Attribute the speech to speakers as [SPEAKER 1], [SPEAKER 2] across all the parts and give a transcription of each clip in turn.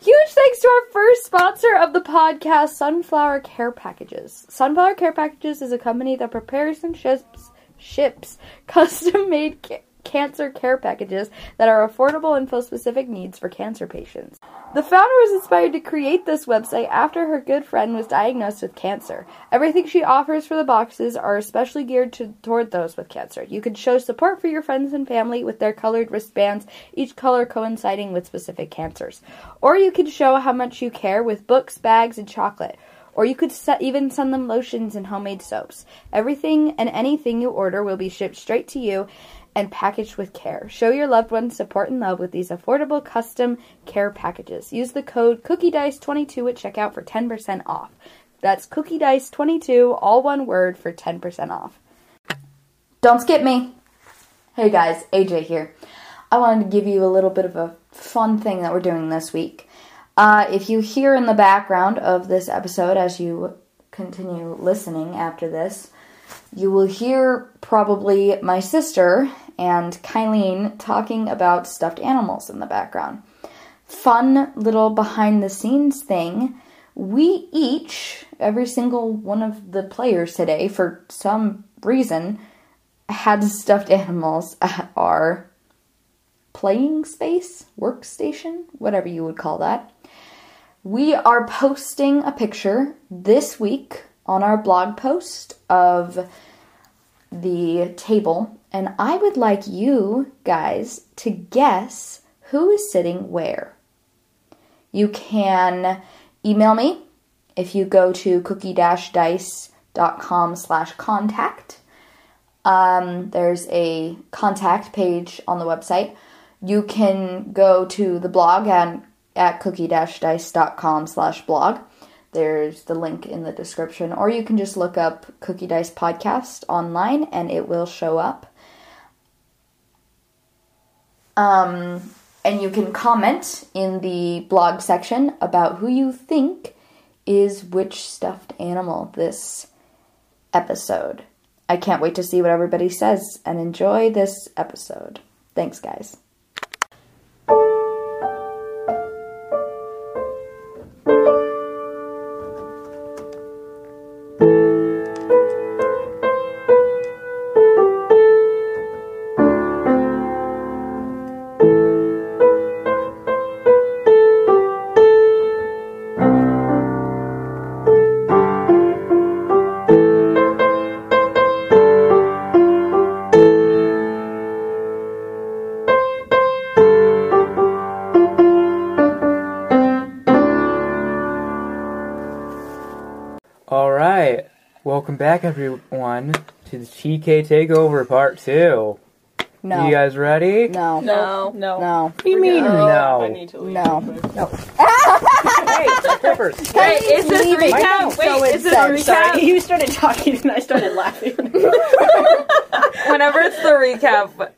[SPEAKER 1] Huge thanks to our first sponsor of the podcast, Sunflower Care Packages. Sunflower Care Packages is a company that prepares and ships ships custom-made ca- cancer care packages that are affordable and fill specific needs for cancer patients. The founder was inspired to create this website after her good friend was diagnosed with cancer. Everything she offers for the boxes are especially geared to, toward those with cancer. You can show support for your friends and family with their colored wristbands, each color coinciding with specific cancers. Or you can show how much you care with books, bags, and chocolate. Or you could se- even send them lotions and homemade soaps. Everything and anything you order will be shipped straight to you and packaged with care. Show your loved ones support and love with these affordable custom care packages. Use the code CookieDice22 at checkout for 10% off. That's CookieDice22, all one word, for 10% off. Don't skip me. Hey guys, AJ here. I wanted to give you a little bit of a fun thing that we're doing this week. Uh, if you hear in the background of this episode as you continue listening after this, you will hear probably my sister and Kylene talking about stuffed animals in the background. Fun little behind the scenes thing. We each, every single one of the players today, for some reason, had stuffed animals at our playing space, workstation, whatever you would call that. We are posting a picture this week on our blog post of the table, and I would like you guys to guess who is sitting where. You can email me if you go to cookie-dice.com slash contact. Um, there's a contact page on the website. You can go to the blog and at cookie-dice.com slash blog. There's the link in the description, or you can just look up Cookie Dice Podcast online and it will show up. Um, and you can comment in the blog section about who you think is which stuffed animal this episode. I can't wait to see what everybody says and enjoy this episode. Thanks, guys.
[SPEAKER 2] All right. Welcome back, everyone, to the TK Takeover Part 2.
[SPEAKER 1] No.
[SPEAKER 2] You guys ready?
[SPEAKER 1] no.
[SPEAKER 3] No. No.
[SPEAKER 1] No.
[SPEAKER 2] What do you mean,
[SPEAKER 3] I
[SPEAKER 2] no?
[SPEAKER 3] need to leave.
[SPEAKER 1] No.
[SPEAKER 2] Hey, peppers.
[SPEAKER 3] Wait, is this
[SPEAKER 1] Leaving.
[SPEAKER 3] recap? Wait,
[SPEAKER 1] So
[SPEAKER 3] is this
[SPEAKER 1] incensed.
[SPEAKER 3] recap?
[SPEAKER 4] you started talking and I started laughing.
[SPEAKER 3] Whenever it's the recap,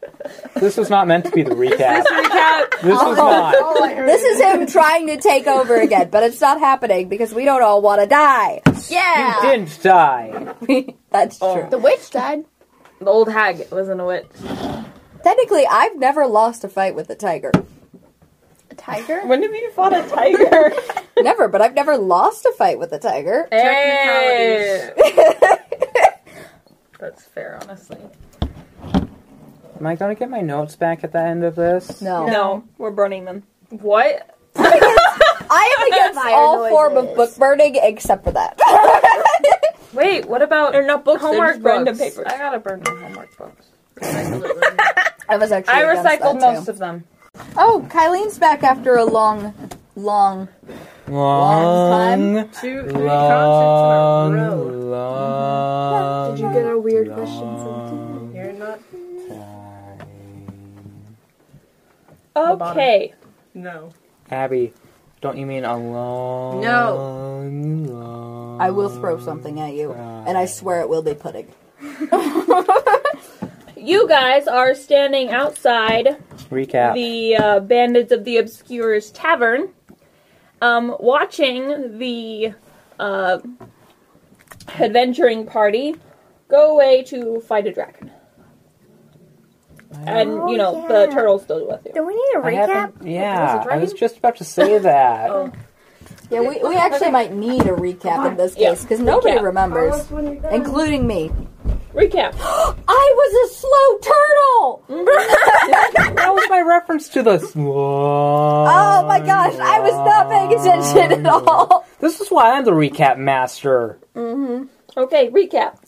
[SPEAKER 2] This was not meant to be the recap.
[SPEAKER 3] this recap.
[SPEAKER 2] This was not.
[SPEAKER 1] This is him trying to take over again, but it's not happening because we don't all want to die.
[SPEAKER 2] You didn't die.
[SPEAKER 1] That's
[SPEAKER 3] Oh.
[SPEAKER 1] true.
[SPEAKER 5] The witch died.
[SPEAKER 3] The old hag wasn't a witch.
[SPEAKER 1] Technically, I've never lost a fight with a tiger.
[SPEAKER 5] A tiger.
[SPEAKER 4] When have you fought a tiger?
[SPEAKER 1] Never, but I've never lost a fight with a tiger.
[SPEAKER 3] Hey. That's fair, honestly.
[SPEAKER 2] Am I going to get my notes back at the end of this?
[SPEAKER 1] No.
[SPEAKER 4] No, we're burning them.
[SPEAKER 3] What?
[SPEAKER 1] I am against
[SPEAKER 5] Fire
[SPEAKER 1] all
[SPEAKER 5] noises.
[SPEAKER 1] form of book burning except for that.
[SPEAKER 3] Wait, what about
[SPEAKER 4] They're not books, they're
[SPEAKER 3] homework
[SPEAKER 4] just random
[SPEAKER 3] books?
[SPEAKER 4] papers.
[SPEAKER 3] I gotta burn my homework books.
[SPEAKER 1] I was actually
[SPEAKER 3] I
[SPEAKER 1] against
[SPEAKER 3] recycled
[SPEAKER 1] that
[SPEAKER 3] most
[SPEAKER 1] too.
[SPEAKER 3] of them.
[SPEAKER 1] Oh, Kylene's back after a long, long.
[SPEAKER 2] Long,
[SPEAKER 3] Two, three
[SPEAKER 2] long,
[SPEAKER 3] in a row.
[SPEAKER 2] long.
[SPEAKER 5] Did you get a weird
[SPEAKER 2] long
[SPEAKER 3] You're not.
[SPEAKER 2] time.
[SPEAKER 3] Okay.
[SPEAKER 4] No.
[SPEAKER 2] Abby, don't you mean a long?
[SPEAKER 3] No.
[SPEAKER 2] long
[SPEAKER 1] I will throw something at you, and I swear it will be pudding.
[SPEAKER 3] You guys are standing outside
[SPEAKER 2] recap.
[SPEAKER 3] the uh, Bandits of the Obscures Tavern, um, watching the uh, adventuring party go away to fight a dragon. and
[SPEAKER 5] Oh,
[SPEAKER 3] you know
[SPEAKER 5] yeah.
[SPEAKER 3] the turtle's still with you.
[SPEAKER 5] Do we need a
[SPEAKER 2] I
[SPEAKER 5] recap?
[SPEAKER 2] haven't- yeah,
[SPEAKER 3] There's a
[SPEAKER 2] I was
[SPEAKER 3] dragon?
[SPEAKER 2] just about to say that.
[SPEAKER 3] Oh.
[SPEAKER 1] Yeah, we, we actually might need a recap in this
[SPEAKER 3] Yeah.
[SPEAKER 1] case because nobody
[SPEAKER 3] Recap.
[SPEAKER 1] remembers, including me.
[SPEAKER 3] Recap.
[SPEAKER 1] I was a slow turtle.
[SPEAKER 2] that was my reference to the.
[SPEAKER 1] Oh
[SPEAKER 2] Oh
[SPEAKER 1] my gosh, I was not paying attention at all.
[SPEAKER 2] This is why I'm the recap master.
[SPEAKER 3] Okay, recap.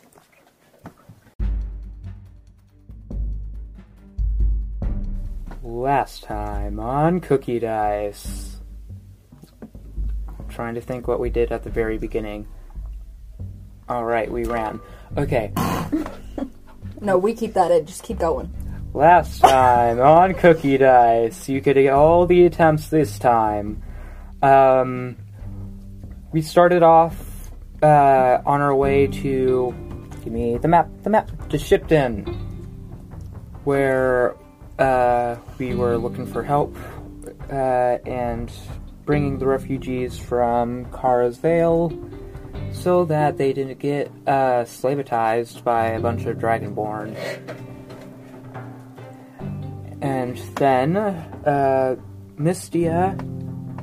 [SPEAKER 2] Last time on Cookie Dice. I'm trying to think what we did at the very beginning. Alright, we ran. Okay,
[SPEAKER 1] No, we keep that in. Just keep going.
[SPEAKER 2] last time on Cookie Dice. You could get all the attempts this time. Um, we started off uh, on our way to. Give me the map, the map, to Shipton, where uh, we were looking for help uh, and bringing the refugees from Kara's Vale so that they didn't get uh, slavatized by a bunch of Dragonborn. And then uh, Mystia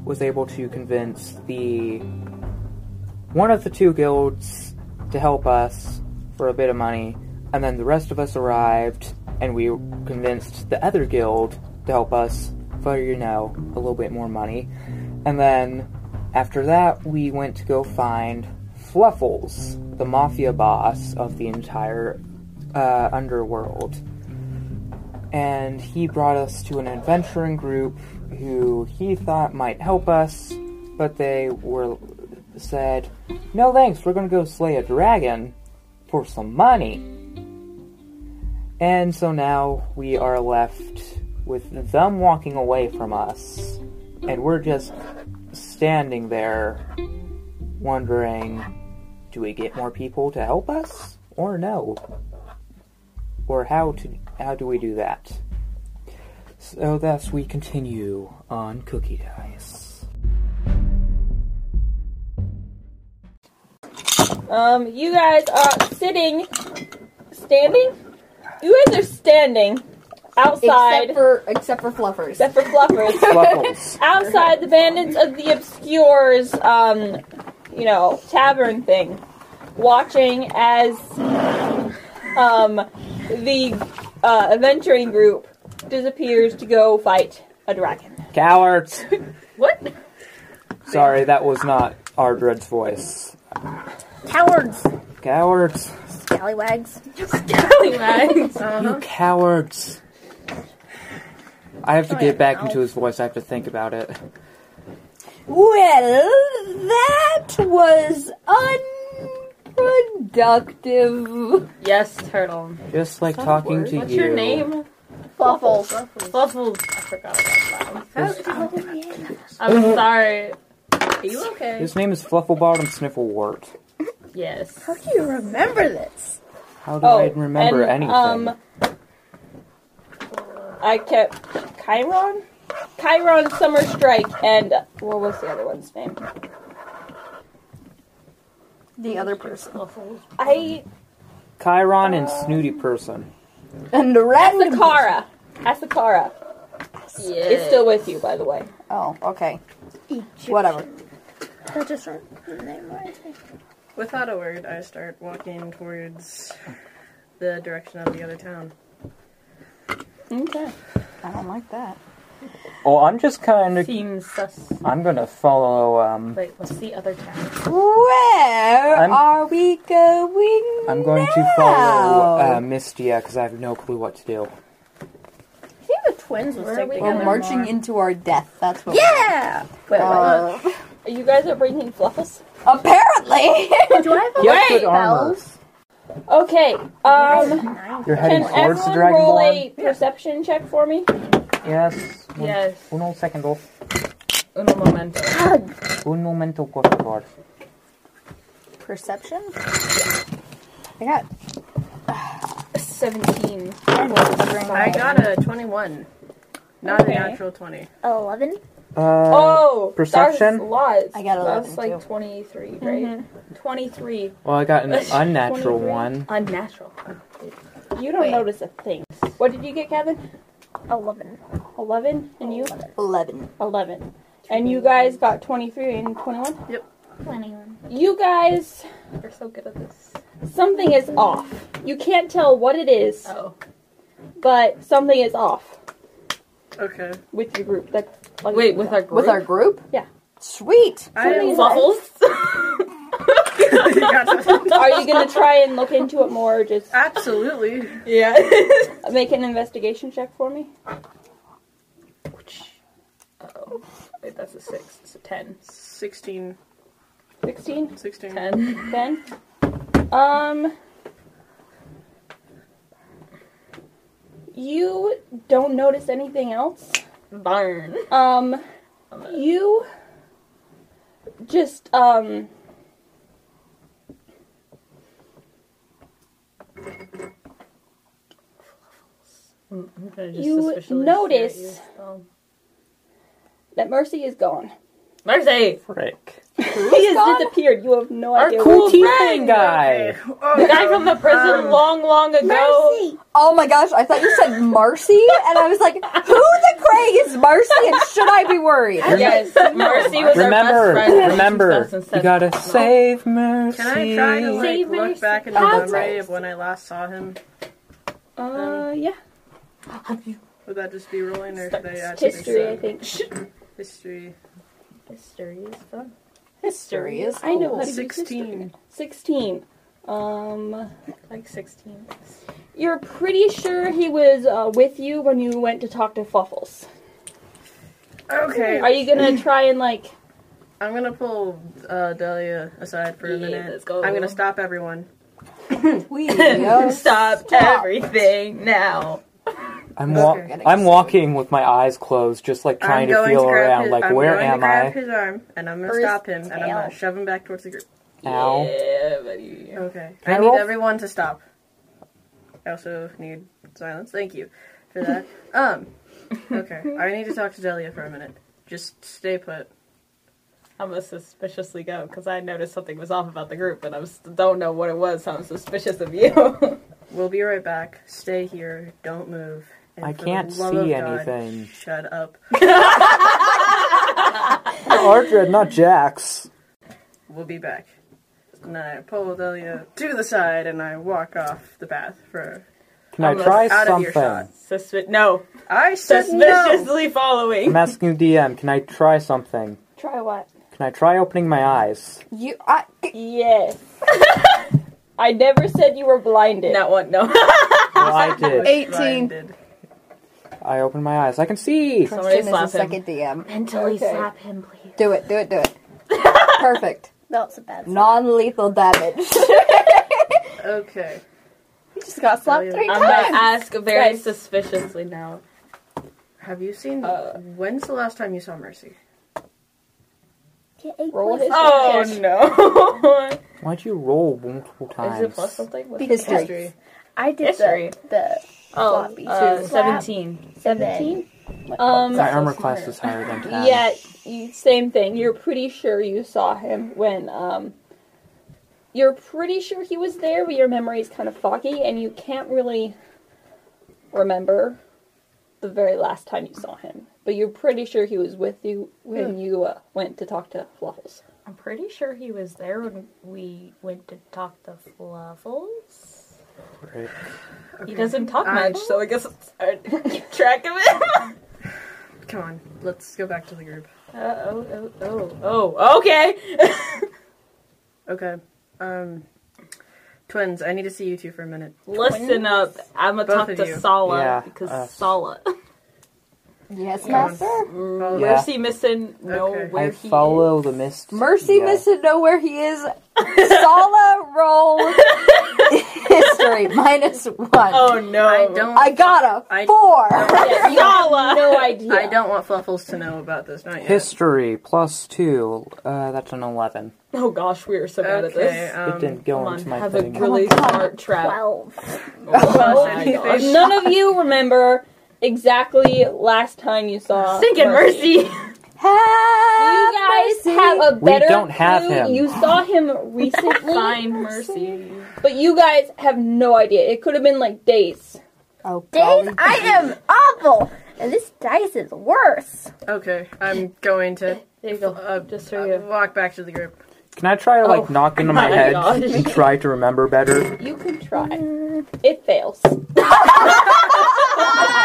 [SPEAKER 2] was able to convince the one of the two guilds to help us for a bit of money, and then the rest of us arrived, and we convinced the other guild to help us for you know a little bit more money, and then after that we went to go find Fluffles, the mafia boss of the entire uh, underworld and he brought us to an adventuring group who he thought might help us, but they were said, "No thanks, we're going to go slay a dragon for some money." And so now we are left with them walking away from us, and we're just standing there wondering, do we get more people to help us or no? or how to how do we do that? So thus we continue on Cookie Dice.
[SPEAKER 3] Um, you guys are sitting, standing. You guys are standing outside,
[SPEAKER 5] Except for except for fluffers.
[SPEAKER 3] except for Fluffers.
[SPEAKER 2] Fluffles.
[SPEAKER 3] outside the bandits of the obscures um you know tavern thing watching as um the uh, adventuring group disappears to go fight a dragon
[SPEAKER 2] Cowards.
[SPEAKER 3] what
[SPEAKER 2] Sorry, that was not Ardred's voice.
[SPEAKER 5] Cowards.
[SPEAKER 2] Cowards.
[SPEAKER 5] Scallywags.
[SPEAKER 2] You cowards. I have to get back into his voice. I have to think about it.
[SPEAKER 1] Well, that was unproductive.
[SPEAKER 6] Yes, turtle.
[SPEAKER 2] Just like talking to
[SPEAKER 6] What's
[SPEAKER 2] you.
[SPEAKER 6] your name?
[SPEAKER 5] Fluffles.
[SPEAKER 6] Fluffles. I forgot about that.
[SPEAKER 2] His,
[SPEAKER 6] I'm sorry. Are you okay?
[SPEAKER 2] his name is Flufflebottom Snifflewort.
[SPEAKER 6] Yes.
[SPEAKER 5] How do you remember this?
[SPEAKER 2] How do I remember
[SPEAKER 3] Oh, and,
[SPEAKER 2] anything?
[SPEAKER 3] um i kept chiron chiron summer strike and what was the other one's name
[SPEAKER 1] The other person.
[SPEAKER 3] i
[SPEAKER 2] Chiron and Snooty Person.
[SPEAKER 1] And the random.
[SPEAKER 3] asakara asakara
[SPEAKER 6] Yeah.
[SPEAKER 3] is still with you by the way
[SPEAKER 1] Oh, okay. Whatever.
[SPEAKER 5] That just the name right.
[SPEAKER 6] Without a word, I start walking towards the direction of the other town.
[SPEAKER 3] okay
[SPEAKER 1] I don't like that.
[SPEAKER 2] Well, I'm just kind of.
[SPEAKER 6] Seems sus.
[SPEAKER 2] I'm gonna follow. Um,
[SPEAKER 6] Wait, what's the other town?
[SPEAKER 1] Where
[SPEAKER 2] I'm-
[SPEAKER 1] are we going?
[SPEAKER 2] I'm going to follow uh, Mystia because I have no clue what to do.
[SPEAKER 5] I think the twins was
[SPEAKER 6] Where are we
[SPEAKER 5] taking
[SPEAKER 6] going?
[SPEAKER 1] We're marching into our death. That's what.
[SPEAKER 5] Yeah!
[SPEAKER 3] wait, wait.
[SPEAKER 1] Uh,
[SPEAKER 3] You guys are bringing fluffles?
[SPEAKER 1] apparently.
[SPEAKER 5] Do I have a
[SPEAKER 2] You have good armor.
[SPEAKER 3] Okay. Um
[SPEAKER 2] You're heading
[SPEAKER 3] can
[SPEAKER 2] towards the
[SPEAKER 3] everyone
[SPEAKER 2] dragon
[SPEAKER 3] roll
[SPEAKER 2] ball.
[SPEAKER 3] a perception check for me?
[SPEAKER 2] Yes. Un-
[SPEAKER 6] Yes.
[SPEAKER 2] Uno segundo.
[SPEAKER 6] Uno momento.
[SPEAKER 2] Un momento, por favor.
[SPEAKER 5] Perception?
[SPEAKER 1] I got
[SPEAKER 3] Seventeen.
[SPEAKER 6] I got a 21. Not
[SPEAKER 3] Okay.
[SPEAKER 6] a natural 20.
[SPEAKER 5] 11?
[SPEAKER 2] Uh,
[SPEAKER 3] Oh
[SPEAKER 2] perception?
[SPEAKER 3] That's lots.
[SPEAKER 1] I got
[SPEAKER 3] That's
[SPEAKER 1] 11
[SPEAKER 3] like
[SPEAKER 1] too.
[SPEAKER 3] twenty three,
[SPEAKER 7] Mm-hmm.
[SPEAKER 3] right? Three.
[SPEAKER 2] well, I got an unnatural one.
[SPEAKER 6] Unnatural.
[SPEAKER 3] You don't
[SPEAKER 5] Wait.
[SPEAKER 3] notice a thing. What did you get, Kevin?
[SPEAKER 5] Eleven.
[SPEAKER 3] 11? And you?
[SPEAKER 1] Eleven.
[SPEAKER 3] 11. And you guys got 23 and 21?
[SPEAKER 7] Anyone.
[SPEAKER 3] You guys,
[SPEAKER 7] We're so good at this.
[SPEAKER 3] something is off. You can't tell what it is,
[SPEAKER 7] Oh.
[SPEAKER 3] but something is off
[SPEAKER 6] Okay.
[SPEAKER 3] with your group. That's like
[SPEAKER 7] Wait, with our group?
[SPEAKER 1] With our group?
[SPEAKER 3] Yeah.
[SPEAKER 1] Sweet.
[SPEAKER 6] I am,
[SPEAKER 7] waffles?
[SPEAKER 3] Are you gonna try and look into it more, or just
[SPEAKER 6] absolutely.
[SPEAKER 7] yeah.
[SPEAKER 3] make an investigation check for me?
[SPEAKER 7] oh. Wait, that's a six. It's a ten.
[SPEAKER 6] 16.
[SPEAKER 3] 16?
[SPEAKER 6] 16.
[SPEAKER 7] Ten.
[SPEAKER 3] Ben? Um. You don't notice anything else.
[SPEAKER 7] Barn.
[SPEAKER 3] Um, you just, um.
[SPEAKER 7] I'm I'm gonna just
[SPEAKER 3] You
[SPEAKER 7] suspiciously
[SPEAKER 3] notice-
[SPEAKER 7] stare at you. Oh.
[SPEAKER 3] That Mercy is gone.
[SPEAKER 7] Mercy!
[SPEAKER 2] Frick.
[SPEAKER 3] He has disappeared. You have no
[SPEAKER 2] Our
[SPEAKER 3] idea.
[SPEAKER 2] cool
[SPEAKER 3] where-
[SPEAKER 2] tea thing guy.
[SPEAKER 7] The guy from the prison
[SPEAKER 6] Oh, Um,
[SPEAKER 7] long, long ago.
[SPEAKER 1] Oh my gosh, I thought you said Marcy, and I was like, who the cray is Marcy, and should I be worried?
[SPEAKER 7] Yes, Mercy was our
[SPEAKER 2] Remember,
[SPEAKER 7] best friend.
[SPEAKER 2] remember, you gotta save Mercy.
[SPEAKER 6] Can I try to like
[SPEAKER 7] Save
[SPEAKER 6] look
[SPEAKER 7] Mercy.
[SPEAKER 6] back in the
[SPEAKER 1] How's
[SPEAKER 6] memory
[SPEAKER 1] it?
[SPEAKER 6] of when I last saw him?
[SPEAKER 3] Uh, yeah.
[SPEAKER 6] Would that just be rolling, or should I add something
[SPEAKER 3] History, I
[SPEAKER 6] uh, to
[SPEAKER 3] think.
[SPEAKER 6] that? History.
[SPEAKER 7] History is fun.
[SPEAKER 1] History is
[SPEAKER 3] I know
[SPEAKER 1] cool.
[SPEAKER 3] how to use history.
[SPEAKER 6] Sixteen.
[SPEAKER 3] 16. Um,
[SPEAKER 7] Like 16.
[SPEAKER 3] you're pretty sure he was uh, with you when you went to talk to Fuffles.
[SPEAKER 6] Okay.
[SPEAKER 3] Are you gonna try and, like,
[SPEAKER 6] I'm gonna pull uh, Delia aside for a
[SPEAKER 7] Yeah,
[SPEAKER 6] minute.
[SPEAKER 7] let's go.
[SPEAKER 6] I'm gonna stop everyone.
[SPEAKER 1] We go.
[SPEAKER 7] Stop everything now.
[SPEAKER 2] I'm, wa-
[SPEAKER 6] Okay.
[SPEAKER 2] I'm walking with my eyes closed, just like trying
[SPEAKER 6] I'm
[SPEAKER 2] to
[SPEAKER 6] going
[SPEAKER 2] feel
[SPEAKER 6] to grab
[SPEAKER 2] around,
[SPEAKER 6] his,
[SPEAKER 2] like
[SPEAKER 6] I'm
[SPEAKER 2] where
[SPEAKER 6] going
[SPEAKER 2] am
[SPEAKER 6] to grab
[SPEAKER 2] I?
[SPEAKER 6] His arm, and I'm gonna
[SPEAKER 1] Or his
[SPEAKER 6] stop him, and I'm
[SPEAKER 1] tail.
[SPEAKER 6] gonna shove him back towards the group.
[SPEAKER 2] Ow.
[SPEAKER 7] Yeah, buddy.
[SPEAKER 6] Okay.
[SPEAKER 2] Can I
[SPEAKER 6] I need
[SPEAKER 2] roll?
[SPEAKER 6] everyone to stop. I also need silence. Thank you for that. um. Okay. I need to talk to Delia for a minute. Just stay put.
[SPEAKER 7] I'm gonna suspiciously go because I noticed something was off about the group, and I s don't know what it was. So I'm suspicious of you.
[SPEAKER 6] We'll be right back. Stay here. Don't move. And
[SPEAKER 2] I
[SPEAKER 6] for the
[SPEAKER 2] can't
[SPEAKER 6] love
[SPEAKER 2] see
[SPEAKER 6] of God,
[SPEAKER 2] anything.
[SPEAKER 6] Shut up.
[SPEAKER 2] Ardred, not Jax.
[SPEAKER 6] We'll be back. And I pull Delia to the side and I walk off the path for.
[SPEAKER 2] Can I
[SPEAKER 7] I'm
[SPEAKER 2] try
[SPEAKER 6] out of your
[SPEAKER 2] something?
[SPEAKER 7] Suspi- no,
[SPEAKER 6] I said no.
[SPEAKER 7] suspiciously following.
[SPEAKER 2] I'm asking the DM, can I try something?
[SPEAKER 3] try what?
[SPEAKER 2] Can I try opening my eyes?
[SPEAKER 1] You, I,
[SPEAKER 3] Yes. I never said you were blinded.
[SPEAKER 7] Not one. No.
[SPEAKER 2] Well, I did.
[SPEAKER 6] Eighteen.
[SPEAKER 2] I opened my eyes. I can see.
[SPEAKER 7] Somebody
[SPEAKER 1] Kristen
[SPEAKER 7] slap
[SPEAKER 1] is the
[SPEAKER 7] him.
[SPEAKER 1] second DM.
[SPEAKER 7] Mentally
[SPEAKER 3] Okay.
[SPEAKER 7] slap him, please.
[SPEAKER 1] Do it, do it, do it. Perfect.
[SPEAKER 5] That was a bad. sign.
[SPEAKER 1] Non-lethal damage.
[SPEAKER 6] Okay.
[SPEAKER 4] You just got slapped
[SPEAKER 6] Delia,
[SPEAKER 4] three
[SPEAKER 7] I'm
[SPEAKER 4] times.
[SPEAKER 7] gonna ask very
[SPEAKER 3] Guys.
[SPEAKER 7] suspiciously now.
[SPEAKER 6] Have you seen?
[SPEAKER 7] Uh,
[SPEAKER 6] when's the last time you saw Mercy?
[SPEAKER 5] Get eight
[SPEAKER 3] Roll
[SPEAKER 5] points.
[SPEAKER 3] his
[SPEAKER 7] Oh no!
[SPEAKER 2] Why'd you roll multiple
[SPEAKER 7] Is
[SPEAKER 2] times?
[SPEAKER 7] it plus something? What's
[SPEAKER 5] Because
[SPEAKER 1] History.
[SPEAKER 5] I did
[SPEAKER 7] History.
[SPEAKER 5] the, the
[SPEAKER 7] Oh,
[SPEAKER 5] floppy
[SPEAKER 7] uh,
[SPEAKER 5] too.
[SPEAKER 7] 17.
[SPEAKER 5] seventeen.
[SPEAKER 3] Um,
[SPEAKER 2] My armor class is higher than 10.
[SPEAKER 3] yeah, you, same thing. You're pretty sure you saw him when, um, you're pretty sure he was there, but your memory is kind of foggy and you can't really remember the very last time you saw him. But you're pretty sure he was with you when you uh, went to talk to Fluffles.
[SPEAKER 7] I'm pretty sure he was there when we went to talk to Fluffles.
[SPEAKER 2] Right.
[SPEAKER 7] He doesn't talk
[SPEAKER 6] I-
[SPEAKER 7] much, so I guess it's hard to keep track of him.
[SPEAKER 6] Come on, let's go back to the group.
[SPEAKER 7] uh, oh, oh, oh, oh, okay.
[SPEAKER 6] Okay. Um, twins, I need to see you two for a minute.
[SPEAKER 7] Listen up. I'm gonna
[SPEAKER 6] Both
[SPEAKER 7] talk
[SPEAKER 6] of
[SPEAKER 7] to
[SPEAKER 6] you.
[SPEAKER 7] Sala
[SPEAKER 2] Yeah,
[SPEAKER 7] because
[SPEAKER 2] us.
[SPEAKER 7] Sala.
[SPEAKER 1] yes,
[SPEAKER 6] Come on.
[SPEAKER 1] master.
[SPEAKER 6] Follow
[SPEAKER 2] Yeah.
[SPEAKER 7] Mercy missing know
[SPEAKER 6] Okay.
[SPEAKER 7] where
[SPEAKER 2] I
[SPEAKER 7] he
[SPEAKER 2] follow the mist.
[SPEAKER 1] Mercy
[SPEAKER 2] Yeah.
[SPEAKER 1] missing know where he is. Sala roll history minus one.
[SPEAKER 7] Oh no!
[SPEAKER 6] I don't.
[SPEAKER 1] I got a
[SPEAKER 6] I-
[SPEAKER 1] four.
[SPEAKER 3] Yeah, you have no idea.
[SPEAKER 6] I don't want Fluffles to know about this. Not yet.
[SPEAKER 2] History plus two. Uh, that's an eleven.
[SPEAKER 7] Oh gosh, we are so bad at
[SPEAKER 6] Okay.
[SPEAKER 7] this.
[SPEAKER 2] it
[SPEAKER 6] Um,
[SPEAKER 2] didn't go
[SPEAKER 7] Come on,
[SPEAKER 2] into my
[SPEAKER 7] have
[SPEAKER 2] thing.
[SPEAKER 7] a really smart trap.
[SPEAKER 5] Twelve.
[SPEAKER 7] Oh my
[SPEAKER 6] anything.
[SPEAKER 7] gosh.
[SPEAKER 3] None of you remember exactly last time you saw
[SPEAKER 6] uh,
[SPEAKER 7] Stinking Uh, mercy.
[SPEAKER 1] Have
[SPEAKER 3] You guys
[SPEAKER 7] Ah,
[SPEAKER 1] mercy.
[SPEAKER 3] have have a
[SPEAKER 2] We
[SPEAKER 3] better
[SPEAKER 2] don't have
[SPEAKER 3] clue.
[SPEAKER 2] him.
[SPEAKER 3] You saw him recently,
[SPEAKER 7] Find mercy.
[SPEAKER 3] but you guys have no idea. It could have been like days.
[SPEAKER 1] Oh,
[SPEAKER 5] Days, I am awful, and this dice is worse.
[SPEAKER 6] Okay, I'm going to
[SPEAKER 7] There you go.
[SPEAKER 6] Uh,
[SPEAKER 7] Just
[SPEAKER 6] uh,
[SPEAKER 7] for you.
[SPEAKER 6] walk back to the group.
[SPEAKER 2] Can I try to like
[SPEAKER 7] Oh,
[SPEAKER 2] knock into my,
[SPEAKER 7] my
[SPEAKER 2] head
[SPEAKER 7] gosh.
[SPEAKER 2] and try to remember better?
[SPEAKER 3] You could try.
[SPEAKER 7] Mm.
[SPEAKER 3] It fails.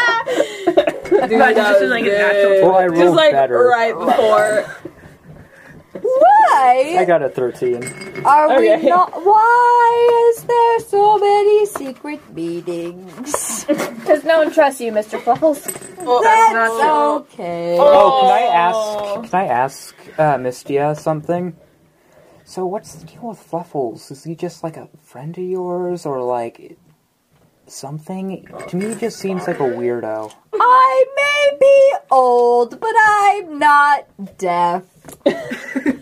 [SPEAKER 7] Dude,
[SPEAKER 6] But
[SPEAKER 7] that
[SPEAKER 6] just
[SPEAKER 7] was
[SPEAKER 6] like a
[SPEAKER 7] good.
[SPEAKER 6] natural
[SPEAKER 2] Well, I
[SPEAKER 6] one.
[SPEAKER 2] rolled
[SPEAKER 7] Just like
[SPEAKER 2] better.
[SPEAKER 7] right before.
[SPEAKER 2] I
[SPEAKER 1] Why
[SPEAKER 2] got a 13.
[SPEAKER 1] are
[SPEAKER 7] Okay.
[SPEAKER 1] we not? Why is there so many secret meetings?
[SPEAKER 5] Because no one trusts you, Mr. Fluffles.
[SPEAKER 6] that's
[SPEAKER 1] That's
[SPEAKER 6] not
[SPEAKER 1] okay.
[SPEAKER 2] Oh, can I ask? Can I ask uh, Mistia something? So what's the deal with Fluffles? Is he just like a friend of yours, or like something? To me, he just seems like a weirdo.
[SPEAKER 1] I may be old, but I'm not deaf.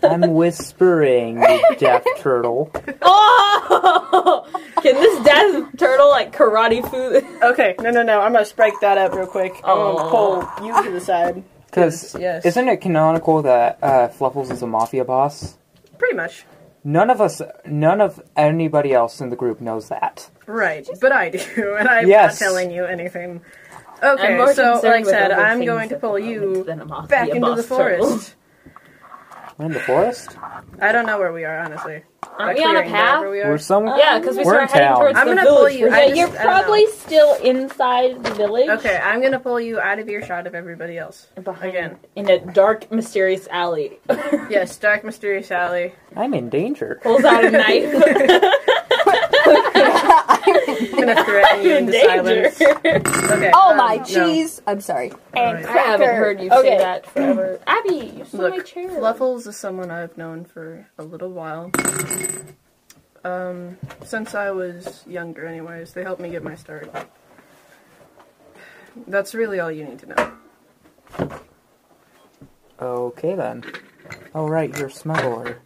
[SPEAKER 2] I'm whispering, you deaf turtle.
[SPEAKER 7] Oh! Can this death turtle like karate food?
[SPEAKER 4] Okay, no, no, no. I'm gonna strike that up real quick.
[SPEAKER 6] Um,
[SPEAKER 4] I'm
[SPEAKER 7] Aw.
[SPEAKER 4] gonna pull you to the side.
[SPEAKER 2] Because
[SPEAKER 4] Yes.
[SPEAKER 2] isn't it canonical that uh, Fluffles is a mafia boss?
[SPEAKER 6] Pretty much.
[SPEAKER 2] None of us, none of anybody else in the group knows that.
[SPEAKER 6] Right, but I do, and I'm
[SPEAKER 2] Yes.
[SPEAKER 6] not telling you anything.
[SPEAKER 7] I'm
[SPEAKER 6] Okay,
[SPEAKER 7] more
[SPEAKER 6] so
[SPEAKER 7] concerned
[SPEAKER 6] like I
[SPEAKER 7] with
[SPEAKER 6] said,
[SPEAKER 7] other
[SPEAKER 6] I'm
[SPEAKER 7] things
[SPEAKER 6] going to
[SPEAKER 7] at
[SPEAKER 6] pull
[SPEAKER 7] the moment
[SPEAKER 6] you
[SPEAKER 7] than a mafia
[SPEAKER 6] back into the
[SPEAKER 7] boss turtle.
[SPEAKER 6] forest.
[SPEAKER 2] We're in the forest.
[SPEAKER 6] I don't know where we are, honestly.
[SPEAKER 7] Aren't
[SPEAKER 6] A
[SPEAKER 7] we Uh, on a
[SPEAKER 6] clearing, wherever
[SPEAKER 7] path?
[SPEAKER 6] We
[SPEAKER 2] We're
[SPEAKER 6] are.
[SPEAKER 2] somewhere.
[SPEAKER 7] Yeah, because we
[SPEAKER 2] We're in
[SPEAKER 7] started heading
[SPEAKER 2] town.
[SPEAKER 7] towards
[SPEAKER 6] I'm
[SPEAKER 7] the
[SPEAKER 6] gonna
[SPEAKER 7] village.
[SPEAKER 6] pull you-
[SPEAKER 7] We're
[SPEAKER 6] I
[SPEAKER 3] Yeah,
[SPEAKER 7] just-
[SPEAKER 3] you're
[SPEAKER 6] I don't know.
[SPEAKER 3] probably still inside the village.
[SPEAKER 6] Okay, I'm gonna pull you out of earshot of everybody else.
[SPEAKER 7] behind
[SPEAKER 6] Again.
[SPEAKER 7] in a dark, mysterious alley.
[SPEAKER 6] Yes, dark, mysterious alley.
[SPEAKER 2] I'm in danger.
[SPEAKER 7] Pulls out a knife.
[SPEAKER 6] I'm gonna threaten you
[SPEAKER 7] in
[SPEAKER 6] into
[SPEAKER 7] danger.
[SPEAKER 6] silence. Okay.
[SPEAKER 1] Oh
[SPEAKER 6] um,
[SPEAKER 1] my
[SPEAKER 6] no.
[SPEAKER 1] jeez! I'm sorry.
[SPEAKER 6] Alright.
[SPEAKER 7] I haven't heard you
[SPEAKER 3] Okay.
[SPEAKER 7] say that forever. Abby, you stole
[SPEAKER 6] Look,
[SPEAKER 7] my chair.
[SPEAKER 6] Fluffles is someone I've known for a little while. Um, since I was younger, anyways, they helped me get my start. That's really all you need to know.
[SPEAKER 2] Okay then. Oh right, you're a smuggler.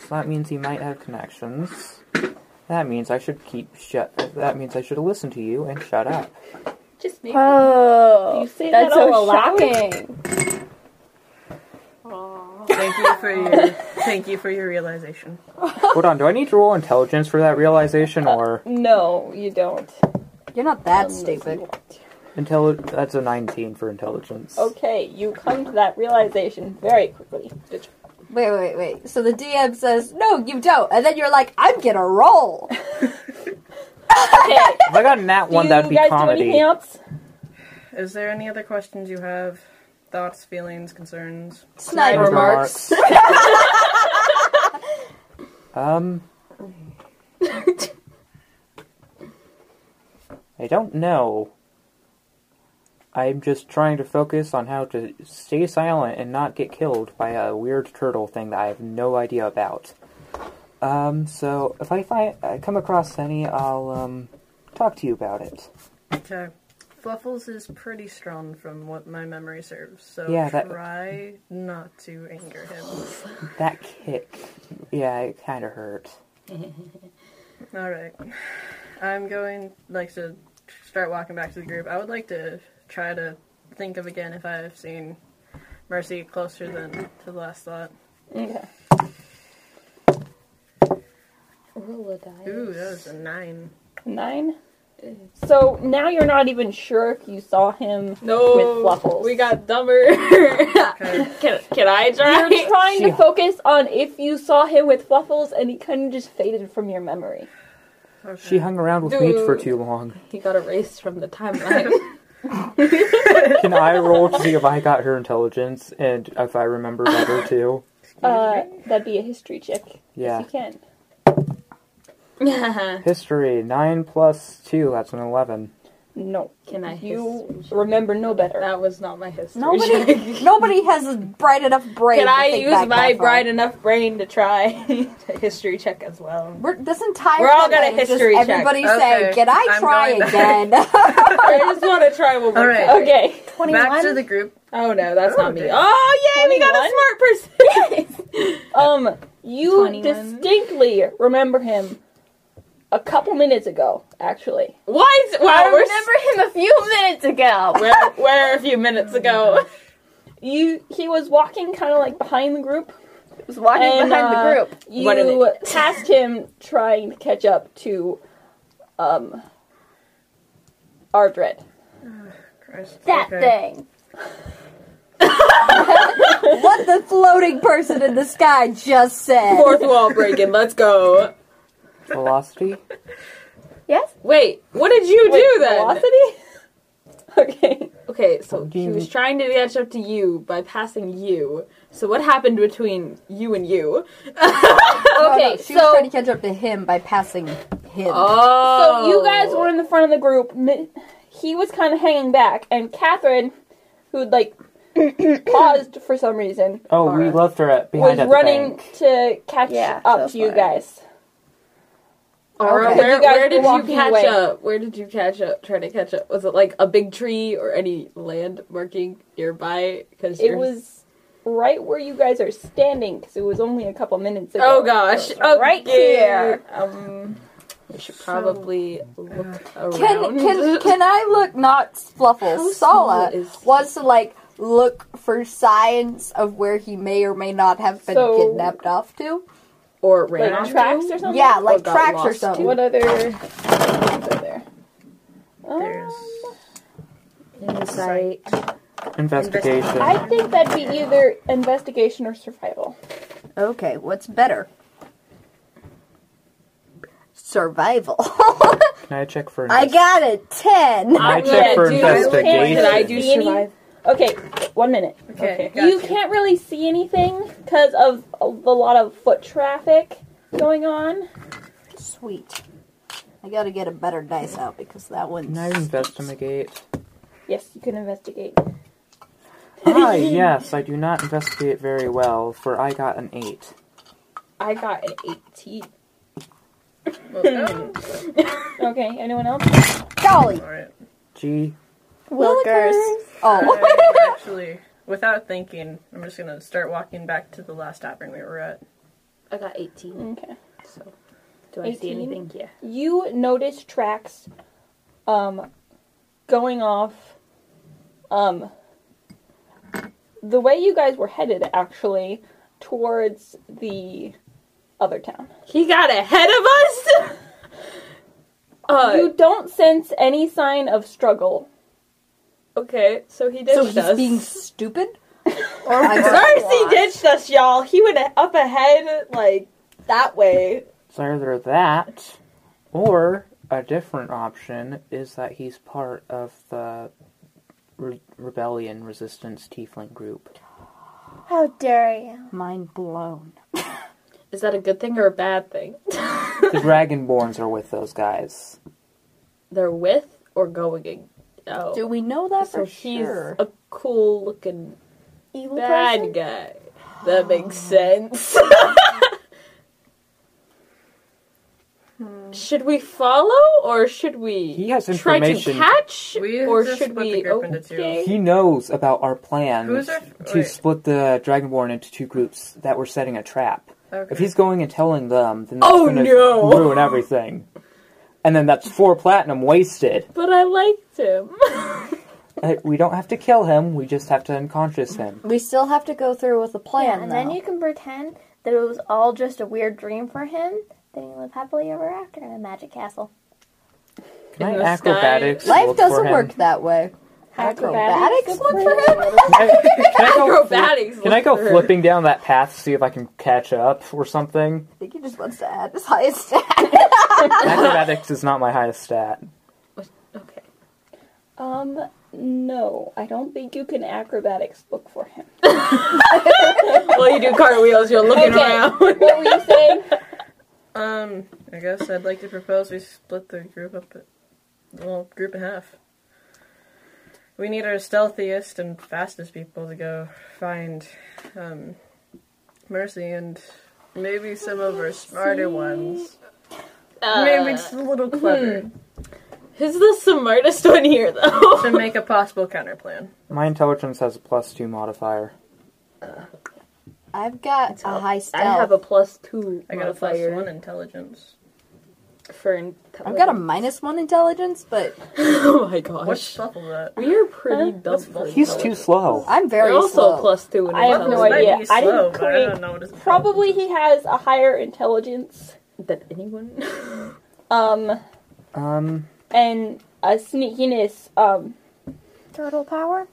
[SPEAKER 2] So that means he might have connections. That means I should keep shut. That means I should listen to you and shut up.
[SPEAKER 7] Just me.
[SPEAKER 5] Oh,
[SPEAKER 3] You say
[SPEAKER 5] that's
[SPEAKER 3] that all
[SPEAKER 5] so
[SPEAKER 3] aloud?
[SPEAKER 5] shocking.
[SPEAKER 6] Thank you for your thank you for your realization.
[SPEAKER 2] Hold on. Do I need to roll intelligence for that realization or
[SPEAKER 3] No, you don't.
[SPEAKER 1] You're not that stupid.
[SPEAKER 2] intelli? That's a 19 for intelligence.
[SPEAKER 3] Okay, you come to that realization very quickly.
[SPEAKER 1] Wait, wait, wait. So the DM says, "No, you don't," and then you're like, "I'm gonna roll."
[SPEAKER 3] Okay,
[SPEAKER 2] If I got in that
[SPEAKER 3] do
[SPEAKER 2] one,
[SPEAKER 3] you
[SPEAKER 2] that'd be
[SPEAKER 3] guys do anything
[SPEAKER 2] comedy.
[SPEAKER 3] else?
[SPEAKER 6] Is there any other questions you have? Thoughts, feelings, concerns?
[SPEAKER 1] Sniper
[SPEAKER 2] Sniper
[SPEAKER 1] remarks.
[SPEAKER 2] Um. I don't know. I'm just trying to focus on how to stay silent and not get killed by a weird turtle thing that I have no idea about. Um, so if I find I come across any, I'll um talk to you about it.
[SPEAKER 6] Okay. Fluffles is pretty strong from what my memory serves, so
[SPEAKER 2] Yeah, that-
[SPEAKER 6] try not to anger him.
[SPEAKER 2] That kick, yeah, it kind of hurt.
[SPEAKER 6] All right. I'm going like to start walking back to the group. I would like to try to think of again if I've seen Mercy closer than to the last thought.
[SPEAKER 3] Okay. Roll a die.
[SPEAKER 6] Ooh, that was a nine.
[SPEAKER 3] Nine. So now you're not even sure if you saw him.
[SPEAKER 7] No,
[SPEAKER 3] With Fluffles.
[SPEAKER 7] we got dumber. can, can I
[SPEAKER 3] You're
[SPEAKER 7] drive?
[SPEAKER 3] trying
[SPEAKER 2] She-
[SPEAKER 3] to focus on if you saw him with Fluffles, and he kind of just faded from your memory.
[SPEAKER 6] Okay.
[SPEAKER 2] She hung around with me for too long.
[SPEAKER 7] He got erased from the timeline.
[SPEAKER 2] Can I roll to see if I got her intelligence and if I remember better too?
[SPEAKER 3] Uh, that'd be a history check.
[SPEAKER 2] Yeah.
[SPEAKER 3] Yes, you can.
[SPEAKER 7] can
[SPEAKER 2] History nine plus two. That's an eleven.
[SPEAKER 3] No,
[SPEAKER 7] I?
[SPEAKER 3] you
[SPEAKER 7] history check?
[SPEAKER 3] remember no better.
[SPEAKER 7] That was not my history. check.
[SPEAKER 1] Nobody, nobody has a bright enough brain.
[SPEAKER 7] Can
[SPEAKER 1] to
[SPEAKER 7] I
[SPEAKER 1] think
[SPEAKER 7] use
[SPEAKER 1] back
[SPEAKER 7] my
[SPEAKER 1] that far.
[SPEAKER 7] bright enough brain to try a history check as well?
[SPEAKER 1] We're, this entire
[SPEAKER 7] We're all
[SPEAKER 1] time
[SPEAKER 7] gonna
[SPEAKER 1] is just
[SPEAKER 7] history check.
[SPEAKER 1] Everybody
[SPEAKER 6] Okay,
[SPEAKER 1] saying, "Can I
[SPEAKER 6] I'm
[SPEAKER 1] try
[SPEAKER 6] going back.
[SPEAKER 1] again?"
[SPEAKER 7] I just want to try one more
[SPEAKER 6] All right.
[SPEAKER 7] time.
[SPEAKER 3] Okay.
[SPEAKER 6] Back to the group.
[SPEAKER 7] Oh no, that's
[SPEAKER 6] Oh,
[SPEAKER 7] not me.
[SPEAKER 6] dear.
[SPEAKER 7] Oh yeah, we got a smart person.
[SPEAKER 3] Um, you
[SPEAKER 7] 21.
[SPEAKER 3] distinctly remember him a couple minutes ago, actually.
[SPEAKER 7] Why? Is,
[SPEAKER 5] I
[SPEAKER 7] wow, we're, s-
[SPEAKER 5] remember him a few minutes ago.
[SPEAKER 7] we're, we're a few minutes ago.
[SPEAKER 3] You he was walking kind of like behind the group,
[SPEAKER 5] was walking
[SPEAKER 3] And,
[SPEAKER 5] behind
[SPEAKER 3] uh,
[SPEAKER 5] the group.
[SPEAKER 7] What are
[SPEAKER 3] You tasked him trying to catch up to, um, Ardred.
[SPEAKER 6] Christ.
[SPEAKER 5] That
[SPEAKER 6] Okay.
[SPEAKER 5] thing.
[SPEAKER 1] What the floating person in the sky just said.
[SPEAKER 7] Fourth wall breaking. Let's go.
[SPEAKER 2] Velocity?
[SPEAKER 5] Yes?
[SPEAKER 7] Wait, what did you do then?
[SPEAKER 3] Velocity? okay.
[SPEAKER 7] Okay, so he
[SPEAKER 2] Mm.
[SPEAKER 7] was trying to catch up to you by passing you. So what happened between you and you?
[SPEAKER 3] Okay,
[SPEAKER 1] she was
[SPEAKER 3] so
[SPEAKER 1] trying to catch up to him by passing him.
[SPEAKER 7] Oh,
[SPEAKER 3] So you guys were in the front of the group. Mi- He was kind of hanging back, and Catherine, who like paused for some reason,
[SPEAKER 2] Oh, we
[SPEAKER 7] Alright.
[SPEAKER 2] left her at
[SPEAKER 3] was
[SPEAKER 2] behind at the
[SPEAKER 3] running
[SPEAKER 2] bank.
[SPEAKER 3] to catch
[SPEAKER 5] Yeah,
[SPEAKER 3] up
[SPEAKER 5] that's
[SPEAKER 3] to you
[SPEAKER 5] fine.
[SPEAKER 3] guys.
[SPEAKER 7] Aura,
[SPEAKER 1] Okay.
[SPEAKER 7] where,
[SPEAKER 3] You guys
[SPEAKER 7] where did
[SPEAKER 3] were
[SPEAKER 7] you
[SPEAKER 3] walking
[SPEAKER 7] catch
[SPEAKER 3] away.
[SPEAKER 7] up? Where did you catch up? Try to catch up. Was it like a big tree or any land marking nearby? Because
[SPEAKER 3] It was right where you guys are standing because it was only a couple minutes ago.
[SPEAKER 7] Oh gosh! Oh,
[SPEAKER 5] right
[SPEAKER 7] yeah. Um, we should probably look around.
[SPEAKER 1] Can can can I look not
[SPEAKER 7] How
[SPEAKER 1] Spluffle?
[SPEAKER 7] small
[SPEAKER 1] Sala
[SPEAKER 7] is-
[SPEAKER 1] wants to like look for signs of where he may or may not have been
[SPEAKER 3] So-
[SPEAKER 1] kidnapped off to.
[SPEAKER 7] or ran
[SPEAKER 3] Like
[SPEAKER 7] onto?
[SPEAKER 3] tracks or something.
[SPEAKER 1] Yeah, like
[SPEAKER 7] got
[SPEAKER 1] tracks or
[SPEAKER 7] lost
[SPEAKER 1] something.
[SPEAKER 3] What other? What's over there? Um,
[SPEAKER 6] There's
[SPEAKER 7] Insight.
[SPEAKER 2] Investigation.
[SPEAKER 3] I think that'd be either investigation or survival.
[SPEAKER 1] Okay, what's better? Survival.
[SPEAKER 2] Can I check for
[SPEAKER 1] I got a ten.
[SPEAKER 2] I
[SPEAKER 7] I'm
[SPEAKER 2] check
[SPEAKER 7] gonna
[SPEAKER 2] for
[SPEAKER 7] do-
[SPEAKER 2] investigation.
[SPEAKER 7] Did I do
[SPEAKER 3] See any-
[SPEAKER 7] survive?
[SPEAKER 3] Okay, one minute.
[SPEAKER 6] okay.
[SPEAKER 7] Okay.
[SPEAKER 6] gotcha.
[SPEAKER 3] You can't really see anything because of a the lot of foot traffic going on.
[SPEAKER 1] Sweet. I gotta get a better dice out because that
[SPEAKER 2] Can
[SPEAKER 1] one's
[SPEAKER 2] I investigate?
[SPEAKER 3] Yes, you can investigate.
[SPEAKER 2] Hi, yes, I do not investigate very well, for I got an 8.
[SPEAKER 7] I got an 18.
[SPEAKER 6] Well,
[SPEAKER 3] Okay, anyone else?
[SPEAKER 1] golly.
[SPEAKER 6] oh, all right.
[SPEAKER 2] Gee,
[SPEAKER 4] Wilkers.
[SPEAKER 1] Oh,
[SPEAKER 6] I actually, without thinking, I'm just gonna start walking back to the last tavern we were at.
[SPEAKER 7] I got 18.
[SPEAKER 3] Okay.
[SPEAKER 7] So, do I see
[SPEAKER 3] 18?
[SPEAKER 7] anything? Yeah.
[SPEAKER 3] You notice tracks um going off um the way you guys were headed actually towards the other town.
[SPEAKER 7] He got ahead of us? uh,
[SPEAKER 3] you don't sense any sign of struggle.
[SPEAKER 7] okay, so he ditched
[SPEAKER 1] so he's
[SPEAKER 7] us.
[SPEAKER 1] being stupid.
[SPEAKER 7] First he ditched us, y'all. He went up ahead, like, that way.
[SPEAKER 2] it's either that, or a different option is that he's part of the re- rebellion resistance tiefling group.
[SPEAKER 5] How dare you?
[SPEAKER 1] Mind blown.
[SPEAKER 7] Is that a good thing or a bad thing?
[SPEAKER 2] The Dragonborns are with those guys.
[SPEAKER 7] They're with or going ag- Oh.
[SPEAKER 1] Do we know that
[SPEAKER 7] so
[SPEAKER 1] for
[SPEAKER 7] he's
[SPEAKER 1] sure?
[SPEAKER 7] a cool looking
[SPEAKER 5] Evil
[SPEAKER 7] bad
[SPEAKER 5] person?
[SPEAKER 7] guy. That makes sense.
[SPEAKER 6] Hmm.
[SPEAKER 7] should we follow or should we
[SPEAKER 2] He has
[SPEAKER 7] try to
[SPEAKER 2] information.
[SPEAKER 7] catch
[SPEAKER 6] We
[SPEAKER 7] or
[SPEAKER 6] just
[SPEAKER 7] should
[SPEAKER 6] split the
[SPEAKER 7] we
[SPEAKER 6] group into two.
[SPEAKER 7] okay?
[SPEAKER 2] He knows about our plan
[SPEAKER 6] Who's our-
[SPEAKER 2] to
[SPEAKER 6] wait.
[SPEAKER 2] split the Dragonborn into two groups that were setting a trap.
[SPEAKER 6] Okay.
[SPEAKER 2] If he's going and telling them, then that's
[SPEAKER 7] Oh,
[SPEAKER 2] gonna
[SPEAKER 7] no.
[SPEAKER 2] ruin everything. And then that's four platinum wasted.
[SPEAKER 7] But I liked him.
[SPEAKER 2] Uh, We don't have to kill him, we just have to unconscious him.
[SPEAKER 1] We still have to go through with the plan.
[SPEAKER 5] Yeah, and then
[SPEAKER 1] though.
[SPEAKER 5] you can pretend that it was all just a weird dream for him. Then you live happily ever after in a magic castle.
[SPEAKER 2] Can
[SPEAKER 7] In
[SPEAKER 2] I
[SPEAKER 7] the sky.
[SPEAKER 2] acrobatics
[SPEAKER 1] Life
[SPEAKER 2] look
[SPEAKER 1] doesn't
[SPEAKER 2] for him?
[SPEAKER 1] work that way. Acrobatics look for him?
[SPEAKER 2] Can I, can I go, fli-
[SPEAKER 7] Acrobatics.
[SPEAKER 2] can I
[SPEAKER 7] look
[SPEAKER 2] go
[SPEAKER 7] for-
[SPEAKER 2] flipping down that path, see if I can catch up or something?
[SPEAKER 1] I think he just wants to add his highest stat.
[SPEAKER 2] acrobatics is not my highest stat.
[SPEAKER 7] Okay.
[SPEAKER 3] Um no, I don't think you can acrobatics look for him.
[SPEAKER 7] Well, you do cartwheels. You're looking
[SPEAKER 3] Okay.
[SPEAKER 7] around.
[SPEAKER 3] What were you saying?
[SPEAKER 6] Um, I guess I'd like to propose we split the group up, at, well, group in half. We need our stealthiest and fastest people to go find um, Mercy and maybe some of our smarter ones. maybe
[SPEAKER 7] Uh,
[SPEAKER 6] just a little clever
[SPEAKER 7] who's the smartest one here, though?
[SPEAKER 6] to make a possible counter plan.
[SPEAKER 2] My intelligence has a plus two modifier.
[SPEAKER 1] I've got a high
[SPEAKER 7] I have
[SPEAKER 1] stat.
[SPEAKER 7] a plus two
[SPEAKER 6] I got a plus
[SPEAKER 7] modifier.
[SPEAKER 6] one intelligence.
[SPEAKER 7] for
[SPEAKER 1] I've
[SPEAKER 7] intelligence.
[SPEAKER 1] got a minus one intelligence, but
[SPEAKER 7] oh my gosh.
[SPEAKER 6] What's up with that?
[SPEAKER 7] we are pretty dumb.
[SPEAKER 6] What's
[SPEAKER 7] for
[SPEAKER 2] He's too
[SPEAKER 7] intelligence.
[SPEAKER 2] slow.
[SPEAKER 1] I'm very
[SPEAKER 7] You're also
[SPEAKER 1] slow.
[SPEAKER 7] plus two. In
[SPEAKER 3] I have no
[SPEAKER 6] It might
[SPEAKER 3] idea.
[SPEAKER 7] intelligence.
[SPEAKER 6] be
[SPEAKER 3] I didn't
[SPEAKER 6] slow, but I
[SPEAKER 3] create-
[SPEAKER 6] don't know what it's called.
[SPEAKER 3] Probably he has a higher intelligence,
[SPEAKER 7] That anyone?
[SPEAKER 3] um,
[SPEAKER 2] Um,
[SPEAKER 3] and a sneakiness. Um,
[SPEAKER 5] Turtle power?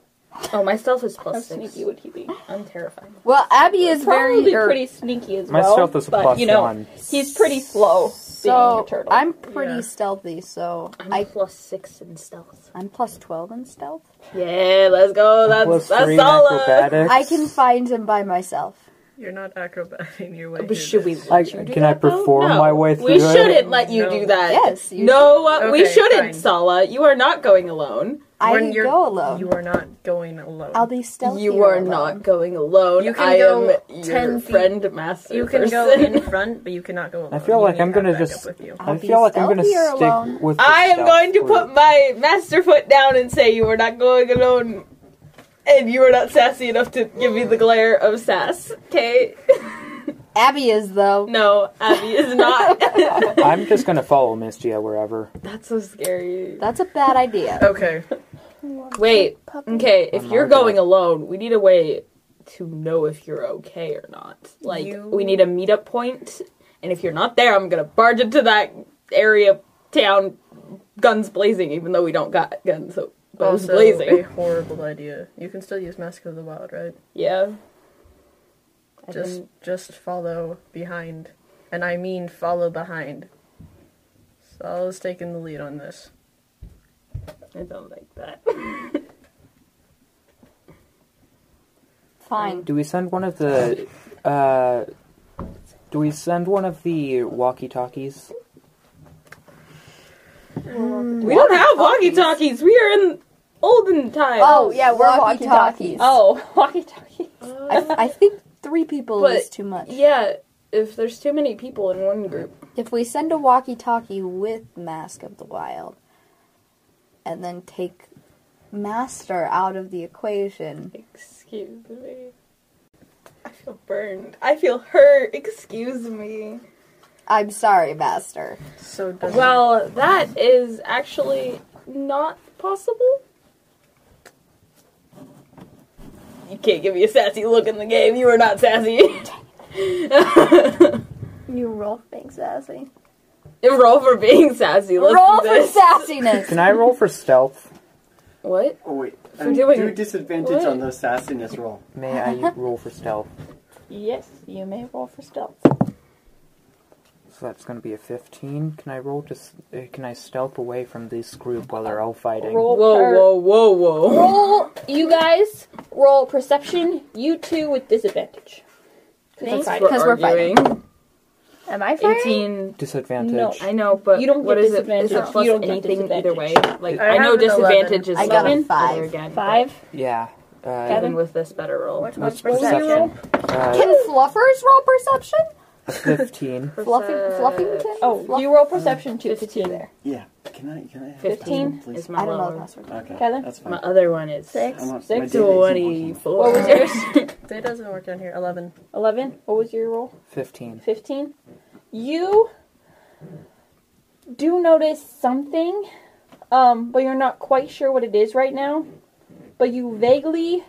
[SPEAKER 7] oh, my stealth is
[SPEAKER 3] how
[SPEAKER 7] plus six.
[SPEAKER 3] sneaky would he be?
[SPEAKER 7] I'm terrified.
[SPEAKER 1] Well, Abby is
[SPEAKER 3] Probably
[SPEAKER 1] very. er,
[SPEAKER 3] pretty sneaky as
[SPEAKER 2] my
[SPEAKER 3] well.
[SPEAKER 2] stealth is a
[SPEAKER 3] but,
[SPEAKER 2] plus
[SPEAKER 3] you know,
[SPEAKER 2] one.
[SPEAKER 3] He's pretty slow. being
[SPEAKER 1] so
[SPEAKER 3] a turtle.
[SPEAKER 1] I'm pretty
[SPEAKER 6] Yeah.
[SPEAKER 1] stealthy, so
[SPEAKER 7] I'm
[SPEAKER 1] I
[SPEAKER 7] plus six in stealth.
[SPEAKER 1] I'm plus twelve in stealth.
[SPEAKER 7] Yeah, let's go. That's
[SPEAKER 2] Plus
[SPEAKER 7] that's uh,
[SPEAKER 2] three
[SPEAKER 7] solid.
[SPEAKER 2] acrobatics.
[SPEAKER 1] I can find him by myself.
[SPEAKER 6] You're not acrobating your way.
[SPEAKER 7] But
[SPEAKER 6] through
[SPEAKER 7] should we
[SPEAKER 6] this.
[SPEAKER 7] let
[SPEAKER 2] I-
[SPEAKER 7] you do
[SPEAKER 2] can
[SPEAKER 7] that,
[SPEAKER 2] I perform
[SPEAKER 7] though? No.
[SPEAKER 2] my way
[SPEAKER 7] We
[SPEAKER 2] through it?
[SPEAKER 7] shouldn't let you
[SPEAKER 6] No.
[SPEAKER 7] do that.
[SPEAKER 1] Yes, you
[SPEAKER 7] no, uh, we
[SPEAKER 6] Okay,
[SPEAKER 7] shouldn't,
[SPEAKER 6] fine.
[SPEAKER 7] Sala. You are not going alone.
[SPEAKER 1] I
[SPEAKER 6] When
[SPEAKER 1] can
[SPEAKER 6] you're-
[SPEAKER 1] go alone.
[SPEAKER 6] You are not going alone.
[SPEAKER 1] I'll be stealthy.
[SPEAKER 7] you are
[SPEAKER 1] alone.
[SPEAKER 7] not going alone.
[SPEAKER 6] You can
[SPEAKER 7] I
[SPEAKER 6] go
[SPEAKER 7] am
[SPEAKER 6] 10
[SPEAKER 7] your
[SPEAKER 6] feet.
[SPEAKER 7] friend master.
[SPEAKER 6] You can go
[SPEAKER 7] person.
[SPEAKER 6] in front, but you cannot go alone.
[SPEAKER 2] I feel
[SPEAKER 6] You
[SPEAKER 2] like
[SPEAKER 6] need
[SPEAKER 2] I'm
[SPEAKER 6] to
[SPEAKER 2] gonna
[SPEAKER 6] have backup
[SPEAKER 2] just-
[SPEAKER 6] With you.
[SPEAKER 1] I'll
[SPEAKER 2] I
[SPEAKER 1] be
[SPEAKER 2] feel like I'm gonna
[SPEAKER 1] stealthy or
[SPEAKER 2] stick
[SPEAKER 1] alone.
[SPEAKER 2] with. the
[SPEAKER 7] I am
[SPEAKER 2] stealth
[SPEAKER 7] going to
[SPEAKER 2] route.
[SPEAKER 7] put my master foot down and say you are not going alone. And you are not sassy enough to give me the glare of sass. Okay?
[SPEAKER 1] Abby is though.
[SPEAKER 7] No, Abby is not.
[SPEAKER 2] I'm just gonna follow Mistia wherever.
[SPEAKER 7] That's so scary.
[SPEAKER 1] That's a bad idea.
[SPEAKER 6] Okay.
[SPEAKER 7] Wait.
[SPEAKER 5] Puppy.
[SPEAKER 7] Okay, if
[SPEAKER 2] I'm
[SPEAKER 7] you're
[SPEAKER 2] not
[SPEAKER 7] going
[SPEAKER 2] gonna-
[SPEAKER 7] alone, we need a way to know if you're okay or not. Like,
[SPEAKER 6] You-
[SPEAKER 7] we need a meetup point, and if you're not there, I'm gonna barge into that area, town, guns blazing, even though we don't got guns, so guns
[SPEAKER 6] Also, a
[SPEAKER 7] blazing.
[SPEAKER 6] horrible idea. You can still use Mask of the Wild, right?
[SPEAKER 7] Yeah. I
[SPEAKER 6] just,
[SPEAKER 7] didn't-
[SPEAKER 6] just follow behind, and I mean follow behind. Sal's taking the lead on this.
[SPEAKER 7] I don't like that.
[SPEAKER 1] Fine.
[SPEAKER 2] Do we send one of the? Uh, do we send one of the walkie-talkies?
[SPEAKER 7] We don't have walkie talkies. We are in olden times.
[SPEAKER 5] Oh, yeah, we're walkie talkies.
[SPEAKER 3] Oh, walkie talkie.
[SPEAKER 1] I, I think three people
[SPEAKER 7] But-
[SPEAKER 1] is too much.
[SPEAKER 7] yeah. If there's too many people in one group,
[SPEAKER 1] If we send a walkie-talkie with Mask of the Wild, and then take Master out of the equation,
[SPEAKER 7] excuse me. I feel burned. I feel hurt. Excuse me.
[SPEAKER 1] I'm sorry, Master.
[SPEAKER 6] So does
[SPEAKER 7] Well, that is actually not possible. You can't give me a sassy look in the game. You are not sassy.
[SPEAKER 5] You roll for being sassy.
[SPEAKER 7] Roll for being sassy. Let's
[SPEAKER 1] Roll
[SPEAKER 7] do
[SPEAKER 1] for
[SPEAKER 7] this.
[SPEAKER 1] sassiness.
[SPEAKER 2] Can I roll for stealth?
[SPEAKER 7] What?
[SPEAKER 8] Oh wait,
[SPEAKER 7] For
[SPEAKER 8] and
[SPEAKER 7] doing-
[SPEAKER 8] do disadvantage
[SPEAKER 7] What?
[SPEAKER 8] on the sassiness roll.
[SPEAKER 2] May I roll for stealth?
[SPEAKER 3] Yes, you may roll for stealth.
[SPEAKER 2] So that's gonna be a 15. Can I roll to? s- Uh, can I stealth away from this group while they're all fighting?
[SPEAKER 3] Roll
[SPEAKER 7] Whoa,
[SPEAKER 3] per-
[SPEAKER 7] whoa, whoa, whoa.
[SPEAKER 3] Roll, you guys, roll perception, you two with disadvantage.
[SPEAKER 1] Me?
[SPEAKER 3] Because I'm fighting.
[SPEAKER 1] Because we're fighting.
[SPEAKER 7] arguing.
[SPEAKER 5] Am I firing?
[SPEAKER 7] 18.
[SPEAKER 2] Disadvantage.
[SPEAKER 3] No,
[SPEAKER 7] I know, but
[SPEAKER 3] You don't
[SPEAKER 7] what
[SPEAKER 3] get
[SPEAKER 7] is it? Is it
[SPEAKER 3] disadvantage.
[SPEAKER 7] plus
[SPEAKER 3] You don't get
[SPEAKER 7] anything either way? Like
[SPEAKER 6] I
[SPEAKER 7] I, know
[SPEAKER 6] have an
[SPEAKER 7] disadvantage is
[SPEAKER 1] I got a
[SPEAKER 7] lower
[SPEAKER 1] five.
[SPEAKER 7] again, but
[SPEAKER 3] Five.
[SPEAKER 2] Yeah. Uh,
[SPEAKER 7] Even with this better roll.
[SPEAKER 5] Which
[SPEAKER 2] that's
[SPEAKER 5] one's perception?
[SPEAKER 2] perception. Uh,
[SPEAKER 1] Can fluffers roll perception?
[SPEAKER 2] a 15.
[SPEAKER 1] Fluffing,
[SPEAKER 7] uh,
[SPEAKER 1] Fluffington?
[SPEAKER 3] Oh,
[SPEAKER 1] Fluff-
[SPEAKER 3] you roll perception too. It's two there.
[SPEAKER 8] Yeah. Can I? Can I? Have
[SPEAKER 7] 15
[SPEAKER 8] please?
[SPEAKER 7] is my
[SPEAKER 1] I don't know if
[SPEAKER 7] lower.
[SPEAKER 1] that's right.
[SPEAKER 8] Okay.
[SPEAKER 3] Kevin?
[SPEAKER 8] That's fine.
[SPEAKER 7] My other one is
[SPEAKER 5] Six.
[SPEAKER 8] I want-
[SPEAKER 3] six
[SPEAKER 8] my D18 wasn't-
[SPEAKER 7] 24.
[SPEAKER 3] What was yours?
[SPEAKER 6] it doesn't work down here. Eleven.
[SPEAKER 3] Eleven. What was your roll?
[SPEAKER 2] 15.
[SPEAKER 3] Fifteen. You do notice something, um, but you're not quite sure what it is right now. But you vaguely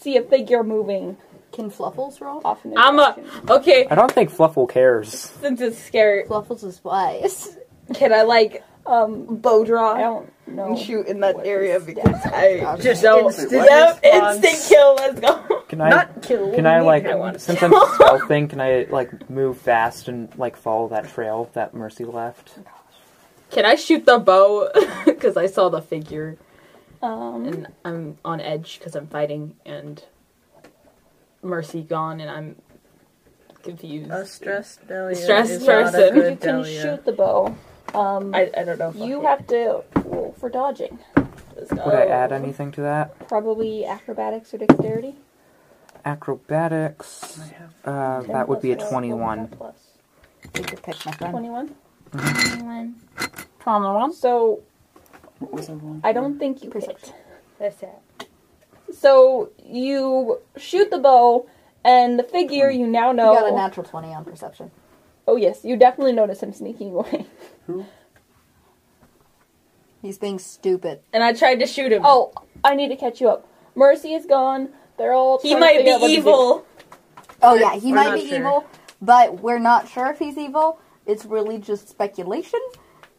[SPEAKER 3] see a figure moving
[SPEAKER 1] Can fluffles roll?
[SPEAKER 3] off in the
[SPEAKER 7] I'm a okay.
[SPEAKER 2] I don't think Fluffle cares.
[SPEAKER 7] Since it's scary,
[SPEAKER 1] Fluffles is wise.
[SPEAKER 7] can I like
[SPEAKER 3] um.
[SPEAKER 7] bow
[SPEAKER 3] I
[SPEAKER 7] draw
[SPEAKER 3] don't know.
[SPEAKER 7] and shoot in that area
[SPEAKER 3] this?
[SPEAKER 7] because I
[SPEAKER 1] Okay.
[SPEAKER 7] just don't.
[SPEAKER 6] instant
[SPEAKER 7] yep,
[SPEAKER 6] response.
[SPEAKER 7] instant kill. Let's go.
[SPEAKER 2] Can I?
[SPEAKER 6] Not kill.
[SPEAKER 2] can I like
[SPEAKER 6] I want
[SPEAKER 2] since I'm stealthing? Can I like move fast and like follow that trail that Mercy left?
[SPEAKER 7] Can I shoot the bow? Because I saw the figure
[SPEAKER 3] Um.
[SPEAKER 7] and I'm on edge because I'm fighting and Mercy gone and I'm confused.
[SPEAKER 6] a stressed Delia.
[SPEAKER 7] Stressed
[SPEAKER 6] is not a
[SPEAKER 7] person.
[SPEAKER 6] good
[SPEAKER 3] You can
[SPEAKER 6] Delia.
[SPEAKER 3] shoot the bow. Um.
[SPEAKER 7] I, I don't know. If
[SPEAKER 3] you
[SPEAKER 7] I
[SPEAKER 3] have to roll for dodging.
[SPEAKER 7] Would
[SPEAKER 2] Would I add
[SPEAKER 3] Oh.
[SPEAKER 2] anything to that?
[SPEAKER 3] Probably acrobatics or dexterity.
[SPEAKER 2] Acrobatics.
[SPEAKER 6] I have-
[SPEAKER 2] Uh,
[SPEAKER 3] Ten
[SPEAKER 2] that would
[SPEAKER 3] plus
[SPEAKER 2] be a
[SPEAKER 3] twelve,
[SPEAKER 2] twenty-one.
[SPEAKER 3] plus
[SPEAKER 1] You could pick my friend.
[SPEAKER 3] Twenty-one.
[SPEAKER 1] Twenty-one.
[SPEAKER 3] So
[SPEAKER 8] What was I rolling?
[SPEAKER 3] I don't think you hit.
[SPEAKER 7] That's it.
[SPEAKER 3] So you shoot the bow, and the figure you now
[SPEAKER 1] You got a
[SPEAKER 3] know
[SPEAKER 1] natural 20 on perception.
[SPEAKER 3] Oh yes, you definitely notice him sneaking away.
[SPEAKER 9] He's being stupid.
[SPEAKER 7] And I tried to shoot him.
[SPEAKER 3] Oh, I need to catch you up. Mercy is gone. They're all.
[SPEAKER 7] he
[SPEAKER 3] trying to
[SPEAKER 7] might
[SPEAKER 3] figure out what
[SPEAKER 7] be
[SPEAKER 3] to do.
[SPEAKER 7] evil.
[SPEAKER 9] Oh yeah, he
[SPEAKER 6] We're
[SPEAKER 9] might
[SPEAKER 6] not
[SPEAKER 9] be
[SPEAKER 6] sure.
[SPEAKER 9] evil, but we're not sure if he's evil. It's really just speculation,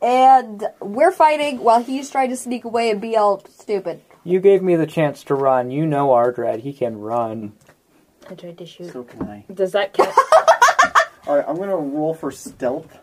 [SPEAKER 9] and we're fighting while he's trying to sneak away and be all stupid.
[SPEAKER 2] You gave me the chance to run. You know Ardred. He can run.
[SPEAKER 7] I tried to shoot.
[SPEAKER 8] So can I.
[SPEAKER 7] Does that count?
[SPEAKER 8] Alright, I'm gonna roll for stealth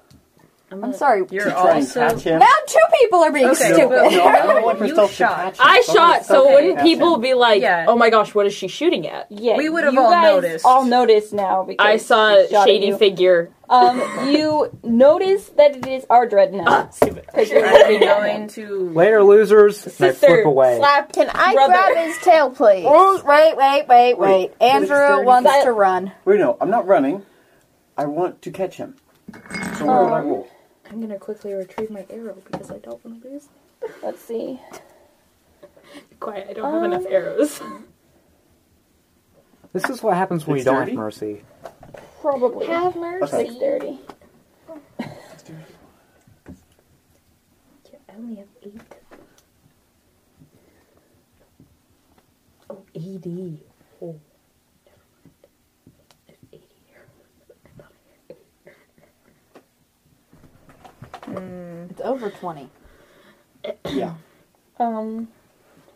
[SPEAKER 9] I'm sorry.
[SPEAKER 8] to
[SPEAKER 6] You're
[SPEAKER 8] try
[SPEAKER 6] also.
[SPEAKER 8] and catch him.
[SPEAKER 9] Now two people are being
[SPEAKER 6] Okay,
[SPEAKER 9] stupid.
[SPEAKER 6] but-
[SPEAKER 8] No, I'm rolling for
[SPEAKER 6] You
[SPEAKER 8] stealth to
[SPEAKER 6] shot.
[SPEAKER 8] catch him.
[SPEAKER 7] I
[SPEAKER 8] I'm rolling
[SPEAKER 7] shot, so
[SPEAKER 8] for stealth to
[SPEAKER 7] wouldn't
[SPEAKER 8] catch
[SPEAKER 7] people
[SPEAKER 8] him.
[SPEAKER 7] be like,
[SPEAKER 6] Yeah.
[SPEAKER 7] "Oh my gosh, what is she shooting at?"
[SPEAKER 3] Yeah,
[SPEAKER 6] We would have
[SPEAKER 3] you
[SPEAKER 6] all
[SPEAKER 3] guys
[SPEAKER 6] noticed.
[SPEAKER 3] All noticed now because
[SPEAKER 7] I saw
[SPEAKER 3] he
[SPEAKER 7] a
[SPEAKER 3] shot at
[SPEAKER 7] shady
[SPEAKER 3] you.
[SPEAKER 7] figure.
[SPEAKER 3] Um, you notice that it is Ardred
[SPEAKER 7] Ah,
[SPEAKER 3] now. Because you're
[SPEAKER 6] I'm
[SPEAKER 3] looking at him.
[SPEAKER 6] going to.
[SPEAKER 2] Later, losers. and I
[SPEAKER 7] Sister,
[SPEAKER 2] flip away.
[SPEAKER 7] slap.
[SPEAKER 5] Can I
[SPEAKER 7] Brother.
[SPEAKER 5] grab his tail, please?
[SPEAKER 9] Oh, wait, wait, wait, wait. Andrew
[SPEAKER 8] thirty-
[SPEAKER 9] wants
[SPEAKER 3] That-
[SPEAKER 9] to run.
[SPEAKER 8] Wait, no, I'm not running. I want to catch him. So what would I roll?
[SPEAKER 7] I'm gonna quickly retrieve my arrow because I don't want to lose.
[SPEAKER 3] Let's see. Um,
[SPEAKER 7] Quiet. I don't have enough arrows.
[SPEAKER 2] This is what happens when
[SPEAKER 8] It's
[SPEAKER 2] you don't
[SPEAKER 8] dirty?
[SPEAKER 2] have mercy.
[SPEAKER 3] Probably.
[SPEAKER 5] Have mercy.
[SPEAKER 8] Okay.
[SPEAKER 3] Dexterity.
[SPEAKER 7] I only have eight. Oh, eighty. Oh. There's 80 arrows.
[SPEAKER 9] It's over twenty.
[SPEAKER 8] Yeah.
[SPEAKER 3] Um,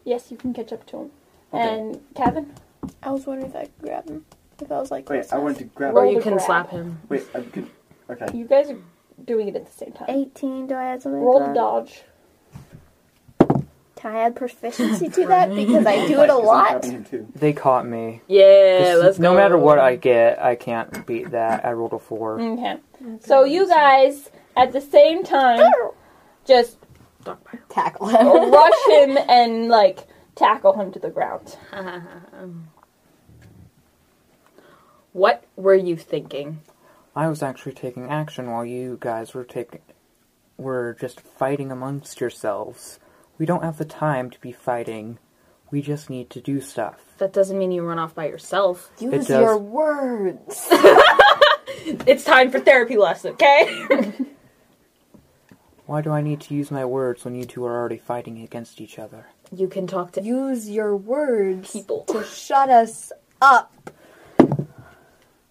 [SPEAKER 3] yes, you can catch up to him.
[SPEAKER 8] Okay.
[SPEAKER 3] And Kevin,
[SPEAKER 5] I was wondering if I could grab him. If I was like,
[SPEAKER 8] Wait,
[SPEAKER 5] this
[SPEAKER 8] I
[SPEAKER 5] size.
[SPEAKER 8] want to grab
[SPEAKER 3] Roll
[SPEAKER 7] Or
[SPEAKER 8] him.
[SPEAKER 7] you
[SPEAKER 3] the
[SPEAKER 7] can
[SPEAKER 3] grab.
[SPEAKER 7] slap him.
[SPEAKER 8] Wait, I could. Okay.
[SPEAKER 3] you guys are doing it at the same time.
[SPEAKER 5] 18. Do I add something?
[SPEAKER 3] Roll
[SPEAKER 5] to
[SPEAKER 3] the
[SPEAKER 5] that?
[SPEAKER 3] dodge.
[SPEAKER 5] Can I add proficiency to that? Because I do it a lot.
[SPEAKER 8] Him too.
[SPEAKER 2] They caught me.
[SPEAKER 7] Yeah,
[SPEAKER 2] This-
[SPEAKER 7] let's go.
[SPEAKER 2] no matter what I get, I can't beat that. I rolled a four.
[SPEAKER 3] Okay. So you guys, at the same time, just
[SPEAKER 7] Stockpile.
[SPEAKER 9] Tackle him.
[SPEAKER 3] rush him and like tackle him to the ground.
[SPEAKER 7] What were you thinking?
[SPEAKER 2] I was actually taking action while you guys were taking were just fighting amongst yourselves. We don't have the time to be fighting. We just need to do stuff.
[SPEAKER 7] That doesn't mean you run off by yourself.
[SPEAKER 9] Use
[SPEAKER 2] does.
[SPEAKER 9] your words.
[SPEAKER 7] It's time for therapy lesson, okay?
[SPEAKER 2] Why do I need to use my words when you two are already fighting against each other?
[SPEAKER 7] you can talk to
[SPEAKER 9] Use your words
[SPEAKER 7] people.
[SPEAKER 9] to shut us up.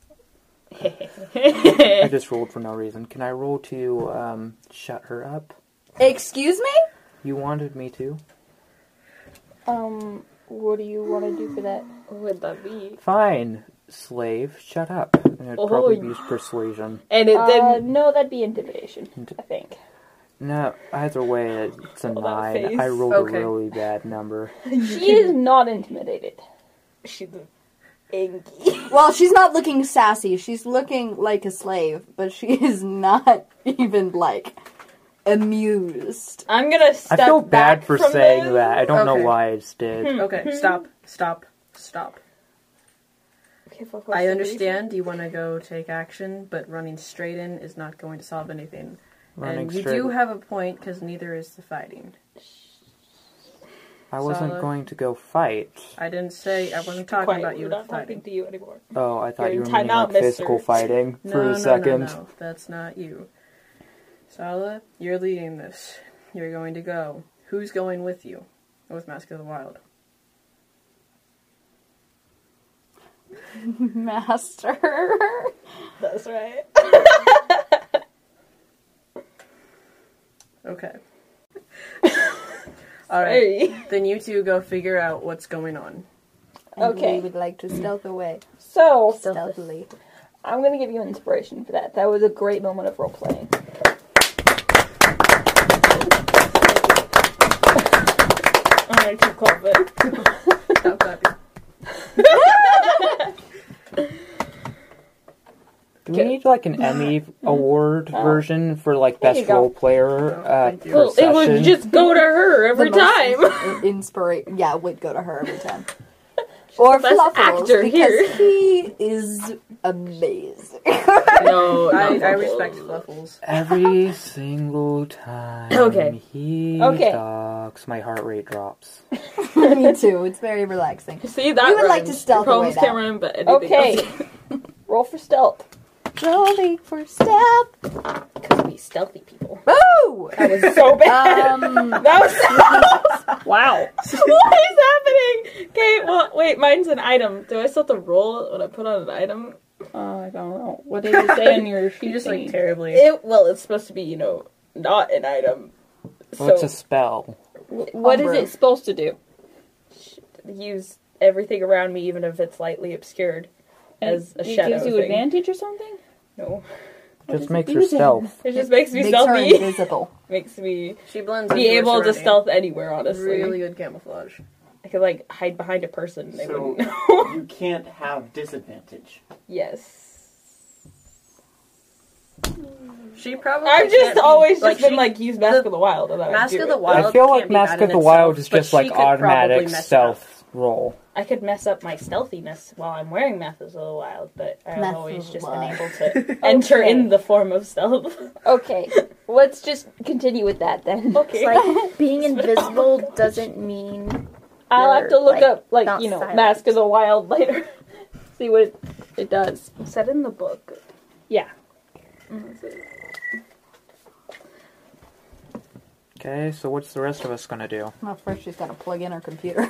[SPEAKER 2] I just rolled for no reason. Can I roll to um, shut her up?
[SPEAKER 9] Excuse me?
[SPEAKER 2] You wanted me to.
[SPEAKER 3] Um, what do you want to do for that?
[SPEAKER 7] What would that be?
[SPEAKER 2] Fine, slave, shut up. And it'd
[SPEAKER 7] Oh,
[SPEAKER 2] probably
[SPEAKER 7] y-
[SPEAKER 2] use persuasion.
[SPEAKER 7] And it
[SPEAKER 3] Uh,
[SPEAKER 7] didn't.
[SPEAKER 3] no, that'd be intimidation.
[SPEAKER 2] Inti-
[SPEAKER 3] I think.
[SPEAKER 2] No, either way, it's a
[SPEAKER 7] Hold on,
[SPEAKER 2] nine.
[SPEAKER 7] face.
[SPEAKER 2] I rolled
[SPEAKER 6] Okay.
[SPEAKER 2] a really bad number.
[SPEAKER 7] Um,
[SPEAKER 3] She is not intimidated.
[SPEAKER 7] She's inky.
[SPEAKER 9] Well, she's not looking sassy. She's looking like a slave, but she is not even like amused.
[SPEAKER 7] I'm gonna step
[SPEAKER 2] I feel
[SPEAKER 7] back
[SPEAKER 2] bad for
[SPEAKER 7] from Hmm.
[SPEAKER 2] saying
[SPEAKER 7] this.
[SPEAKER 2] that. I don't know
[SPEAKER 6] Okay.
[SPEAKER 2] why I did.
[SPEAKER 6] Okay, stop, stop, stop.
[SPEAKER 7] Okay, fuck, what's
[SPEAKER 6] I
[SPEAKER 7] the
[SPEAKER 6] understand you want to go take action, but running straight in is not going to solve anything.
[SPEAKER 2] Running
[SPEAKER 6] and you
[SPEAKER 2] straight.
[SPEAKER 6] do have a point because neither is the fighting.
[SPEAKER 2] I wasn't
[SPEAKER 6] solid.
[SPEAKER 2] going to go fight.
[SPEAKER 6] I didn't say I wasn't talking
[SPEAKER 7] Quiet,
[SPEAKER 6] about you
[SPEAKER 7] we're
[SPEAKER 6] with
[SPEAKER 7] not
[SPEAKER 6] the
[SPEAKER 7] talking
[SPEAKER 6] fighting.
[SPEAKER 7] to you anymore.
[SPEAKER 2] Oh, I thought
[SPEAKER 7] You're
[SPEAKER 2] you
[SPEAKER 7] in
[SPEAKER 2] were meaning
[SPEAKER 7] timeout,
[SPEAKER 2] like physical
[SPEAKER 7] mister.
[SPEAKER 2] fighting
[SPEAKER 6] No,
[SPEAKER 2] for
[SPEAKER 6] no,
[SPEAKER 2] a second.
[SPEAKER 6] No, no, that's not you. Sala, you're leading this. You're going to go. Who's going with you? Oh, With Mask of the Wild.
[SPEAKER 9] Master.
[SPEAKER 7] That's right.
[SPEAKER 6] Okay. All right.
[SPEAKER 7] Hey.
[SPEAKER 6] Then you two go figure out what's going on.
[SPEAKER 3] Okay.
[SPEAKER 9] We would like to stealth away.
[SPEAKER 3] So
[SPEAKER 9] Stealthily.
[SPEAKER 3] I'm gonna give you an inspiration for that. That was a great moment of role playing.
[SPEAKER 7] I'm gonna keep clapping.
[SPEAKER 6] Stop clapping.
[SPEAKER 2] Do we need like an Emmy award
[SPEAKER 7] Oh.
[SPEAKER 2] version for like
[SPEAKER 3] you
[SPEAKER 2] best
[SPEAKER 3] go.
[SPEAKER 2] role player uh,
[SPEAKER 6] thank you.
[SPEAKER 2] per
[SPEAKER 7] Well, it would
[SPEAKER 2] session?
[SPEAKER 7] just go to her every
[SPEAKER 9] The most
[SPEAKER 7] time.
[SPEAKER 9] Inspira- yeah, would go to her every time. Or
[SPEAKER 7] the best
[SPEAKER 9] Fluffles,
[SPEAKER 7] actor
[SPEAKER 9] because
[SPEAKER 7] here.
[SPEAKER 9] he is amazing.
[SPEAKER 7] no,
[SPEAKER 6] I,
[SPEAKER 7] not
[SPEAKER 6] I
[SPEAKER 7] Fluffles.
[SPEAKER 6] respect Fluffles.
[SPEAKER 2] Every single time
[SPEAKER 7] Okay.
[SPEAKER 2] he
[SPEAKER 3] Okay.
[SPEAKER 2] talks, my heart rate drops.
[SPEAKER 9] Me too. It's very relaxing.
[SPEAKER 7] See that?
[SPEAKER 9] We would like to
[SPEAKER 7] rhymes.
[SPEAKER 9] stealth
[SPEAKER 7] Your problems
[SPEAKER 9] away
[SPEAKER 7] can't rhyme, but anything
[SPEAKER 3] Okay.
[SPEAKER 7] else.
[SPEAKER 3] Roll for stealth.
[SPEAKER 1] rolling for stealth.
[SPEAKER 7] Because we stealthy people.
[SPEAKER 1] Woo!
[SPEAKER 7] That was so bad.
[SPEAKER 1] Um,
[SPEAKER 7] that was
[SPEAKER 4] Wow.
[SPEAKER 7] what is happening? Okay, well, wait, mine's an item. Do I still have to roll it when I put on an item?
[SPEAKER 3] Oh, I don't know. What did it say on your sheet?
[SPEAKER 6] You just like
[SPEAKER 3] thingy?
[SPEAKER 6] terribly.
[SPEAKER 7] It well, it's supposed to be, you know, not an item.
[SPEAKER 2] Well, it's
[SPEAKER 7] So
[SPEAKER 2] a spell.
[SPEAKER 7] what is
[SPEAKER 1] Umbra.
[SPEAKER 7] it supposed to do? Use everything around me, even if it's lightly obscured, as a
[SPEAKER 3] it
[SPEAKER 7] shadow.
[SPEAKER 3] gives you
[SPEAKER 7] thing.
[SPEAKER 3] advantage or something?
[SPEAKER 7] No,
[SPEAKER 2] Just makes her stealth.
[SPEAKER 7] it just makes me
[SPEAKER 9] Makes her
[SPEAKER 7] stealthy.
[SPEAKER 9] invisible.
[SPEAKER 7] makes me
[SPEAKER 6] She blends.
[SPEAKER 7] be
[SPEAKER 6] into her
[SPEAKER 7] able to
[SPEAKER 6] surrounding.
[SPEAKER 7] stealth anywhere. Honestly,
[SPEAKER 6] Really good camouflage.
[SPEAKER 7] I could like hide behind a person. and They
[SPEAKER 8] So-
[SPEAKER 7] wouldn't know.
[SPEAKER 8] You can't have disadvantage.
[SPEAKER 7] yes.
[SPEAKER 6] She probably.
[SPEAKER 7] I've
[SPEAKER 6] can't
[SPEAKER 7] just
[SPEAKER 6] be-
[SPEAKER 7] always just been
[SPEAKER 6] she-
[SPEAKER 7] like use Mask of the Wild. And then
[SPEAKER 6] Mask
[SPEAKER 7] I do
[SPEAKER 6] of the
[SPEAKER 7] it.
[SPEAKER 6] Wild.
[SPEAKER 2] I feel like
[SPEAKER 6] can't be
[SPEAKER 2] Mask
[SPEAKER 6] bad
[SPEAKER 2] of
[SPEAKER 6] in
[SPEAKER 2] the Wild
[SPEAKER 6] itself,
[SPEAKER 2] is
[SPEAKER 6] but
[SPEAKER 2] just
[SPEAKER 6] she
[SPEAKER 2] like
[SPEAKER 6] could probably
[SPEAKER 2] automatic
[SPEAKER 6] mess it up.
[SPEAKER 2] stealth roll.
[SPEAKER 7] I could mess up my stealthiness while I'm wearing Mask of the Wild, but I've
[SPEAKER 9] Mask of
[SPEAKER 7] always
[SPEAKER 9] the
[SPEAKER 7] just been
[SPEAKER 9] Wild.
[SPEAKER 7] able to enter
[SPEAKER 3] Okay.
[SPEAKER 7] in the form of stealth.
[SPEAKER 3] Okay, let's just continue with that then.
[SPEAKER 7] okay.
[SPEAKER 5] Like being invisible doesn't mean
[SPEAKER 3] I'll have to
[SPEAKER 5] You're,
[SPEAKER 3] look
[SPEAKER 5] like,
[SPEAKER 3] up, like,
[SPEAKER 5] not
[SPEAKER 3] you know,
[SPEAKER 5] silent.
[SPEAKER 3] Mask of the Wild later. See what it, it does.
[SPEAKER 7] Said in the book.
[SPEAKER 3] Yeah.
[SPEAKER 2] Okay, so what's the rest of us gonna do?
[SPEAKER 9] Well, first she's got to plug in her computer.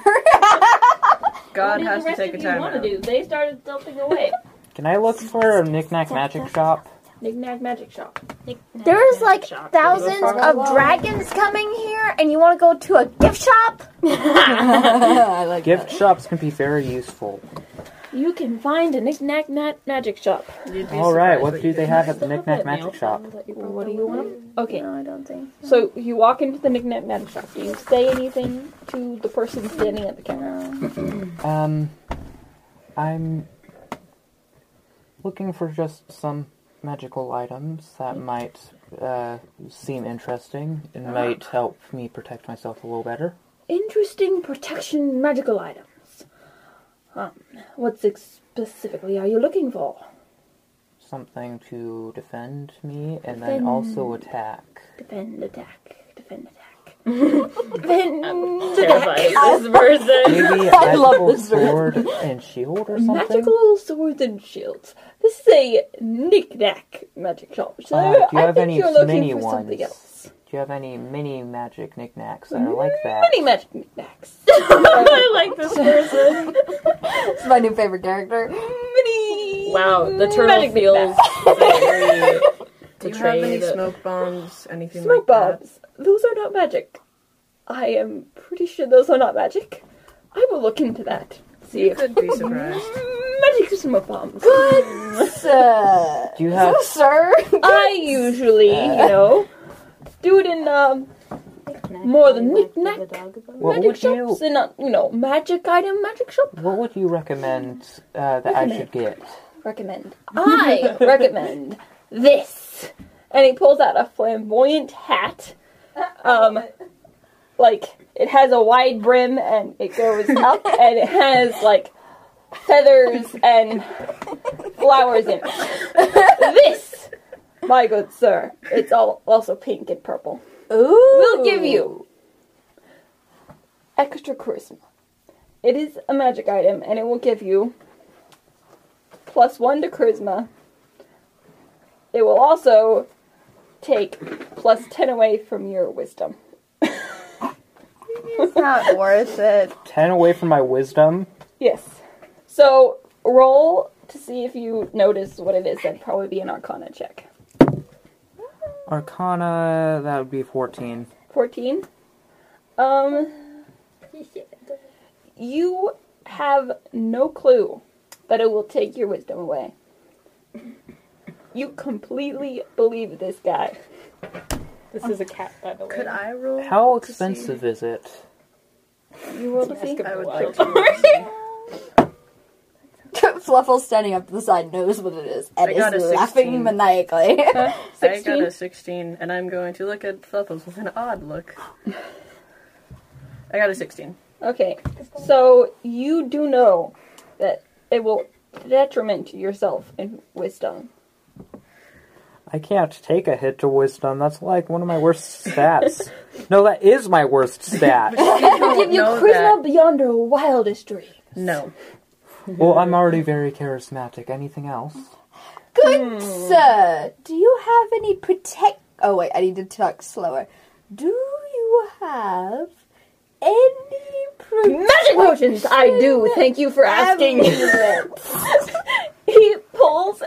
[SPEAKER 6] God has to take a time
[SPEAKER 3] want
[SPEAKER 6] out.
[SPEAKER 3] to do? They started stealthing away.
[SPEAKER 2] Can I look for a knickknack magic shop?
[SPEAKER 3] Knick-knack magic shop.
[SPEAKER 5] There's like thousands of dragons coming here, and you want to go to a gift shop?
[SPEAKER 9] I like
[SPEAKER 2] Gift shops can be very useful.
[SPEAKER 3] You can find a knick-knack ma- magic shop.
[SPEAKER 6] You'd be
[SPEAKER 2] All right,
[SPEAKER 6] surprised
[SPEAKER 2] what do
[SPEAKER 6] you
[SPEAKER 2] they
[SPEAKER 6] could
[SPEAKER 2] have
[SPEAKER 6] find.
[SPEAKER 2] at the knickknack magic shop?
[SPEAKER 3] What do you want? Okay,
[SPEAKER 5] No, I don't think.
[SPEAKER 3] so you walk into the knick-knack magic shop. Do you say anything to the person standing at the counter?
[SPEAKER 2] Um, I'm looking for just some magical items that might uh, seem interesting and might help me protect myself a little better.
[SPEAKER 3] Interesting protection magical items. Um, what ex- specifically are you looking for?
[SPEAKER 2] Something to defend me and then also attack.
[SPEAKER 3] Defend, attack, defend, attack.
[SPEAKER 7] Terrified of this person.
[SPEAKER 2] Maybe I love this sword and shield or something.
[SPEAKER 3] Magical swords and shields. This is a knick-knack magic shop. So
[SPEAKER 2] Uh, do you
[SPEAKER 3] I
[SPEAKER 2] have
[SPEAKER 3] think
[SPEAKER 2] any
[SPEAKER 3] you're looking
[SPEAKER 2] mini
[SPEAKER 3] for something
[SPEAKER 2] ones?
[SPEAKER 3] else.
[SPEAKER 2] Do you have any mini magic knickknacks that are like that?
[SPEAKER 3] Mini magic knickknacks.
[SPEAKER 7] I like this person.
[SPEAKER 9] It's my new favorite character.
[SPEAKER 3] Mini.
[SPEAKER 7] Wow, the turtle
[SPEAKER 3] Magic
[SPEAKER 7] feels
[SPEAKER 6] Do
[SPEAKER 7] very
[SPEAKER 6] you have any
[SPEAKER 7] betrayed.
[SPEAKER 6] smoke bombs? Anything
[SPEAKER 3] Smoke
[SPEAKER 6] like that?
[SPEAKER 3] bombs. Those are not magic. I am pretty sure those are not magic. I will look into that. See
[SPEAKER 6] You
[SPEAKER 3] if
[SPEAKER 6] could be surprised.
[SPEAKER 3] magic smoke bombs.
[SPEAKER 9] Uh,
[SPEAKER 2] Do you have
[SPEAKER 9] sir.
[SPEAKER 3] I usually, you know, do it in um, more than knick-knack.
[SPEAKER 2] what
[SPEAKER 3] magic
[SPEAKER 2] would you
[SPEAKER 3] shops and uh, you know magic item magic shop
[SPEAKER 2] what would you recommend uh, that I should get?
[SPEAKER 3] recommend. I recommend this, and he pulls out a flamboyant hat. Um, like it has a wide brim and it goes up, and it has like feathers and flowers in it. This, my good sir, it's all also pink and purple.
[SPEAKER 9] Ooh.
[SPEAKER 3] will give you extra charisma. It is a magic item, and it will give you plus one to charisma. It will also take plus ten away from your wisdom.
[SPEAKER 5] It's not worth it.
[SPEAKER 2] Ten away from my wisdom.
[SPEAKER 3] Yes. So roll to see if you notice what it is. That'd probably be an Arcana check.
[SPEAKER 2] Arcana, that would be 14.
[SPEAKER 3] Fourteen. Um, you have no clue that it will take your wisdom away. You completely believe this guy.
[SPEAKER 7] This is a cat, by the way.
[SPEAKER 6] Could I roll?
[SPEAKER 2] How
[SPEAKER 6] to see?
[SPEAKER 2] expensive is it?
[SPEAKER 3] You rolled a
[SPEAKER 7] Mask
[SPEAKER 3] see?
[SPEAKER 7] of
[SPEAKER 6] I
[SPEAKER 7] the
[SPEAKER 6] would
[SPEAKER 7] Wild.
[SPEAKER 6] like to roll to see.
[SPEAKER 9] Fluffle standing up to the side knows what it is and
[SPEAKER 6] I got
[SPEAKER 9] is
[SPEAKER 6] a 16.
[SPEAKER 9] laughing maniacally.
[SPEAKER 6] I got
[SPEAKER 3] 16?
[SPEAKER 6] a 16, and I'm going to look at Fluffles with an odd look. I got a 16.
[SPEAKER 3] Okay, so you do know that it will detriment yourself in wisdom.
[SPEAKER 2] I can't take a hit to wisdom. That's like one of my worst stats. no, that is my worst stat.
[SPEAKER 3] It'll give you
[SPEAKER 6] know
[SPEAKER 3] charisma beyond your wildest dream.
[SPEAKER 6] No.
[SPEAKER 2] well, I'm already very charismatic. Anything else?
[SPEAKER 9] Good sir, do you have any protect? Oh wait, I need to talk slower. Do you have any protect?
[SPEAKER 3] Magic potions! I do. Thank you for asking. he pulls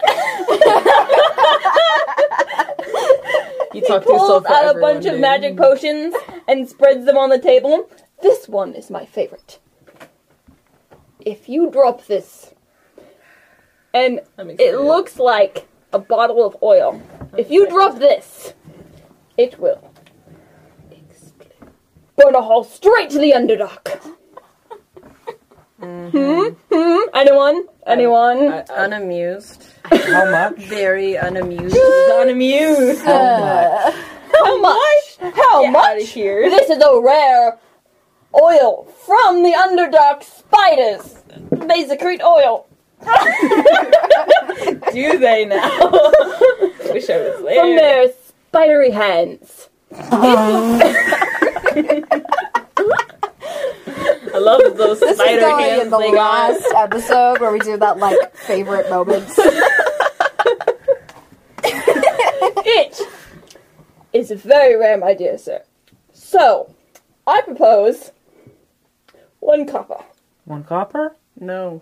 [SPEAKER 7] You talk to
[SPEAKER 3] pulls
[SPEAKER 7] yourself for
[SPEAKER 3] out a
[SPEAKER 7] everyone,
[SPEAKER 3] bunch of
[SPEAKER 7] dude.
[SPEAKER 3] magic potions and spreads them on the table. This one is my favorite. If you drop this, and
[SPEAKER 7] Let me see
[SPEAKER 3] it looks like a bottle of oil. If you drop this, it will burn a hole straight to the underdark.
[SPEAKER 7] Mm-hmm.
[SPEAKER 3] Hmm? Hmm? Anyone? Anyone?
[SPEAKER 7] I, I,
[SPEAKER 6] Unamused.
[SPEAKER 2] How much?
[SPEAKER 6] Very unamused. Uh,
[SPEAKER 7] unamused.
[SPEAKER 2] How much?
[SPEAKER 3] How much? How
[SPEAKER 7] Get
[SPEAKER 3] much?
[SPEAKER 7] outta here.
[SPEAKER 3] This is a rare oil from the Underdark spiders. They secrete oil
[SPEAKER 7] Do they now? Wish I was there.
[SPEAKER 3] from their spidery hands.
[SPEAKER 7] I love those
[SPEAKER 9] This is
[SPEAKER 7] spider
[SPEAKER 9] going
[SPEAKER 7] hands.
[SPEAKER 9] in the
[SPEAKER 7] they got.
[SPEAKER 9] last episode where we do that like favorite moments.
[SPEAKER 3] It is very rare, my dear sir. So, I propose one copper.
[SPEAKER 2] One copper?
[SPEAKER 6] No.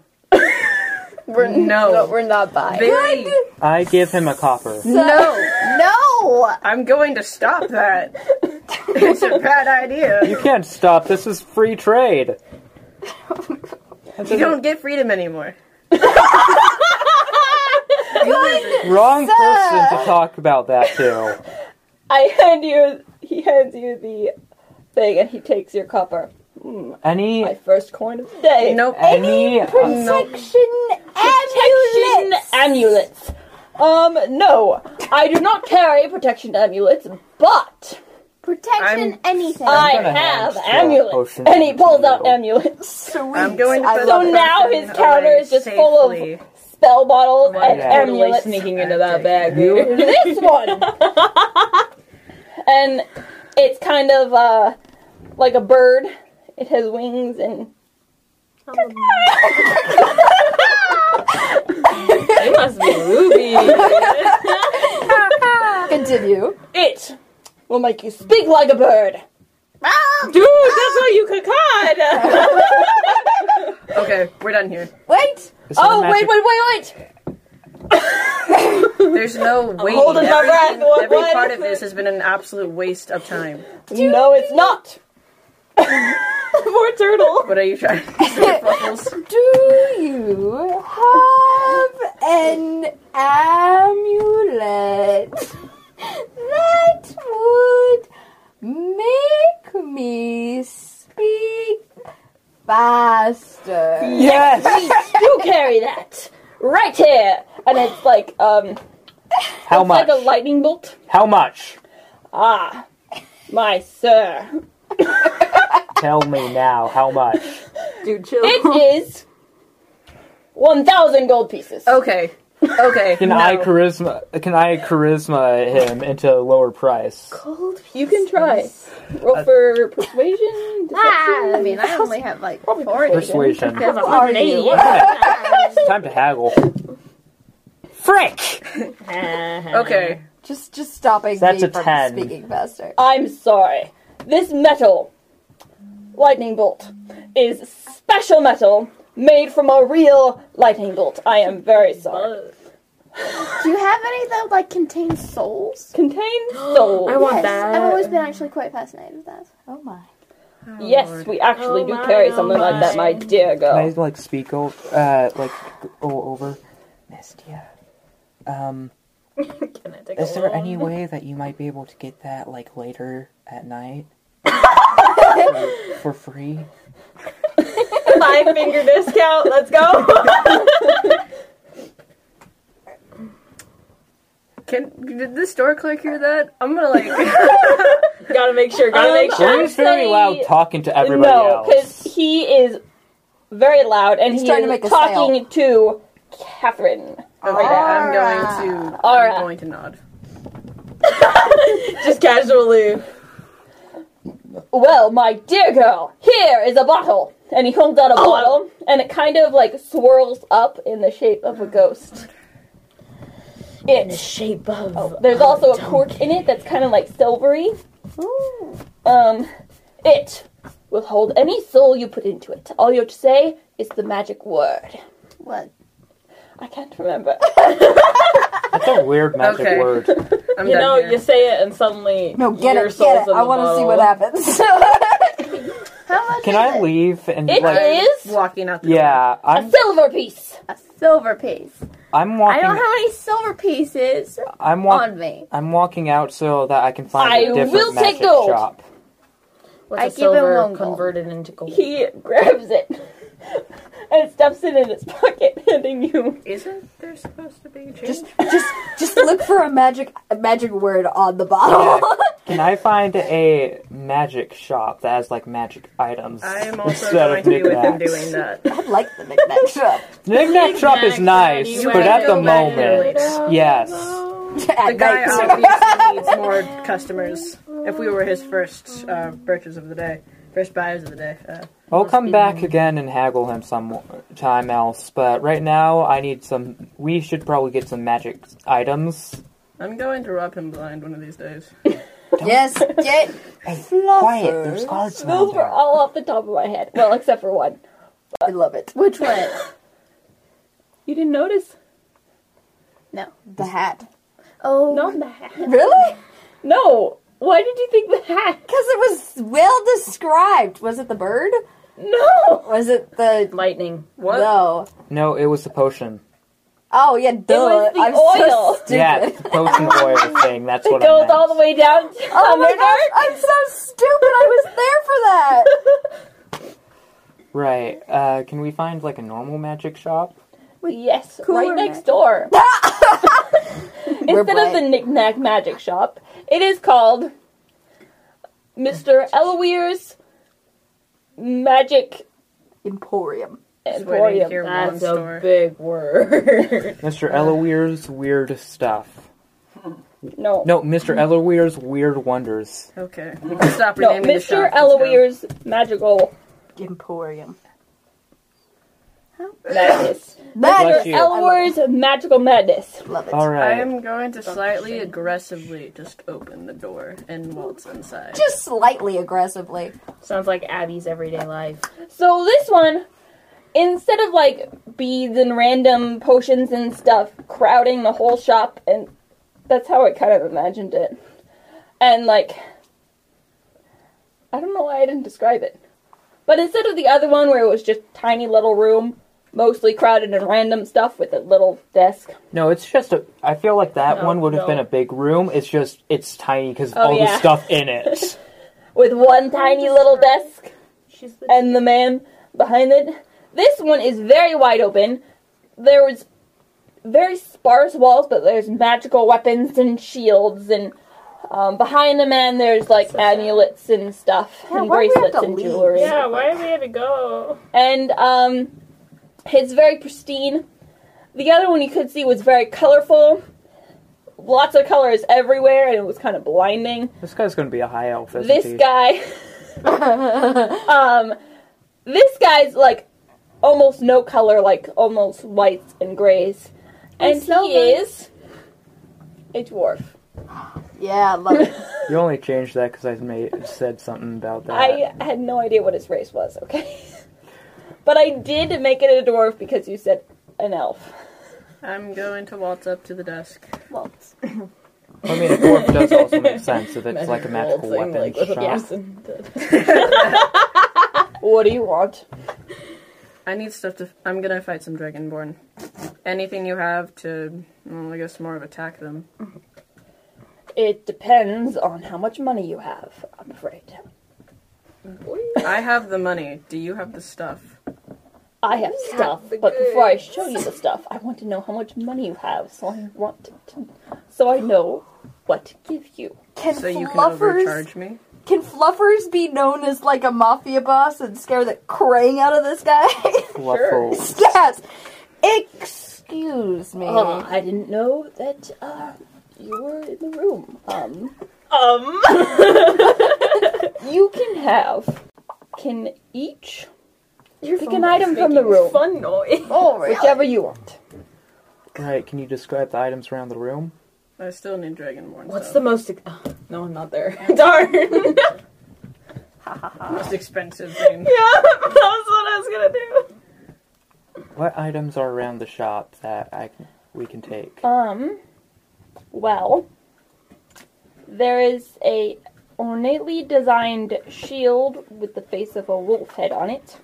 [SPEAKER 5] We're,
[SPEAKER 6] No.
[SPEAKER 5] we're not buying.
[SPEAKER 6] Very.
[SPEAKER 2] I give him a copper.
[SPEAKER 5] No!
[SPEAKER 6] I'm going to stop that. it's a bad idea.
[SPEAKER 2] You can't stop. This is free trade.
[SPEAKER 6] You don't get freedom anymore.
[SPEAKER 2] Wrong person to talk about that to.
[SPEAKER 3] I hand you. He hands you the thing, and he takes your copper.
[SPEAKER 2] Any
[SPEAKER 3] My first coin of the day.
[SPEAKER 6] Nope.
[SPEAKER 2] any
[SPEAKER 3] protection amulets. Um, no, I do not carry protection amulets, but
[SPEAKER 5] Protection
[SPEAKER 6] I'm-
[SPEAKER 5] anything.
[SPEAKER 3] I
[SPEAKER 2] gonna
[SPEAKER 3] have
[SPEAKER 2] hand you a
[SPEAKER 3] amulets,
[SPEAKER 2] potion
[SPEAKER 3] and he pulls out
[SPEAKER 2] to you.
[SPEAKER 3] amulets,
[SPEAKER 6] I'm going to
[SPEAKER 9] I
[SPEAKER 6] put
[SPEAKER 9] love
[SPEAKER 6] the
[SPEAKER 9] it.
[SPEAKER 3] So now
[SPEAKER 6] potion
[SPEAKER 3] his counter
[SPEAKER 6] away
[SPEAKER 3] is just full of-
[SPEAKER 6] safely.
[SPEAKER 3] spell bottles,
[SPEAKER 6] Wow.
[SPEAKER 3] and
[SPEAKER 2] Yeah.
[SPEAKER 7] Totally
[SPEAKER 3] amulets.
[SPEAKER 7] sneaking into that bag.
[SPEAKER 2] You-
[SPEAKER 7] dude.
[SPEAKER 3] This one, and it's kind of uh like a bird. It has wings and
[SPEAKER 7] They must be ruby.
[SPEAKER 9] Continue.
[SPEAKER 3] it will make you speak like a bird.
[SPEAKER 7] Dude, that's how you could
[SPEAKER 6] Okay, we're done here.
[SPEAKER 9] Wait.
[SPEAKER 2] Is
[SPEAKER 3] Oh
[SPEAKER 2] there
[SPEAKER 3] wait,
[SPEAKER 2] magic-
[SPEAKER 3] wait, wait, wait!
[SPEAKER 6] There's no wait.
[SPEAKER 7] holding my
[SPEAKER 6] every
[SPEAKER 7] breath. What-
[SPEAKER 6] every
[SPEAKER 7] what
[SPEAKER 6] part
[SPEAKER 7] is
[SPEAKER 6] of this has been an absolute waste of time.
[SPEAKER 3] No, it's not.
[SPEAKER 7] Poor turtle.
[SPEAKER 6] What are you trying to say, Fluffles?
[SPEAKER 9] Do you have an amulet that would make me speak faster?
[SPEAKER 2] Yes!
[SPEAKER 3] You carry that right here, and it's like um.
[SPEAKER 2] How
[SPEAKER 3] It's
[SPEAKER 2] much?
[SPEAKER 3] Like a lightning bolt.
[SPEAKER 2] How much?
[SPEAKER 3] Ah, my sir.
[SPEAKER 2] Tell me now, how much?
[SPEAKER 7] Dude, chill.
[SPEAKER 3] It is 1,000 gold pieces.
[SPEAKER 6] Okay. Okay.
[SPEAKER 2] Can I charisma can I charisma him into a lower price?
[SPEAKER 3] You can try. Roll for persuasion.
[SPEAKER 5] Ah, I mean, I only have like 40.
[SPEAKER 2] Persuasion.
[SPEAKER 5] Because I'm
[SPEAKER 9] Are you?
[SPEAKER 2] It's time to haggle. Frick!
[SPEAKER 6] Okay.
[SPEAKER 9] Just, just stopping
[SPEAKER 2] That's
[SPEAKER 9] me
[SPEAKER 2] a
[SPEAKER 9] from
[SPEAKER 2] 10.
[SPEAKER 9] speaking faster.
[SPEAKER 3] I'm sorry. This metal, lightning bolt, is special metal made from a real lightning bolt. I am very sorry.
[SPEAKER 5] Do you have any that like contain souls?
[SPEAKER 3] Contains souls.
[SPEAKER 7] I want
[SPEAKER 5] yes,
[SPEAKER 7] that.
[SPEAKER 5] I've always been actually quite fascinated with that.
[SPEAKER 9] Oh my.
[SPEAKER 3] Yes, we actually
[SPEAKER 7] Oh
[SPEAKER 3] do
[SPEAKER 7] my,
[SPEAKER 3] carry
[SPEAKER 7] oh
[SPEAKER 3] something like that, my
[SPEAKER 7] my.
[SPEAKER 3] dear
[SPEAKER 2] Can I
[SPEAKER 3] girl.
[SPEAKER 2] like speak o- uh like go over Mistia? Um
[SPEAKER 7] Can I take
[SPEAKER 2] is
[SPEAKER 7] a
[SPEAKER 2] there
[SPEAKER 7] look?
[SPEAKER 2] any way that you might be able to get that like later at night? for, for free?
[SPEAKER 7] five finger discount? Let's go.
[SPEAKER 6] Can did the store clerk hear that? I'm gonna like.
[SPEAKER 7] gotta make sure. Gotta
[SPEAKER 3] Um,
[SPEAKER 7] make sure.
[SPEAKER 2] She's very
[SPEAKER 3] Actually,
[SPEAKER 2] loud talking to everybody
[SPEAKER 3] no,
[SPEAKER 2] else.
[SPEAKER 3] he is very loud and
[SPEAKER 9] He's
[SPEAKER 3] he
[SPEAKER 9] trying
[SPEAKER 3] is
[SPEAKER 9] to make a
[SPEAKER 3] talking to Catherine.
[SPEAKER 6] Okay, I'm going to.
[SPEAKER 3] Alright.
[SPEAKER 6] I'm going to nod.
[SPEAKER 7] Just casually.
[SPEAKER 3] Well, my dear girl, here is a bottle. And he holds
[SPEAKER 7] Oh,
[SPEAKER 3] out a bottle, and it kind of like swirls up in the shape of a ghost. it.
[SPEAKER 5] shape of.
[SPEAKER 3] There's also a cork in it that's kind of like silvery. Um, it will hold any soul you put into it. All you have to say is the magic word.
[SPEAKER 5] What?
[SPEAKER 3] I can't remember.
[SPEAKER 2] That's a weird magic
[SPEAKER 6] Okay.
[SPEAKER 2] word.
[SPEAKER 6] I'm
[SPEAKER 7] You
[SPEAKER 6] done
[SPEAKER 7] know,
[SPEAKER 6] here.
[SPEAKER 7] you say it and suddenly
[SPEAKER 9] No, get
[SPEAKER 7] your
[SPEAKER 9] it,
[SPEAKER 7] soul's
[SPEAKER 9] get it.
[SPEAKER 7] in
[SPEAKER 9] I
[SPEAKER 7] the
[SPEAKER 9] want to see
[SPEAKER 7] bottle.
[SPEAKER 9] what happens.
[SPEAKER 5] How much
[SPEAKER 2] Can
[SPEAKER 5] is
[SPEAKER 2] I
[SPEAKER 5] it?
[SPEAKER 2] leave and
[SPEAKER 3] It
[SPEAKER 2] like?
[SPEAKER 3] is
[SPEAKER 6] walking out the
[SPEAKER 2] Yeah,
[SPEAKER 3] a
[SPEAKER 2] I'm.
[SPEAKER 3] silver piece.
[SPEAKER 5] A silver piece.
[SPEAKER 2] I'm
[SPEAKER 5] I
[SPEAKER 2] walking.
[SPEAKER 5] don't have any silver pieces
[SPEAKER 2] I'm walking.
[SPEAKER 5] on me.
[SPEAKER 2] I'm walking out so that I can find
[SPEAKER 3] I
[SPEAKER 2] a different
[SPEAKER 3] will
[SPEAKER 2] magic
[SPEAKER 3] take gold.
[SPEAKER 2] shop.
[SPEAKER 7] What's
[SPEAKER 5] I
[SPEAKER 7] a
[SPEAKER 5] give him
[SPEAKER 7] silver
[SPEAKER 5] one gold.
[SPEAKER 7] converted into gold?
[SPEAKER 3] He grabs it and stuffs it in his pocket, handing you.
[SPEAKER 6] Isn't there supposed to be change?
[SPEAKER 9] just, just, just look for a magic, a magic word on the bottle.
[SPEAKER 2] Can I find a magic shop that has like magic items
[SPEAKER 6] I am also
[SPEAKER 2] instead
[SPEAKER 6] going
[SPEAKER 2] of
[SPEAKER 6] to be with him
[SPEAKER 2] knickknacks?
[SPEAKER 6] doing that.
[SPEAKER 9] I like the knickknack shop.
[SPEAKER 2] Knickknack shop is
[SPEAKER 7] Knickknacks,
[SPEAKER 2] nice,
[SPEAKER 7] anyway.
[SPEAKER 2] but at the
[SPEAKER 6] Go back there
[SPEAKER 2] moment,
[SPEAKER 6] later.
[SPEAKER 2] yes.
[SPEAKER 9] At
[SPEAKER 6] The guy
[SPEAKER 9] night.
[SPEAKER 6] obviously needs more customers. If we were his first uh, purchase of the day, first buyers of the day, uh,
[SPEAKER 2] I'll come back again and haggle him some more- time else, but right now I need some. We should probably get some magic items.
[SPEAKER 6] I'm going to rob him blind one of these days.
[SPEAKER 9] Yes, get
[SPEAKER 2] Hey,
[SPEAKER 9] Fluffers.
[SPEAKER 2] quiet! There's guards around
[SPEAKER 3] Those were
[SPEAKER 2] there.
[SPEAKER 3] all off the top of my head. Well, except for one.
[SPEAKER 9] I love it.
[SPEAKER 5] Which one?
[SPEAKER 3] You didn't notice?
[SPEAKER 9] The hat.
[SPEAKER 5] Oh,
[SPEAKER 3] Not the hat.
[SPEAKER 9] Really?
[SPEAKER 3] No. Why did you think the hat?
[SPEAKER 9] Because it was well described. Was it the bird?
[SPEAKER 3] No.
[SPEAKER 9] Was it the
[SPEAKER 7] Lightning.
[SPEAKER 6] What?
[SPEAKER 9] no?
[SPEAKER 2] No, it was the potion.
[SPEAKER 9] Oh yeah, duh.
[SPEAKER 3] was the
[SPEAKER 9] I'm
[SPEAKER 3] oil.
[SPEAKER 9] so stupid.
[SPEAKER 2] Yeah, it's the potion oil thing. That's
[SPEAKER 3] It
[SPEAKER 2] what I
[SPEAKER 3] goes
[SPEAKER 2] meant.
[SPEAKER 3] all the way down to
[SPEAKER 9] Oh my
[SPEAKER 3] Underdark.
[SPEAKER 9] gosh, I'm so stupid. I was there for that.
[SPEAKER 2] Right. Uh, can we find like a normal magic shop?
[SPEAKER 3] Yes, right
[SPEAKER 9] cooler
[SPEAKER 3] next door. Instead of the
[SPEAKER 9] bright.
[SPEAKER 3] knickknack magic shop, it is called Mr. Eloir's Magic
[SPEAKER 9] Emporium.
[SPEAKER 6] Just waiting to
[SPEAKER 3] Emporium.
[SPEAKER 6] hear one
[SPEAKER 7] That's a
[SPEAKER 6] store.
[SPEAKER 7] big word.
[SPEAKER 3] Uh.
[SPEAKER 2] Mr. Eloir's weird stuff.
[SPEAKER 3] No, no,
[SPEAKER 2] No, Mr. Eloir's weird wonders.
[SPEAKER 6] Okay. Stop
[SPEAKER 3] no
[SPEAKER 6] renaming the
[SPEAKER 3] Mr.
[SPEAKER 6] shop. Let's
[SPEAKER 7] E
[SPEAKER 6] go.
[SPEAKER 3] Eloir's Magical
[SPEAKER 9] Emporium.
[SPEAKER 3] Madness.
[SPEAKER 2] Bless
[SPEAKER 9] That
[SPEAKER 2] you.
[SPEAKER 3] Eloir's Magical Madness.
[SPEAKER 9] love it.
[SPEAKER 2] All
[SPEAKER 6] I
[SPEAKER 2] right.
[SPEAKER 6] am going to slightly aggressively just open the door and waltz inside.
[SPEAKER 9] Just slightly aggressively.
[SPEAKER 7] Sounds like Abby's everyday life.
[SPEAKER 3] So this one, instead of like beads and random potions and stuff crowding the whole shop, and that's how I kind of imagined it. And like, I don't know why I didn't describe it, but instead of the other one where it was just tiny little room, mostly crowded and random stuff with a little desk.
[SPEAKER 2] No, it's just a. I feel like that
[SPEAKER 7] No,
[SPEAKER 2] one would have
[SPEAKER 7] no.
[SPEAKER 2] been a big room. It's just it's tiny because of
[SPEAKER 3] Oh,
[SPEAKER 2] all
[SPEAKER 3] yeah.
[SPEAKER 2] the stuff in it.
[SPEAKER 3] with one tiny little desk and the man behind it. This one is very wide open. There was very sparse walls, but there's magical weapons and shields and um, behind the man there's like amulets and stuff
[SPEAKER 9] Yeah,
[SPEAKER 3] and
[SPEAKER 9] why do we have
[SPEAKER 3] bracelets
[SPEAKER 9] to
[SPEAKER 3] and
[SPEAKER 9] leave?
[SPEAKER 3] jewelry.
[SPEAKER 9] Yeah,
[SPEAKER 7] why do we have to go?
[SPEAKER 3] And um, it's very pristine. The other one you could see was very colorful. Lots of colors everywhere, and it was kind of blinding
[SPEAKER 2] this guy's gonna be a high elf, isn't he?
[SPEAKER 3] this guy um this guy's like almost no color like almost whites and grays and he is a dwarf
[SPEAKER 9] Yeah, I love it.
[SPEAKER 2] You only changed that because I made said something about that.
[SPEAKER 3] i had no idea what his race was okay but i did make it a dwarf because you said an elf
[SPEAKER 6] I'm going to waltz up to the desk.
[SPEAKER 3] well
[SPEAKER 2] I mean, a dwarf does also make sense if it's like a magical weapon shop.
[SPEAKER 3] what do you want
[SPEAKER 6] I need stuff to. I'm gonna fight some dragonborn. Anything you have to, well, I guess more of attack them.
[SPEAKER 3] it depends on how much money you have i'm afraid
[SPEAKER 6] I have the money. Do you have the stuff?
[SPEAKER 3] I have stuff, but before I show you the stuff, I want to know how much money you have, so I want to, to- so I know what to give you.
[SPEAKER 9] Can
[SPEAKER 6] So you can
[SPEAKER 9] fluffers
[SPEAKER 6] overcharge me?
[SPEAKER 9] can fluffers be known as like a mafia boss and scare the craying out of this guy?
[SPEAKER 2] Fluffle.
[SPEAKER 9] yes. Excuse me.
[SPEAKER 7] Uh-huh.
[SPEAKER 5] Uh-huh.
[SPEAKER 3] Uh, I didn't know that uh, you were in the room. Um,
[SPEAKER 7] Um.
[SPEAKER 3] you can have can each
[SPEAKER 5] Your
[SPEAKER 3] pick an item from the room,
[SPEAKER 7] Fun noise.
[SPEAKER 9] oh, really?
[SPEAKER 3] whichever you want.
[SPEAKER 2] Right, can you describe the items around the room?
[SPEAKER 6] I still need Dragonborn.
[SPEAKER 7] What's
[SPEAKER 6] so.
[SPEAKER 7] the most? Ex- oh, no, I'm not there. Darn. yeah,
[SPEAKER 6] most Ah, expensive thing?
[SPEAKER 7] that was what I was gonna do.
[SPEAKER 2] What items are around the shop that I can, we can take?
[SPEAKER 3] Um, well, there is a ornately designed shield with the face of a wolf head on it.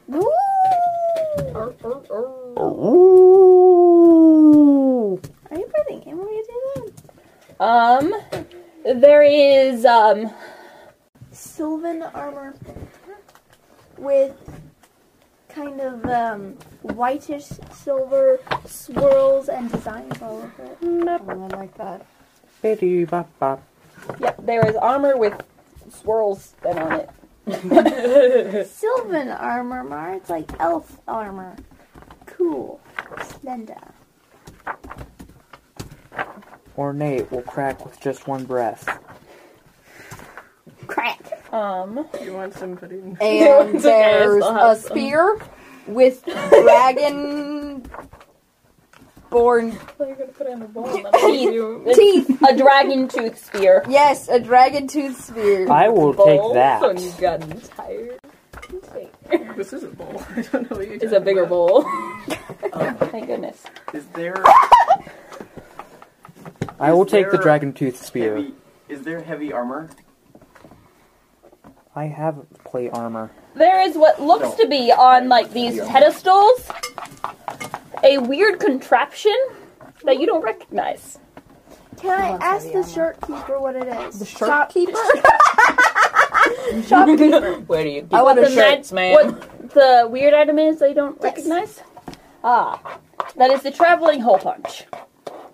[SPEAKER 5] Are you breathing in when you do that?
[SPEAKER 3] Um, there is um
[SPEAKER 5] Sylvan armor with kind of um, whitish silver swirls and designs all over it.
[SPEAKER 9] I like that.
[SPEAKER 2] Biddy-bop-bop.
[SPEAKER 3] yep, there is armor with swirls then on it.
[SPEAKER 5] Sylvan armor, Mar. It's like elf armor. Cool. Splenda.
[SPEAKER 2] Ornate will crack with just one breath.
[SPEAKER 5] Crack.
[SPEAKER 3] Um,
[SPEAKER 6] You want some pudding?
[SPEAKER 9] And
[SPEAKER 7] It's okay, I still
[SPEAKER 9] there's a
[SPEAKER 7] have some.
[SPEAKER 9] spear with dragon born
[SPEAKER 7] thought you were gonna put it in the bowl. and then you-
[SPEAKER 9] teeth.
[SPEAKER 3] a dragon tooth spear.
[SPEAKER 9] Yes, a dragon tooth spear.
[SPEAKER 2] I will take
[SPEAKER 7] Bowl,
[SPEAKER 2] that.
[SPEAKER 7] So you got an entire.
[SPEAKER 6] This is a bowl. I don't know what you're
[SPEAKER 7] Eh. It's a bigger bowl.
[SPEAKER 3] Oh, Thank goodness.
[SPEAKER 8] Is there
[SPEAKER 2] I will
[SPEAKER 8] Is
[SPEAKER 2] take the
[SPEAKER 8] there
[SPEAKER 2] dragon tooth spear.
[SPEAKER 8] heavy? Is there heavy armor?
[SPEAKER 2] I have plate armor.
[SPEAKER 3] There is what looks to be on like these pedestals a weird contraption that you don't recognize.
[SPEAKER 5] Can I
[SPEAKER 9] Oh, that's
[SPEAKER 5] ask
[SPEAKER 9] heavy
[SPEAKER 5] the
[SPEAKER 9] armor.
[SPEAKER 5] shopkeeper what it is?
[SPEAKER 9] The shopkeeper.
[SPEAKER 7] Where do you keep
[SPEAKER 9] I want
[SPEAKER 7] the
[SPEAKER 9] a shirt.
[SPEAKER 7] nuts, man?
[SPEAKER 3] What the weird item is that you don't
[SPEAKER 5] Yes.
[SPEAKER 3] recognize? Ah, that is the traveling hole punch.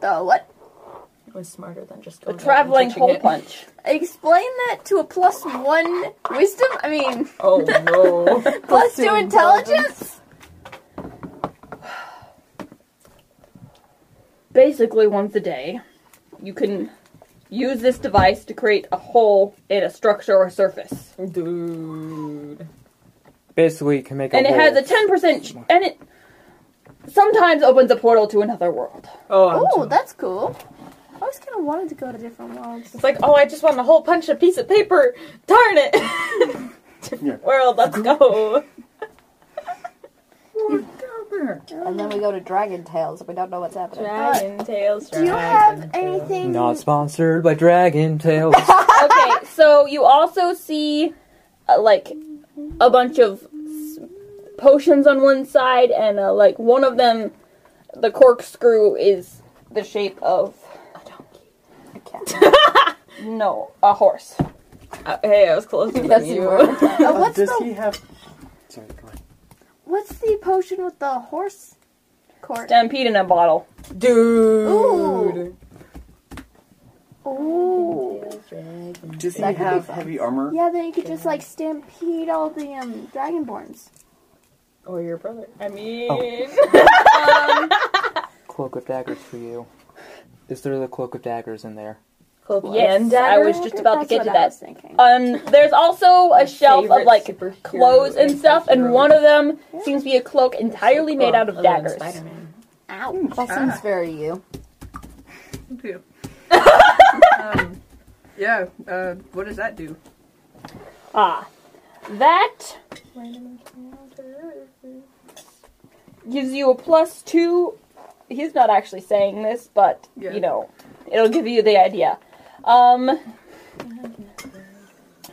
[SPEAKER 5] The Uh, what?
[SPEAKER 7] It was smarter than just
[SPEAKER 3] The
[SPEAKER 7] going up and
[SPEAKER 3] traveling
[SPEAKER 7] touching
[SPEAKER 3] hole
[SPEAKER 7] it.
[SPEAKER 3] punch.
[SPEAKER 5] Explain that to a plus one wisdom. I mean,
[SPEAKER 7] Oh no!
[SPEAKER 5] plus two intelligence.
[SPEAKER 3] Basically, once a day, you can use this device to create a hole in a structure or surface,
[SPEAKER 7] Dude.
[SPEAKER 2] Basically, you can make a
[SPEAKER 3] and it has a
[SPEAKER 2] roll.
[SPEAKER 3] ten percent, ch- and it sometimes opens a portal to another world.
[SPEAKER 7] Oh, I'm
[SPEAKER 5] Oh,
[SPEAKER 7] too-
[SPEAKER 5] that's cool. I always kind of wanted to go to different worlds.
[SPEAKER 7] it's like oh, I just want to hole punch a piece of paper. Darn it! Different world. Let's go.
[SPEAKER 9] and then we go to Dragon Tales. We don't know what's happening.
[SPEAKER 7] Dragon tails.
[SPEAKER 5] Do you have anything?
[SPEAKER 2] Not sponsored by Dragon Tales.
[SPEAKER 3] okay, so you also see uh, like a bunch of s- potions on one side, and uh, like one of them, the corkscrew is the shape of
[SPEAKER 9] A cat.
[SPEAKER 3] no a horse.
[SPEAKER 7] Uh, hey, I was closer
[SPEAKER 9] That's
[SPEAKER 7] than you.
[SPEAKER 9] your-
[SPEAKER 5] Uh, what's
[SPEAKER 8] does
[SPEAKER 5] the
[SPEAKER 8] he have? Sorry, go on.
[SPEAKER 5] what's the potion with the horse court?
[SPEAKER 3] Stampede in a bottle.
[SPEAKER 7] Dude.
[SPEAKER 5] Ooh. Ooh.
[SPEAKER 8] Does he
[SPEAKER 9] That could be
[SPEAKER 8] have
[SPEAKER 9] fun.
[SPEAKER 8] heavy armor?
[SPEAKER 5] Yeah, then you could just like stampede all the um, dragonborns.
[SPEAKER 7] Or your brother. I mean.
[SPEAKER 2] Cloak of daggers for you. Is there the cloak of daggers in there?
[SPEAKER 3] Yes, I was just about to
[SPEAKER 5] That's
[SPEAKER 3] get to
[SPEAKER 5] what I was
[SPEAKER 3] that.
[SPEAKER 5] thinking.
[SPEAKER 3] Um, there's also a shelf of
[SPEAKER 7] favorite
[SPEAKER 3] like
[SPEAKER 7] superhero
[SPEAKER 3] clothes and
[SPEAKER 7] and
[SPEAKER 3] stuff, and
[SPEAKER 7] superhero.
[SPEAKER 3] one of them seems to be a cloak entirely made out of
[SPEAKER 7] Other than
[SPEAKER 3] daggers.
[SPEAKER 7] Spider-Man.
[SPEAKER 5] Ouch.
[SPEAKER 9] That seems very you.
[SPEAKER 6] Too. um, yeah. Uh, what does that do?
[SPEAKER 3] Ah, that gives you a plus two. He's not actually saying this, but
[SPEAKER 6] Yeah.
[SPEAKER 3] you know, it'll give you the idea. Um,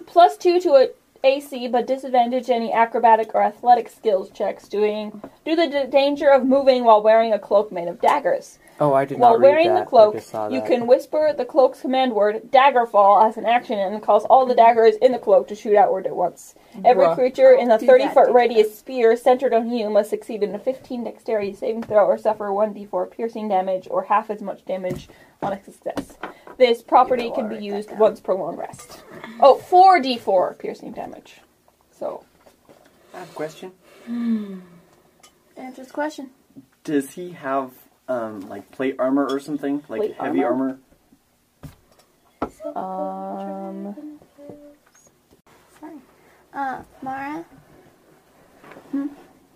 [SPEAKER 3] plus two to a AC, but disadvantage any acrobatic or athletic skills checks doing due to the danger of moving while wearing a cloak made of daggers.
[SPEAKER 2] Oh, I did
[SPEAKER 3] While
[SPEAKER 2] not read
[SPEAKER 3] wearing
[SPEAKER 2] that.
[SPEAKER 3] the cloak,
[SPEAKER 2] I just saw
[SPEAKER 3] you
[SPEAKER 2] that.
[SPEAKER 3] can whisper the cloak's command word "daggerfall" as an action and cause all the daggers in the cloak to shoot outward at once. Every
[SPEAKER 7] Bruh.
[SPEAKER 3] creature in the
[SPEAKER 5] Do
[SPEAKER 3] 30
[SPEAKER 5] that, do
[SPEAKER 3] foot
[SPEAKER 5] that.
[SPEAKER 3] radius sphere centered on you must succeed in a 15 dexterity saving throw or suffer 1d4 piercing damage or half as much damage on a success. This property can be used once per long rest. Oh, 4d4 piercing damage. So,
[SPEAKER 8] I have a question.
[SPEAKER 5] Answers the question.
[SPEAKER 8] Does he have um, like plate armor or something? Like
[SPEAKER 3] Plate
[SPEAKER 8] heavy
[SPEAKER 3] armor?
[SPEAKER 8] armor?
[SPEAKER 3] um,
[SPEAKER 5] Sorry. Uh, Mara? Hmm?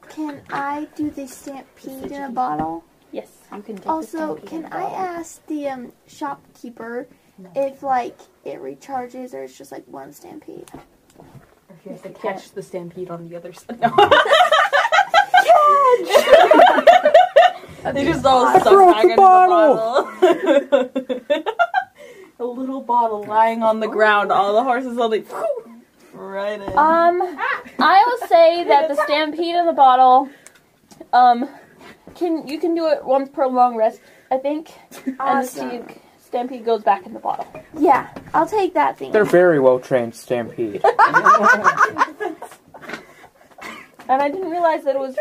[SPEAKER 5] Can I do the stampede in a bottle?
[SPEAKER 3] Yes.
[SPEAKER 9] You can take
[SPEAKER 5] Also, can I ask the um, shopkeeper if like it recharges or it's just like one stampede?
[SPEAKER 7] Or if you have to
[SPEAKER 5] If you
[SPEAKER 7] catch the stampede on the other side. they just all
[SPEAKER 2] I
[SPEAKER 7] suck
[SPEAKER 2] broke
[SPEAKER 7] back
[SPEAKER 2] the
[SPEAKER 7] into the bottle. A little bottle lying on the ground. All the horses all like right in.
[SPEAKER 3] Um, I will say that the stampede in the bottle, um, can you can do it once per long rest, I think, and the
[SPEAKER 5] Awesome.
[SPEAKER 3] stampede- stampede goes back in the bottle.
[SPEAKER 5] Yeah, I'll take that thing.
[SPEAKER 2] They're very well trained Stampede.
[SPEAKER 3] And I didn't realize that it was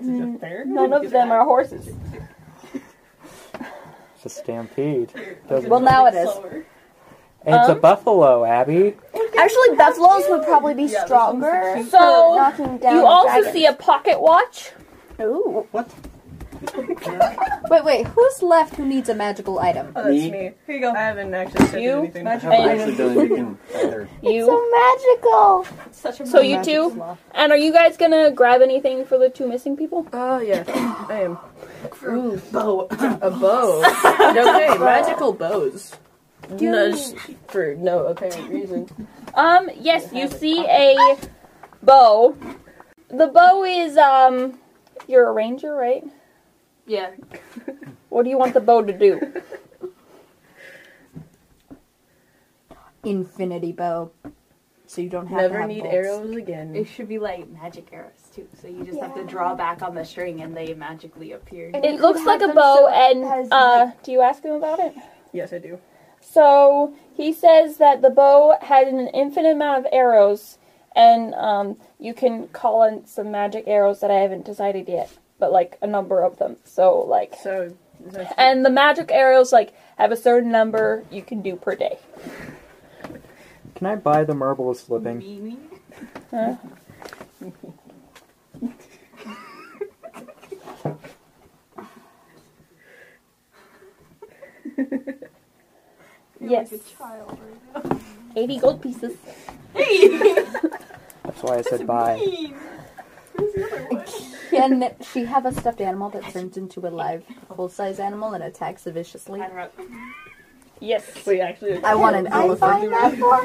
[SPEAKER 3] none of them are horses.
[SPEAKER 2] It's a Stampede. Doesn't-
[SPEAKER 9] Well, now it is.
[SPEAKER 2] it's a
[SPEAKER 3] um,
[SPEAKER 2] buffalo, Abby.
[SPEAKER 5] Actually, buffaloes would probably be stronger.
[SPEAKER 3] So,
[SPEAKER 5] for knocking down
[SPEAKER 3] you also
[SPEAKER 5] dragons.
[SPEAKER 3] see a pocket watch.
[SPEAKER 5] Ooh.
[SPEAKER 8] What?
[SPEAKER 9] Wait, wait, who's left who needs a magical item?
[SPEAKER 6] Oh, that's
[SPEAKER 8] Me?
[SPEAKER 6] me.
[SPEAKER 7] Here you go.
[SPEAKER 6] I haven't actually said
[SPEAKER 3] You?
[SPEAKER 6] anything.
[SPEAKER 8] I haven't actually done anything either.
[SPEAKER 5] It's so
[SPEAKER 3] You
[SPEAKER 5] magical.
[SPEAKER 7] Such a
[SPEAKER 3] so you two- and are you guys gonna grab anything for the two missing people?
[SPEAKER 6] Oh yeah, I am.
[SPEAKER 4] Ooh, bow. A bow. okay, magical bows. No, just for no apparent reason.
[SPEAKER 3] Um, yes, you see a bow. The bow is um, you're a ranger, right?
[SPEAKER 7] Yeah.
[SPEAKER 3] What do you want the bow to do?
[SPEAKER 9] Infinity bow. So you don't have to
[SPEAKER 6] Never
[SPEAKER 9] have
[SPEAKER 6] need
[SPEAKER 9] bolts.
[SPEAKER 6] arrows again.
[SPEAKER 7] It should be like magic arrows too. So you just have to
[SPEAKER 5] Yeah.
[SPEAKER 7] draw back on the string and they magically appear.
[SPEAKER 5] And you
[SPEAKER 3] It
[SPEAKER 5] can
[SPEAKER 3] looks like
[SPEAKER 5] have
[SPEAKER 3] a
[SPEAKER 5] them so
[SPEAKER 3] bow,
[SPEAKER 5] it has,
[SPEAKER 3] and uh, do you ask him about it?
[SPEAKER 6] Yes, I do.
[SPEAKER 3] So he says that the bow had an infinite amount of arrows, and um, you can call in some magic arrows that I haven't decided yet, but like a number of them. So like,
[SPEAKER 6] So that's
[SPEAKER 3] and the magic arrows like have a certain number you can do per day.
[SPEAKER 2] Can I buy the Merbalist living?
[SPEAKER 3] Huh? yes, eighty gold pieces.
[SPEAKER 2] That's why I said buy.
[SPEAKER 9] Can she have a stuffed animal that turns into a live full-size animal and attacks it viciously?
[SPEAKER 3] Yes.
[SPEAKER 6] wait, actually,
[SPEAKER 9] I want an
[SPEAKER 5] I
[SPEAKER 9] elephant.
[SPEAKER 5] find that for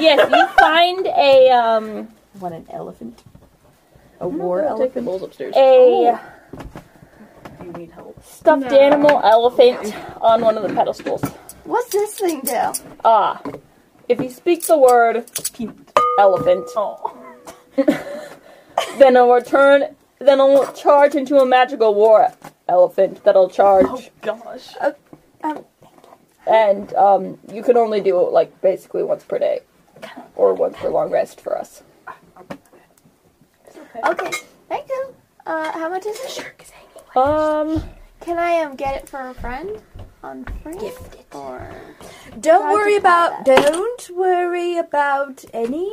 [SPEAKER 3] yes, you find a um
[SPEAKER 9] I want an elephant. A war elephant.
[SPEAKER 4] Take the bowls upstairs.
[SPEAKER 3] a
[SPEAKER 7] you need help.
[SPEAKER 3] stuffed animal elephant on one of the pedestals.
[SPEAKER 5] what's this thing do?
[SPEAKER 3] Ah, if you speak the word elephant,
[SPEAKER 7] Oh.
[SPEAKER 3] then it'll return. Then it'll charge into a magical war elephant that'll charge,
[SPEAKER 7] Oh, Gosh.
[SPEAKER 3] Uh, um, and um, you can only do it like basically once per day, or once per long rest for us.
[SPEAKER 5] Okay, thank you. Uh, how much is it?
[SPEAKER 3] Um,
[SPEAKER 5] Can I um get it for a friend on free? Or
[SPEAKER 9] Don't
[SPEAKER 5] Try to
[SPEAKER 9] worry
[SPEAKER 5] buy
[SPEAKER 9] about. Don't worry about any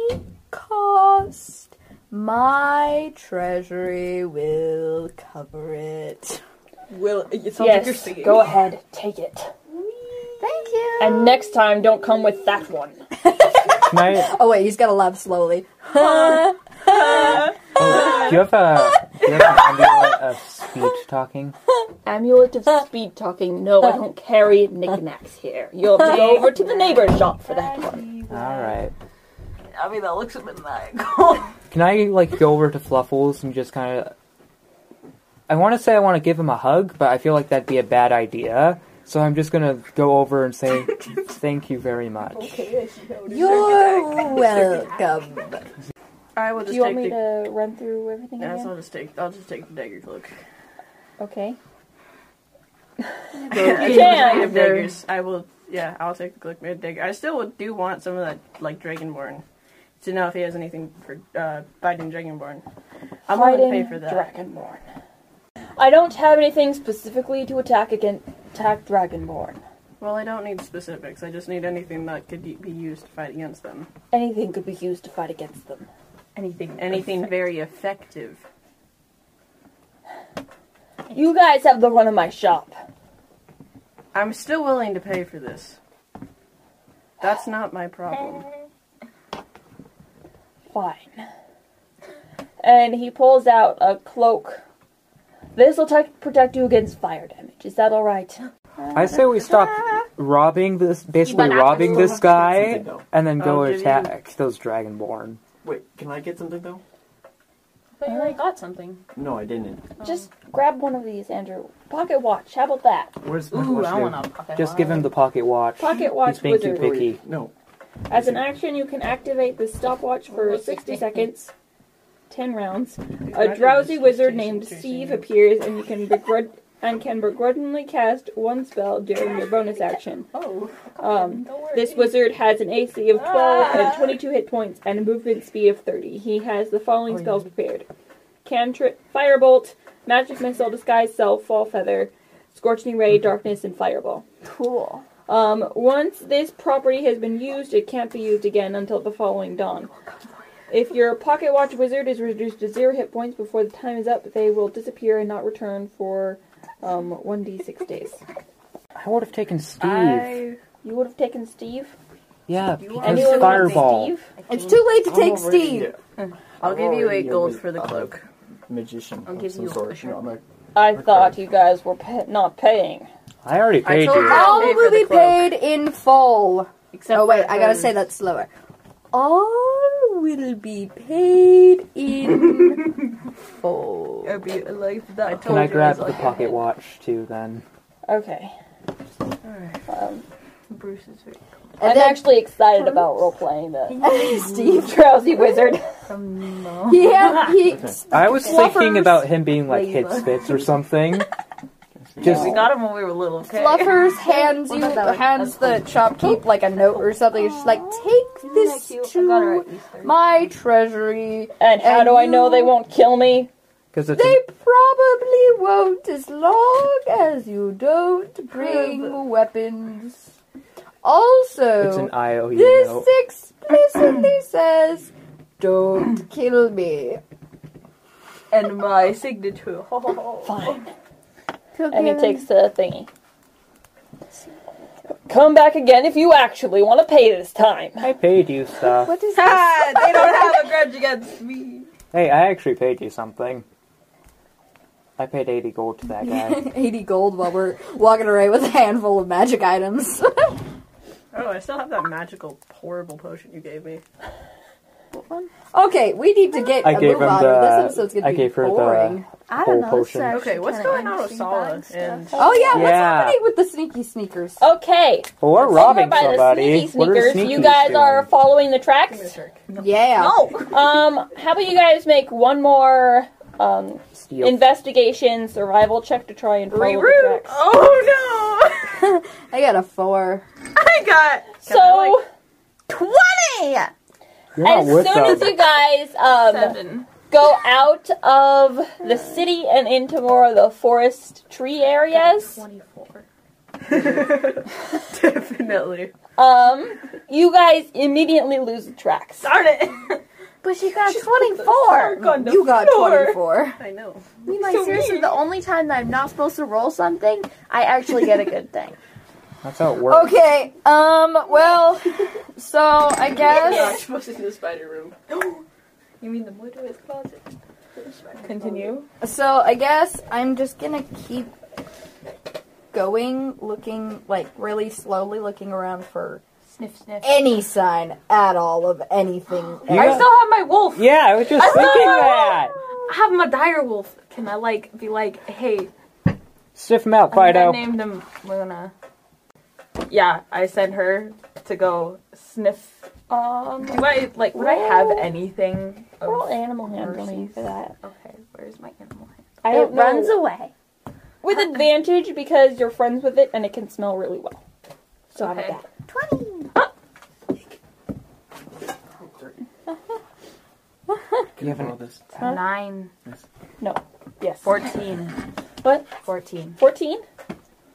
[SPEAKER 9] cost. My treasury will cover it.
[SPEAKER 7] Will it sounds like you're
[SPEAKER 3] yes,
[SPEAKER 7] singing.
[SPEAKER 3] go ahead, take it.
[SPEAKER 5] thank you.
[SPEAKER 3] And next time, don't come with that one.
[SPEAKER 2] Can I?
[SPEAKER 9] Oh wait, he's gotta laugh slowly.
[SPEAKER 2] Oh, do you have a? Do you have an amulet of speech talking?
[SPEAKER 3] Amulet of speed talking. No, I don't carry knickknacks here. You'll have to go over to the neighbor's shop for that one.
[SPEAKER 2] All right.
[SPEAKER 7] I mean that looks him in the eye.
[SPEAKER 2] Can I like go over to Fluffles and just kind of? I want to say I want to give him a hug, but I feel like that'd be a bad idea. So I'm just gonna go over and say thank you very much.
[SPEAKER 9] You're welcome.
[SPEAKER 6] I will just
[SPEAKER 3] Do you want
[SPEAKER 6] take
[SPEAKER 3] me
[SPEAKER 6] the.
[SPEAKER 3] to run through everything
[SPEAKER 6] Yes,
[SPEAKER 3] again?
[SPEAKER 6] I'll just take. I'll just take the dagger cloak.
[SPEAKER 3] Okay.
[SPEAKER 6] I
[SPEAKER 3] You
[SPEAKER 6] take the
[SPEAKER 3] can.
[SPEAKER 6] native daggers. I will. Yeah, I'll take the cloak made dagger. I still would- do want some of that like dragonborn to know if he has anything for uh, fighting dragonborn. I'm willing to pay
[SPEAKER 3] Fighting
[SPEAKER 6] for that.
[SPEAKER 3] Dragonborn. I don't have anything specifically to attack against attack Dragonborn.
[SPEAKER 6] Well, I don't need specifics. I just need anything that could y- be used to fight against them.
[SPEAKER 3] Anything could be used to fight against them.
[SPEAKER 7] Anything.
[SPEAKER 6] Anything very effective.
[SPEAKER 3] You guys have the run of my shop.
[SPEAKER 6] I'm still willing to pay for this. That's not my problem.
[SPEAKER 3] Fine. And he pulls out a cloak This will tech- protect you against fire damage. Is that all right?
[SPEAKER 2] I say we stop robbing this, basically robbing this guy, and then go
[SPEAKER 8] I'll give you-
[SPEAKER 2] attack those Dragonborn.
[SPEAKER 8] Wait, can I get something though?
[SPEAKER 7] But you already got something.
[SPEAKER 8] No, I didn't.
[SPEAKER 3] Just grab one of these, Andrew. Pocket watch. How about that?
[SPEAKER 8] Where's my
[SPEAKER 7] Ooh,
[SPEAKER 8] watch
[SPEAKER 7] I
[SPEAKER 8] do?
[SPEAKER 7] want a pocket
[SPEAKER 2] Just give him the pocket watch.
[SPEAKER 3] Pocket watch
[SPEAKER 2] He's being too
[SPEAKER 3] wizard.
[SPEAKER 2] picky.
[SPEAKER 8] No.
[SPEAKER 3] As an action, you can activate the stopwatch for 60 seconds, 10 rounds. A drowsy wizard named Steve appears, and you can begr- and can begrudgingly cast one spell during your bonus action.
[SPEAKER 7] Oh,
[SPEAKER 3] Um, this wizard has an AC of 12 and 22 hit points and a movement speed of 30. He has the
[SPEAKER 2] Oh,
[SPEAKER 3] following spells prepared: cantrip, firebolt, magic missile, disguise self, fall feather, scorching ray, darkness, and fireball.
[SPEAKER 5] Cool.
[SPEAKER 3] Um, once this property has been used, it can't be used again until the following dawn. If your pocket watch wizard is reduced to zero hit points before the time is up, they will disappear and not return for um, 1d6 days.
[SPEAKER 2] I would have taken Steve.
[SPEAKER 4] I
[SPEAKER 3] You would have taken Steve.
[SPEAKER 2] Yeah,
[SPEAKER 4] His
[SPEAKER 2] because
[SPEAKER 3] Anyone
[SPEAKER 4] want
[SPEAKER 2] fireball.
[SPEAKER 9] It's too late to
[SPEAKER 8] I'm
[SPEAKER 9] take
[SPEAKER 8] already
[SPEAKER 9] Steve.
[SPEAKER 8] a-
[SPEAKER 4] I'll
[SPEAKER 8] I'm
[SPEAKER 4] give you
[SPEAKER 8] already
[SPEAKER 4] eight
[SPEAKER 8] a
[SPEAKER 4] gold
[SPEAKER 8] wiz-
[SPEAKER 4] for the
[SPEAKER 8] a
[SPEAKER 4] cloak.
[SPEAKER 8] Magician.
[SPEAKER 4] I'll
[SPEAKER 8] of
[SPEAKER 4] give
[SPEAKER 8] some
[SPEAKER 4] you a
[SPEAKER 8] sort.
[SPEAKER 4] sharp-
[SPEAKER 8] No, I'm a-
[SPEAKER 3] I
[SPEAKER 8] Okay.
[SPEAKER 3] thought you guys were pa- not paying.
[SPEAKER 2] I already
[SPEAKER 4] I
[SPEAKER 2] paid
[SPEAKER 4] told
[SPEAKER 2] you.
[SPEAKER 4] you
[SPEAKER 9] All
[SPEAKER 4] I'll pay
[SPEAKER 9] will
[SPEAKER 4] for
[SPEAKER 9] be
[SPEAKER 4] the cloak.
[SPEAKER 9] paid in full.
[SPEAKER 4] Except
[SPEAKER 9] oh wait,
[SPEAKER 4] for
[SPEAKER 9] I gotta
[SPEAKER 4] those-
[SPEAKER 9] say that slower. All will be paid in full.
[SPEAKER 4] It'd be like that. I told
[SPEAKER 2] Can I
[SPEAKER 4] you
[SPEAKER 2] grab
[SPEAKER 4] was
[SPEAKER 2] the
[SPEAKER 4] like-
[SPEAKER 2] pocket watch too then?
[SPEAKER 3] Okay.
[SPEAKER 4] Alright,
[SPEAKER 3] Um,
[SPEAKER 4] Bruce is right.
[SPEAKER 3] I'm
[SPEAKER 9] And then-
[SPEAKER 3] actually excited about role playing the
[SPEAKER 9] Steve,
[SPEAKER 3] drowsy wizard.
[SPEAKER 4] From no.
[SPEAKER 9] he had he.
[SPEAKER 8] Okay.
[SPEAKER 2] I was thinking about him being like
[SPEAKER 4] Flavor.
[SPEAKER 2] Hitsfits or something. Just
[SPEAKER 4] We got him when we were little. Okay.
[SPEAKER 9] Fluffers hands you
[SPEAKER 4] Well, that-
[SPEAKER 9] hands the shopkeep like a note or something. It's just like take this to my treasury.
[SPEAKER 3] And how
[SPEAKER 9] And
[SPEAKER 3] do I know they
[SPEAKER 9] you-
[SPEAKER 3] won't kill me?
[SPEAKER 2] because it's
[SPEAKER 9] They probably won't as long as you don't bring weapons.
[SPEAKER 2] an, it's
[SPEAKER 9] Also,
[SPEAKER 2] an IOU
[SPEAKER 9] this
[SPEAKER 2] note.
[SPEAKER 9] explicitly says, "Don't kill me."
[SPEAKER 4] And my signature.
[SPEAKER 3] Fine.
[SPEAKER 5] Could
[SPEAKER 3] And
[SPEAKER 5] be
[SPEAKER 3] he
[SPEAKER 5] an-
[SPEAKER 3] takes the thingy. Come back again if you actually want to pay this time.
[SPEAKER 2] I paid you stuff.
[SPEAKER 5] What is that?
[SPEAKER 4] ha! They don't have a grudge against me.
[SPEAKER 2] Hey, I actually paid you something. I paid eighty gold to that guy.
[SPEAKER 9] 80 gold while we're walking away with a handful of magic items.
[SPEAKER 6] Oh, I still have that magical, horrible potion you gave me.
[SPEAKER 9] okay, we need to get
[SPEAKER 2] I
[SPEAKER 9] a
[SPEAKER 2] gave
[SPEAKER 9] move
[SPEAKER 2] him
[SPEAKER 9] on. or
[SPEAKER 2] the-
[SPEAKER 9] This episode's gonna
[SPEAKER 2] I
[SPEAKER 9] be
[SPEAKER 2] gave her the-
[SPEAKER 9] boring.
[SPEAKER 5] I
[SPEAKER 2] Whole
[SPEAKER 5] don't know.
[SPEAKER 2] potion.
[SPEAKER 6] Okay, what's going on with Sala? And
[SPEAKER 9] Oh yeah, what's
[SPEAKER 2] Yeah.
[SPEAKER 9] happening with the sneaky sneakers?
[SPEAKER 3] Oh, Okay.
[SPEAKER 2] Well, Oh, we're robbing
[SPEAKER 3] Over by
[SPEAKER 2] somebody.
[SPEAKER 3] The
[SPEAKER 2] What are
[SPEAKER 3] sneaky sneakers. You
[SPEAKER 2] sneakies
[SPEAKER 3] guys
[SPEAKER 2] doing?
[SPEAKER 3] are following the tracks.
[SPEAKER 9] Yeah.
[SPEAKER 3] Um, how about you guys make one more um,
[SPEAKER 2] Steal.
[SPEAKER 3] investigation survival check to try and follow the
[SPEAKER 4] Reroot.
[SPEAKER 3] tracks?
[SPEAKER 4] Oh no!
[SPEAKER 9] I got a four.
[SPEAKER 4] I got
[SPEAKER 3] so
[SPEAKER 4] twenty.
[SPEAKER 2] You're not
[SPEAKER 3] as
[SPEAKER 2] with
[SPEAKER 3] soon
[SPEAKER 2] them.
[SPEAKER 3] as you guys um,
[SPEAKER 4] Seven.
[SPEAKER 3] go out of the city and into more of the forest tree areas,
[SPEAKER 4] Definitely.
[SPEAKER 3] um, you guys immediately lose the tracks.
[SPEAKER 4] Darn it!
[SPEAKER 5] But she got
[SPEAKER 4] Dark
[SPEAKER 5] 24.
[SPEAKER 4] on the
[SPEAKER 9] You got
[SPEAKER 4] floor.
[SPEAKER 9] twenty-four.
[SPEAKER 6] I know.
[SPEAKER 5] I mean, like, seriously, the only time that I'm not supposed to roll something, I actually get a good thing.
[SPEAKER 2] That's how it works.
[SPEAKER 9] Okay. Um. Well. So I
[SPEAKER 6] I'm
[SPEAKER 9] guess.
[SPEAKER 6] supposed to do the spider room.
[SPEAKER 4] You mean the wood is closet?
[SPEAKER 7] Continue.
[SPEAKER 9] So I guess I'm just gonna keep going, looking like really slowly, looking around for
[SPEAKER 4] Sniff, sniff.
[SPEAKER 9] any sign at all of anything.
[SPEAKER 2] You
[SPEAKER 7] I
[SPEAKER 2] got-
[SPEAKER 7] still have my wolf.
[SPEAKER 2] yeah, I was just
[SPEAKER 7] I
[SPEAKER 2] thinking
[SPEAKER 7] saw her.
[SPEAKER 2] that.
[SPEAKER 7] I have my dire wolf. Can I like be like, hey,
[SPEAKER 2] Sniff him out,
[SPEAKER 7] I, think I
[SPEAKER 2] Fido.
[SPEAKER 7] named him Luna. Yeah, I sent her to go sniff.
[SPEAKER 3] Um,
[SPEAKER 7] Do I like? Would I have anything? of-
[SPEAKER 3] roll animal handling for that.
[SPEAKER 7] okay, where's my animal?
[SPEAKER 3] I
[SPEAKER 5] It
[SPEAKER 3] don't know.
[SPEAKER 5] runs away.
[SPEAKER 3] with advantage because you're friends with it and it can smell really well. So how about
[SPEAKER 7] Okay.
[SPEAKER 3] that?
[SPEAKER 5] 20.
[SPEAKER 8] Can you borrow this?
[SPEAKER 3] Huh?
[SPEAKER 7] Nine,
[SPEAKER 3] Yes.
[SPEAKER 7] fourteen.
[SPEAKER 3] What?
[SPEAKER 7] Fourteen.
[SPEAKER 3] 14?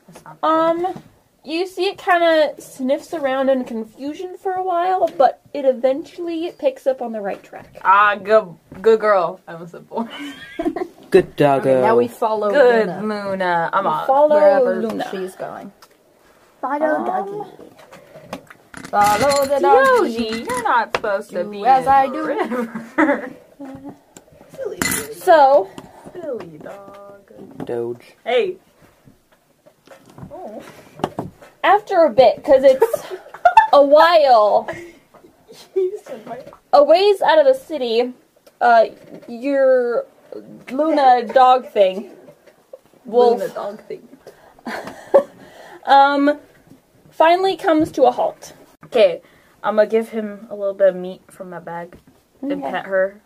[SPEAKER 7] That's not
[SPEAKER 3] Um, you see it kind of sniffs around in confusion for a while, but it eventually picks up on the right track.
[SPEAKER 7] Ah, good, good girl. I was a boy.
[SPEAKER 2] Good doggo.
[SPEAKER 9] Okay, now we follow
[SPEAKER 7] Good
[SPEAKER 9] Oh, Luna,
[SPEAKER 7] Luna. I'm
[SPEAKER 3] You
[SPEAKER 7] on.
[SPEAKER 3] follow
[SPEAKER 9] wherever
[SPEAKER 3] Luna.
[SPEAKER 9] she's going. Oh,
[SPEAKER 5] Fido
[SPEAKER 3] Um,
[SPEAKER 5] Dougie.
[SPEAKER 9] Follow the doggy.
[SPEAKER 7] Yoji, you're not supposed to
[SPEAKER 9] Do
[SPEAKER 7] be
[SPEAKER 9] as
[SPEAKER 7] in
[SPEAKER 9] I
[SPEAKER 7] the
[SPEAKER 9] do.
[SPEAKER 7] river.
[SPEAKER 3] So,
[SPEAKER 7] Silly dog.
[SPEAKER 2] Doge.
[SPEAKER 7] Hey,
[SPEAKER 3] After a bit, because it's a while, a ways out of the city, uh, your Luna dog thing will
[SPEAKER 7] the dog thing.
[SPEAKER 3] um finally comes to a halt.
[SPEAKER 7] Okay, I'm gonna give him a little bit of meat from my bag and
[SPEAKER 3] Okay.
[SPEAKER 7] pet her.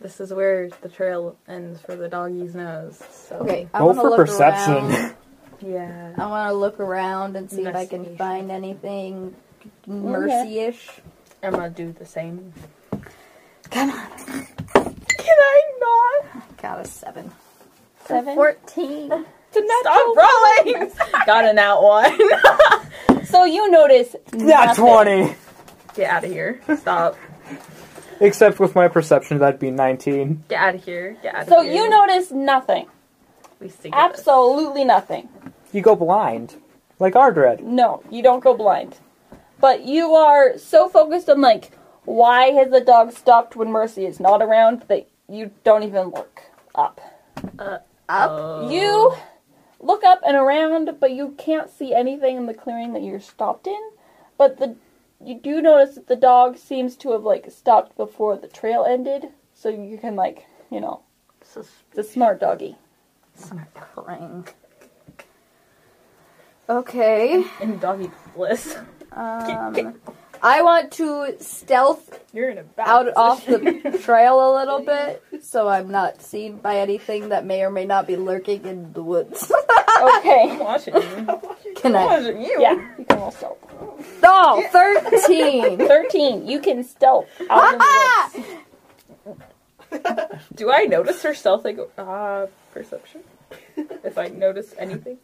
[SPEAKER 7] This is where the trail ends for the doggy's nose. So.
[SPEAKER 9] Okay, I
[SPEAKER 2] Roll
[SPEAKER 9] want to
[SPEAKER 2] for
[SPEAKER 9] look around.
[SPEAKER 2] perception.
[SPEAKER 7] Yeah.
[SPEAKER 9] I want to look around and see if I can
[SPEAKER 7] Investigation.
[SPEAKER 9] find anything mercy-ish.
[SPEAKER 7] I'm gonna do the same.
[SPEAKER 9] Come on,
[SPEAKER 7] Can I not?
[SPEAKER 9] got a seven.
[SPEAKER 3] Seven.
[SPEAKER 9] Fourteen.
[SPEAKER 7] Stop rolling! Got in that one.
[SPEAKER 3] So you notice
[SPEAKER 2] Not
[SPEAKER 3] nothing.
[SPEAKER 2] twenty.
[SPEAKER 7] Get out of here. Stop.
[SPEAKER 2] Except with my perception, that'd be nineteen.
[SPEAKER 7] Get out of here. Get out of
[SPEAKER 3] So
[SPEAKER 7] here.
[SPEAKER 3] you notice nothing.
[SPEAKER 7] We see this.
[SPEAKER 3] Absolutely nothing.
[SPEAKER 2] You go blind, like Ardred.
[SPEAKER 3] No, you don't go blind. But you are so focused on like why has the dog stopped when Mercy is not around that you don't even look up.
[SPEAKER 7] Oh.
[SPEAKER 3] You look up and around, but you can't see anything in the clearing that you're stopped in. But the you do notice that the dog seems to have like stopped before the trail ended, so you can like you know it's a smart doggy.
[SPEAKER 9] Clang. Okay.
[SPEAKER 7] in doggy bliss.
[SPEAKER 9] Um, I want to stealth
[SPEAKER 7] You're in a bad
[SPEAKER 9] out off the trail a little bit so I'm not seen by anything that may or may not be lurking in the woods.
[SPEAKER 3] Okay,
[SPEAKER 7] watching. you.
[SPEAKER 9] Can I?
[SPEAKER 7] watching you.
[SPEAKER 3] yeah, you can all stealth.
[SPEAKER 9] Oh, 13.
[SPEAKER 3] Thirteen, you can stealth out of
[SPEAKER 9] Ah,
[SPEAKER 3] the woods.
[SPEAKER 7] Do I notice her stealth? Like, uh, perception? if I notice anything?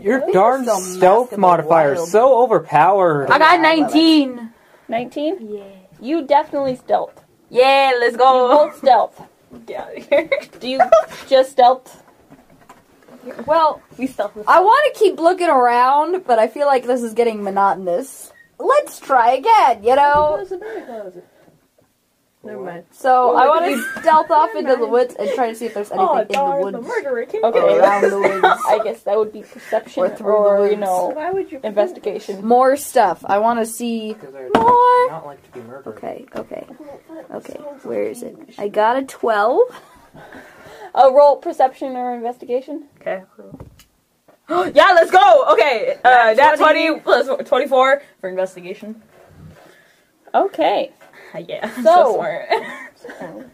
[SPEAKER 2] Your darn
[SPEAKER 9] so
[SPEAKER 2] stealth
[SPEAKER 9] maskable
[SPEAKER 2] modifier
[SPEAKER 9] wild.
[SPEAKER 2] is so overpowered.
[SPEAKER 9] I got 19.
[SPEAKER 3] Nineteen. Yeah. You definitely stealth.
[SPEAKER 7] Yeah, let's
[SPEAKER 3] You both stealth.
[SPEAKER 7] Get out of here.
[SPEAKER 3] Do you just stealth?
[SPEAKER 9] Well,
[SPEAKER 7] We stealth
[SPEAKER 1] Ah,
[SPEAKER 7] with
[SPEAKER 9] I want to keep looking around, but I feel like this is getting monotonous. Let's try again, you know?
[SPEAKER 6] Never mind.
[SPEAKER 9] So I want to stealth off into the woods and try to see if
[SPEAKER 6] Oh,
[SPEAKER 9] there's anything in the
[SPEAKER 7] the
[SPEAKER 9] woods.
[SPEAKER 7] murderer came
[SPEAKER 3] Okay.
[SPEAKER 9] or around the woods.
[SPEAKER 3] I guess that would be perception
[SPEAKER 9] Or
[SPEAKER 3] or,
[SPEAKER 9] through the
[SPEAKER 3] you
[SPEAKER 9] woods.
[SPEAKER 3] know
[SPEAKER 6] Why would you
[SPEAKER 3] investigation.
[SPEAKER 9] More stuff. I want to see
[SPEAKER 2] Because I
[SPEAKER 9] more.
[SPEAKER 2] not like to be murdered.
[SPEAKER 9] Okay, okay, okay. Where is it? I got a 12.
[SPEAKER 3] A roll perception or investigation.
[SPEAKER 7] Okay. yeah, let's go. Okay, uh, nat 20 plus 24 for investigation.
[SPEAKER 3] Okay.
[SPEAKER 7] Uh, yeah,
[SPEAKER 3] So-
[SPEAKER 7] I'm so smart.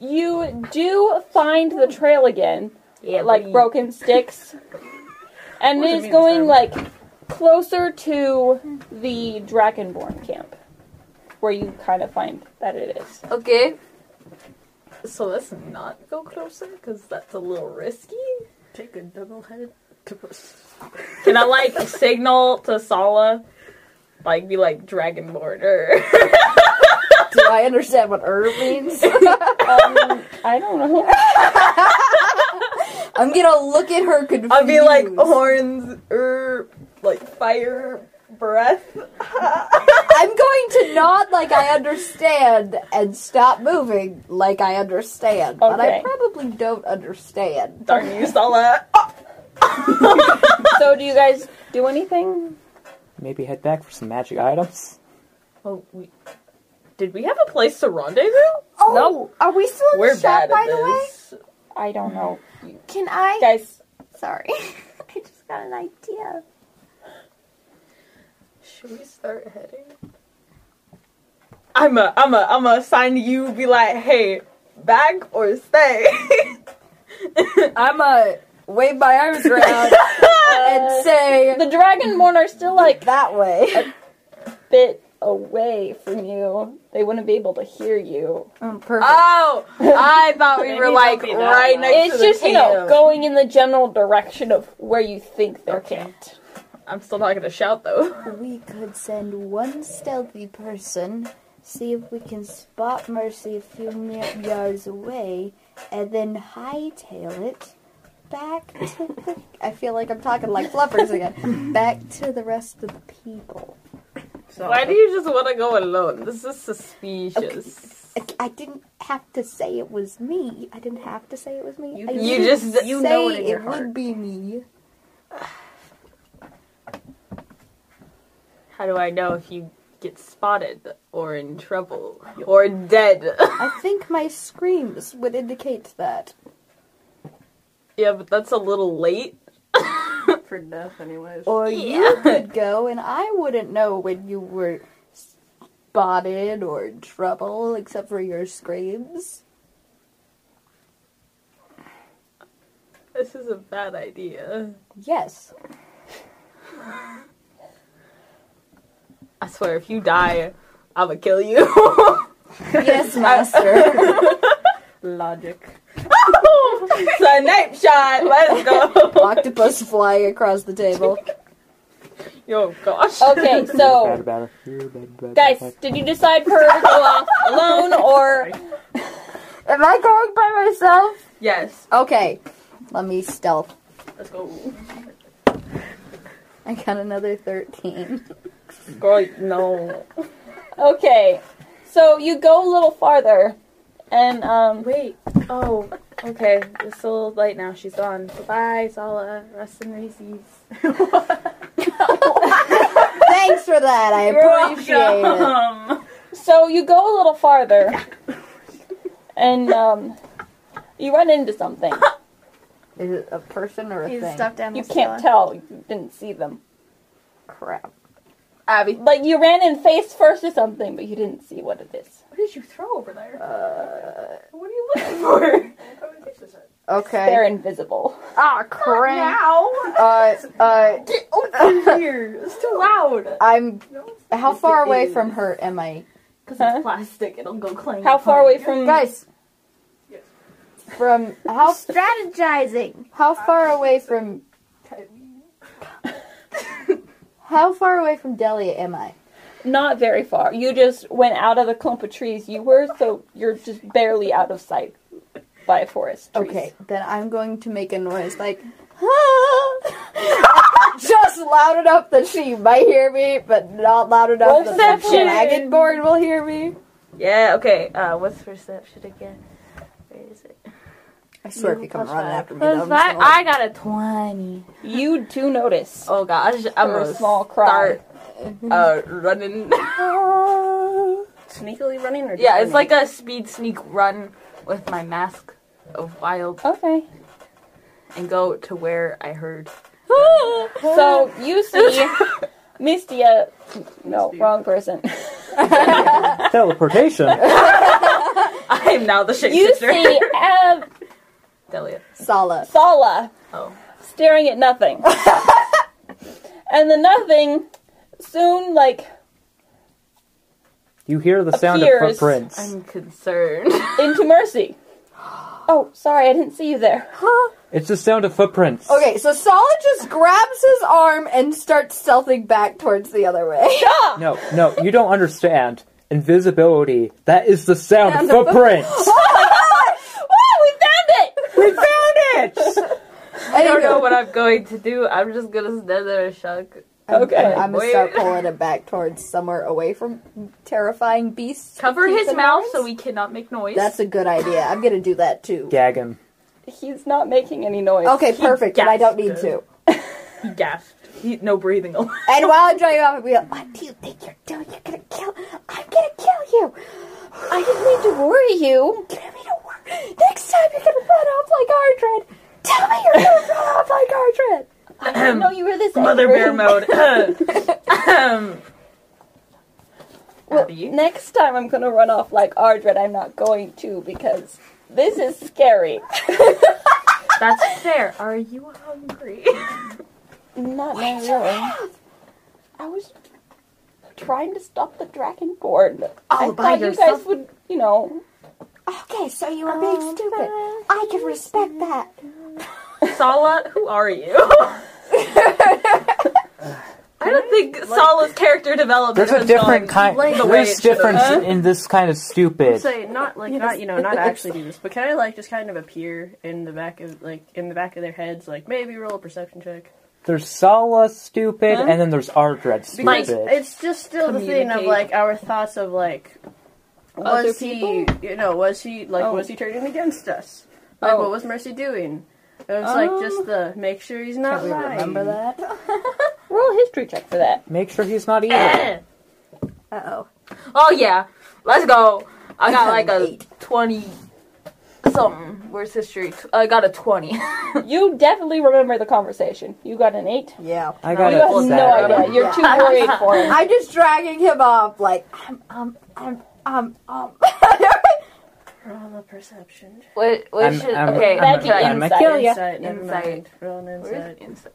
[SPEAKER 3] You do find the trail again,
[SPEAKER 7] yeah,
[SPEAKER 3] like broken sticks, and
[SPEAKER 6] What do you
[SPEAKER 3] it's
[SPEAKER 6] mean,
[SPEAKER 3] going
[SPEAKER 6] Sam?
[SPEAKER 3] like closer to the Dragonborn camp, where you kind of find that it is.
[SPEAKER 9] Okay.
[SPEAKER 7] So let's not go closer because that's a little risky.
[SPEAKER 6] take a double-headed octopus?
[SPEAKER 7] Can I like signal to Sala, like be like dragon border?
[SPEAKER 9] Do I understand what herb means?
[SPEAKER 3] Um, I don't know.
[SPEAKER 9] I'm gonna look at her confused.
[SPEAKER 7] I'll be like "Oh." horns or like fire breath.
[SPEAKER 9] I'm going to nod like I understand and stop moving like I understand. But I
[SPEAKER 3] Okay.
[SPEAKER 9] probably don't understand.
[SPEAKER 7] Darn you, Sala.
[SPEAKER 3] So, do you guys do anything?
[SPEAKER 2] Maybe head back for some magic items.
[SPEAKER 7] Oh, we, did we have a place to rendezvous?
[SPEAKER 5] Oh,
[SPEAKER 7] no,
[SPEAKER 5] are we still in
[SPEAKER 7] we're
[SPEAKER 5] the shop,
[SPEAKER 7] bad
[SPEAKER 5] by
[SPEAKER 7] at
[SPEAKER 5] the way?
[SPEAKER 7] this.
[SPEAKER 3] I don't know,
[SPEAKER 5] Can I?
[SPEAKER 3] guys.
[SPEAKER 5] Sorry. I just got an idea.
[SPEAKER 7] Should we start heading? I'm a, I'm a, I'm a sign to you. Be like, hey, back or stay.
[SPEAKER 9] I'm a wave my arms around and say
[SPEAKER 3] The Dragonborn are still like
[SPEAKER 9] that way.
[SPEAKER 3] bit away from you. They wouldn't be able to hear you.
[SPEAKER 9] Um, perfect.
[SPEAKER 7] oh, I thought we
[SPEAKER 6] Maybe
[SPEAKER 7] were
[SPEAKER 6] don't
[SPEAKER 7] like
[SPEAKER 6] be that
[SPEAKER 7] right
[SPEAKER 6] loud.
[SPEAKER 7] next
[SPEAKER 3] it's
[SPEAKER 7] to the
[SPEAKER 3] just, you know,
[SPEAKER 7] camp.
[SPEAKER 3] going in the general direction of where you think they're
[SPEAKER 7] Okay.
[SPEAKER 3] camped.
[SPEAKER 7] I'm still not gonna shout though.
[SPEAKER 9] We could send one stealthy person, see if we can spot Mercy a few mi- yards away, and then hightail it back to the. I feel like I'm talking like fluffers again. Back to the rest of the people.
[SPEAKER 6] So,
[SPEAKER 7] Why do you just want to go alone? This is suspicious.
[SPEAKER 9] I, I didn't have to say it was me. I didn't have to say it was me.
[SPEAKER 4] You
[SPEAKER 9] I
[SPEAKER 4] just-
[SPEAKER 7] You
[SPEAKER 9] did
[SPEAKER 7] just-
[SPEAKER 4] you
[SPEAKER 9] say
[SPEAKER 4] know it in your heart.
[SPEAKER 9] would be me.
[SPEAKER 7] How do I know if you get spotted or in trouble or dead?
[SPEAKER 9] I think my screams would indicate that.
[SPEAKER 7] yeah, but that's a little late.
[SPEAKER 6] for death, anyways.
[SPEAKER 9] Or you
[SPEAKER 7] Yeah.
[SPEAKER 9] could go and I wouldn't know when you were spotted or in trouble except for your screams.
[SPEAKER 7] This is a bad idea.
[SPEAKER 9] Yes.
[SPEAKER 7] I swear, if you die, I'ma kill you.
[SPEAKER 9] Yes, master.
[SPEAKER 6] Logic.
[SPEAKER 7] it's a nape shot. Let's go.
[SPEAKER 9] Octopus flying across the table.
[SPEAKER 7] Oh gosh.
[SPEAKER 3] Okay, so guys, did you decide for her to go off alone or
[SPEAKER 9] Am I going by myself?
[SPEAKER 7] Yes.
[SPEAKER 9] Okay. Let me stealth.
[SPEAKER 6] Let's go.
[SPEAKER 9] I got another 13.
[SPEAKER 7] Girl, no.
[SPEAKER 3] okay? So you go a little farther, and um,
[SPEAKER 7] Wait. Oh. Okay. It's a little late now. She's gone. Goodbye, Sala. Rest in Reese's.
[SPEAKER 9] Thanks for that. I appreciate it.
[SPEAKER 3] so you go a little farther, and um, you run into something.
[SPEAKER 9] Is it a person or a
[SPEAKER 5] He's
[SPEAKER 9] thing?
[SPEAKER 5] stuffed down
[SPEAKER 3] You
[SPEAKER 5] the
[SPEAKER 3] can't
[SPEAKER 5] cellar.
[SPEAKER 3] tell. You didn't see them.
[SPEAKER 9] Crap.
[SPEAKER 7] Abby.
[SPEAKER 3] Like you ran in face first to something, but you didn't see what it is.
[SPEAKER 6] What did you throw over there?
[SPEAKER 7] What are you looking
[SPEAKER 6] How
[SPEAKER 7] for?
[SPEAKER 6] would you use this?
[SPEAKER 3] They're
[SPEAKER 9] Okay.
[SPEAKER 3] invisible.
[SPEAKER 9] Ah, crap.
[SPEAKER 7] Ow.
[SPEAKER 9] Uh, uh,
[SPEAKER 6] Here, it's too loud.
[SPEAKER 9] I'm.
[SPEAKER 6] No,
[SPEAKER 9] How far away from her am I?
[SPEAKER 7] Because
[SPEAKER 3] Huh?
[SPEAKER 7] it's plastic, it'll go clang.
[SPEAKER 3] How far away from
[SPEAKER 9] Guys.
[SPEAKER 6] Yes.
[SPEAKER 9] From how
[SPEAKER 5] Strategizing.
[SPEAKER 9] how far away from how far away from Delia am I?
[SPEAKER 3] Not very far. You just went out of the clump of trees you were, so you're just barely out of sight by forest trees.
[SPEAKER 9] Okay, then I'm going to make a noise like just loud enough that she might hear me, but not loud enough that the
[SPEAKER 3] Perception.
[SPEAKER 9] dragonborn will hear me.
[SPEAKER 7] Yeah, okay. Uh, what's perception again? Where is it?
[SPEAKER 9] I swear if you come
[SPEAKER 7] Plus
[SPEAKER 9] running
[SPEAKER 7] five.
[SPEAKER 9] after me, though, I'm
[SPEAKER 7] Plus
[SPEAKER 9] just
[SPEAKER 7] five.
[SPEAKER 9] gonna,
[SPEAKER 7] I got a 20.
[SPEAKER 3] You do notice
[SPEAKER 7] Oh gosh, I'm
[SPEAKER 3] for
[SPEAKER 7] a
[SPEAKER 3] a small crowd.
[SPEAKER 7] start uh, running.
[SPEAKER 6] Sneakily running or
[SPEAKER 7] yeah, it's like a speed sneak run with my mask of wild
[SPEAKER 3] Okay.
[SPEAKER 7] and go to where I heard.
[SPEAKER 3] So you see Mistia. No,
[SPEAKER 6] Mistia.
[SPEAKER 3] wrong person.
[SPEAKER 2] Teleportation.
[SPEAKER 7] I am now the shapeshifter.
[SPEAKER 3] You see uh,
[SPEAKER 7] Delia.
[SPEAKER 9] Sala.
[SPEAKER 3] Sala
[SPEAKER 7] Oh.
[SPEAKER 3] staring at nothing. and the nothing soon, like,
[SPEAKER 2] You hear the sound of
[SPEAKER 3] Appears.
[SPEAKER 2] footprints.
[SPEAKER 7] I'm concerned.
[SPEAKER 3] into Mercy. Oh, sorry, I didn't see you there.
[SPEAKER 2] It's the sound of footprints.
[SPEAKER 9] Okay, so Sala just grabs his arm and starts stealthing back towards the other way.
[SPEAKER 2] No, no, you don't understand. Invisibility. That is the sound
[SPEAKER 9] Sound
[SPEAKER 2] of
[SPEAKER 9] of foot-
[SPEAKER 2] footprints.
[SPEAKER 3] Oh, we found it!
[SPEAKER 2] we found it.
[SPEAKER 9] I
[SPEAKER 7] I don't know what I'm going to do. I'm just gonna stand there and shrug.
[SPEAKER 3] Okay.
[SPEAKER 9] I'm gonna start
[SPEAKER 7] Wait.
[SPEAKER 9] pulling it back towards somewhere away from terrifying beasts.
[SPEAKER 7] Cover
[SPEAKER 9] Keep
[SPEAKER 7] his
[SPEAKER 9] them
[SPEAKER 7] mouth
[SPEAKER 9] honest.
[SPEAKER 7] so we cannot make noise.
[SPEAKER 9] That's a good idea. I'm gonna do that too.
[SPEAKER 2] Gag him.
[SPEAKER 3] He's not making any noise.
[SPEAKER 9] Okay, perfect. And I don't need to.
[SPEAKER 7] he gasped. He, no breathing allowed.
[SPEAKER 9] And while I'm driving off, I'll be like, "What do you think you're doing? You're gonna kill. I'm gonna kill you.
[SPEAKER 1] I didn't mean to worry you.
[SPEAKER 9] You're gonna be to work. Next time you're gonna run off like Ardred. Tell me you're gonna run off like Ardred.
[SPEAKER 1] I didn't know you were this
[SPEAKER 7] Mother
[SPEAKER 1] angry.
[SPEAKER 7] bear mode. um,
[SPEAKER 3] Well,
[SPEAKER 7] Abby.
[SPEAKER 3] next time I'm gonna run off like Ardred. I'm not going to because this is scary.
[SPEAKER 7] That's fair. Are you hungry?
[SPEAKER 3] Not now, really. I was trying to stop the dragonborn. I
[SPEAKER 9] All by
[SPEAKER 3] thought you
[SPEAKER 9] yourself.
[SPEAKER 3] guys would, you know.
[SPEAKER 9] Okay, so you are
[SPEAKER 5] Oh,
[SPEAKER 9] being stupid. I can respect that.
[SPEAKER 7] Sala, who are you? I don't think Sala's character development.
[SPEAKER 2] There's a
[SPEAKER 7] has
[SPEAKER 2] different
[SPEAKER 7] gone
[SPEAKER 2] kind.
[SPEAKER 7] the way it
[SPEAKER 2] There's
[SPEAKER 7] should have.
[SPEAKER 2] difference in this kind of stupid.
[SPEAKER 6] say not like not you know not actually do this, but can I like just kind of appear in the back of like in the back of their heads, like maybe roll a perception check.
[SPEAKER 2] There's Sala stupid, and then there's Ardred stupid.
[SPEAKER 6] Because it's just still the thing of
[SPEAKER 7] Communicate.
[SPEAKER 6] like our thoughts of like other
[SPEAKER 4] was he,
[SPEAKER 6] people?
[SPEAKER 4] you know, was he like,
[SPEAKER 6] Oh.
[SPEAKER 4] was he turning against us? Like,
[SPEAKER 6] Oh.
[SPEAKER 4] what was Mercy doing? It was like just the
[SPEAKER 7] Um,
[SPEAKER 4] make sure he's not
[SPEAKER 9] we
[SPEAKER 4] lying.
[SPEAKER 9] remember that?
[SPEAKER 3] Roll a history check for that.
[SPEAKER 2] Make sure he's not evil.
[SPEAKER 9] Uh oh.
[SPEAKER 7] Oh yeah, let's go. I got like a twenty something. Where's history? Tw- I got a twenty.
[SPEAKER 3] You definitely remember the conversation. You got an eight.
[SPEAKER 1] Yeah.
[SPEAKER 2] I got
[SPEAKER 3] you
[SPEAKER 2] it.
[SPEAKER 3] have no
[SPEAKER 2] Saturday.
[SPEAKER 3] idea. You're too worried for him.
[SPEAKER 1] I'm just dragging him off, like, um, um, um, um, um.
[SPEAKER 4] Roll a perception.
[SPEAKER 7] What? What
[SPEAKER 2] I'm-
[SPEAKER 7] should?
[SPEAKER 2] I'm-
[SPEAKER 7] okay,
[SPEAKER 3] That'd be
[SPEAKER 2] I'm- I'm-
[SPEAKER 3] inside.
[SPEAKER 2] Yeah,
[SPEAKER 4] Oh,
[SPEAKER 2] yeah.
[SPEAKER 4] Insight, never
[SPEAKER 7] Insight.
[SPEAKER 4] mind. Roll an
[SPEAKER 7] Where's
[SPEAKER 4] insight.
[SPEAKER 7] inside?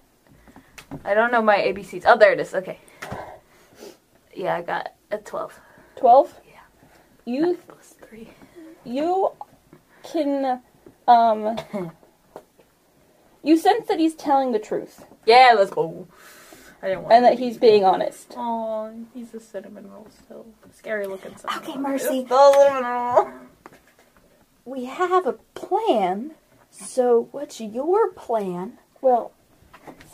[SPEAKER 7] I don't know my ABCs. Oh, there it is. Okay. Yeah, I got a twelve.
[SPEAKER 3] Twelve.
[SPEAKER 7] Yeah.
[SPEAKER 3] You
[SPEAKER 7] Plus three.
[SPEAKER 3] you can um you sense that he's telling the truth
[SPEAKER 7] Yeah, let's go. I didn't want.
[SPEAKER 3] and that he's being honest.
[SPEAKER 7] Oh, he's a cinnamon roll still. Scary looking cinnamon.
[SPEAKER 9] Okay, Mercy.
[SPEAKER 7] Still cinnamon roll.
[SPEAKER 9] We have a plan. So what's your plan?
[SPEAKER 3] Well,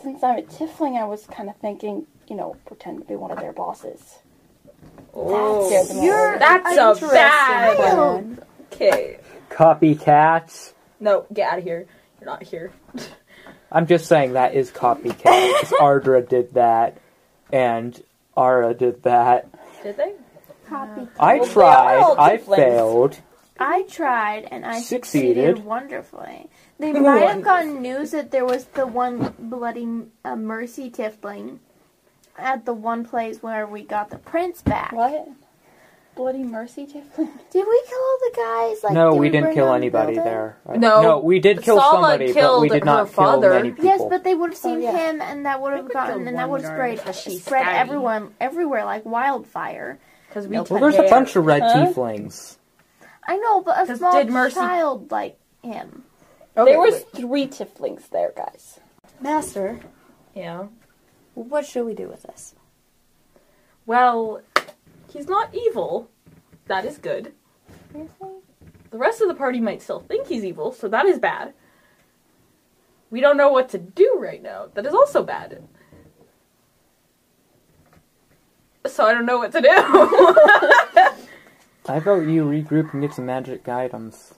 [SPEAKER 3] since I'm a tiefling, I was kind of thinking, you know, pretend to be one of their bosses. Scare them
[SPEAKER 9] You're
[SPEAKER 3] away.
[SPEAKER 7] That's a bad
[SPEAKER 9] plan.
[SPEAKER 7] Okay.
[SPEAKER 2] Copycats.
[SPEAKER 7] No, get out of here. You're not here.
[SPEAKER 2] I'm just saying that is copycat. 'cause Ardra did that, and Ara did that.
[SPEAKER 7] Did they?
[SPEAKER 2] I
[SPEAKER 3] Well, they are
[SPEAKER 2] tried.
[SPEAKER 3] all
[SPEAKER 2] I
[SPEAKER 3] different.
[SPEAKER 2] failed.
[SPEAKER 5] I tried and I
[SPEAKER 2] Succeeded.
[SPEAKER 5] succeeded, wonderfully. They might have gotten news that there was the one bloody uh, mercy tiffling at the one place where we got the prince back.
[SPEAKER 3] What? Bloody mercy, tiefling.
[SPEAKER 5] Did we kill all the guys? Like,
[SPEAKER 2] no,
[SPEAKER 5] did
[SPEAKER 2] we didn't
[SPEAKER 5] bring
[SPEAKER 2] kill
[SPEAKER 5] down the
[SPEAKER 2] anybody
[SPEAKER 5] building?
[SPEAKER 2] there.
[SPEAKER 7] No.
[SPEAKER 2] no, we did kill
[SPEAKER 7] Sala
[SPEAKER 2] somebody, but we
[SPEAKER 7] killed
[SPEAKER 2] did not
[SPEAKER 7] her
[SPEAKER 2] kill
[SPEAKER 7] father.
[SPEAKER 2] many people.
[SPEAKER 5] Yes, but they
[SPEAKER 9] Oh,
[SPEAKER 5] would have seen
[SPEAKER 3] yeah.
[SPEAKER 5] him, and that would have gotten, and that would have spread, spread
[SPEAKER 7] stabby.
[SPEAKER 5] everyone everywhere like wildfire.
[SPEAKER 7] Because we.
[SPEAKER 2] well, there's a bunch of red
[SPEAKER 3] Huh?
[SPEAKER 2] tieflings.
[SPEAKER 5] I know, but a
[SPEAKER 7] 'Cause
[SPEAKER 5] small
[SPEAKER 7] did Mercy-
[SPEAKER 5] child like him.
[SPEAKER 3] there was three tieflings there, guys.
[SPEAKER 9] Master,
[SPEAKER 7] Yeah.
[SPEAKER 9] what should we do with this?
[SPEAKER 7] Well, he's not evil. That is good. The rest of the party might still think he's evil, so that is bad. We don't know what to do right now. That is also bad. So I don't know what to do.
[SPEAKER 2] I vote you regroup and get some magic items.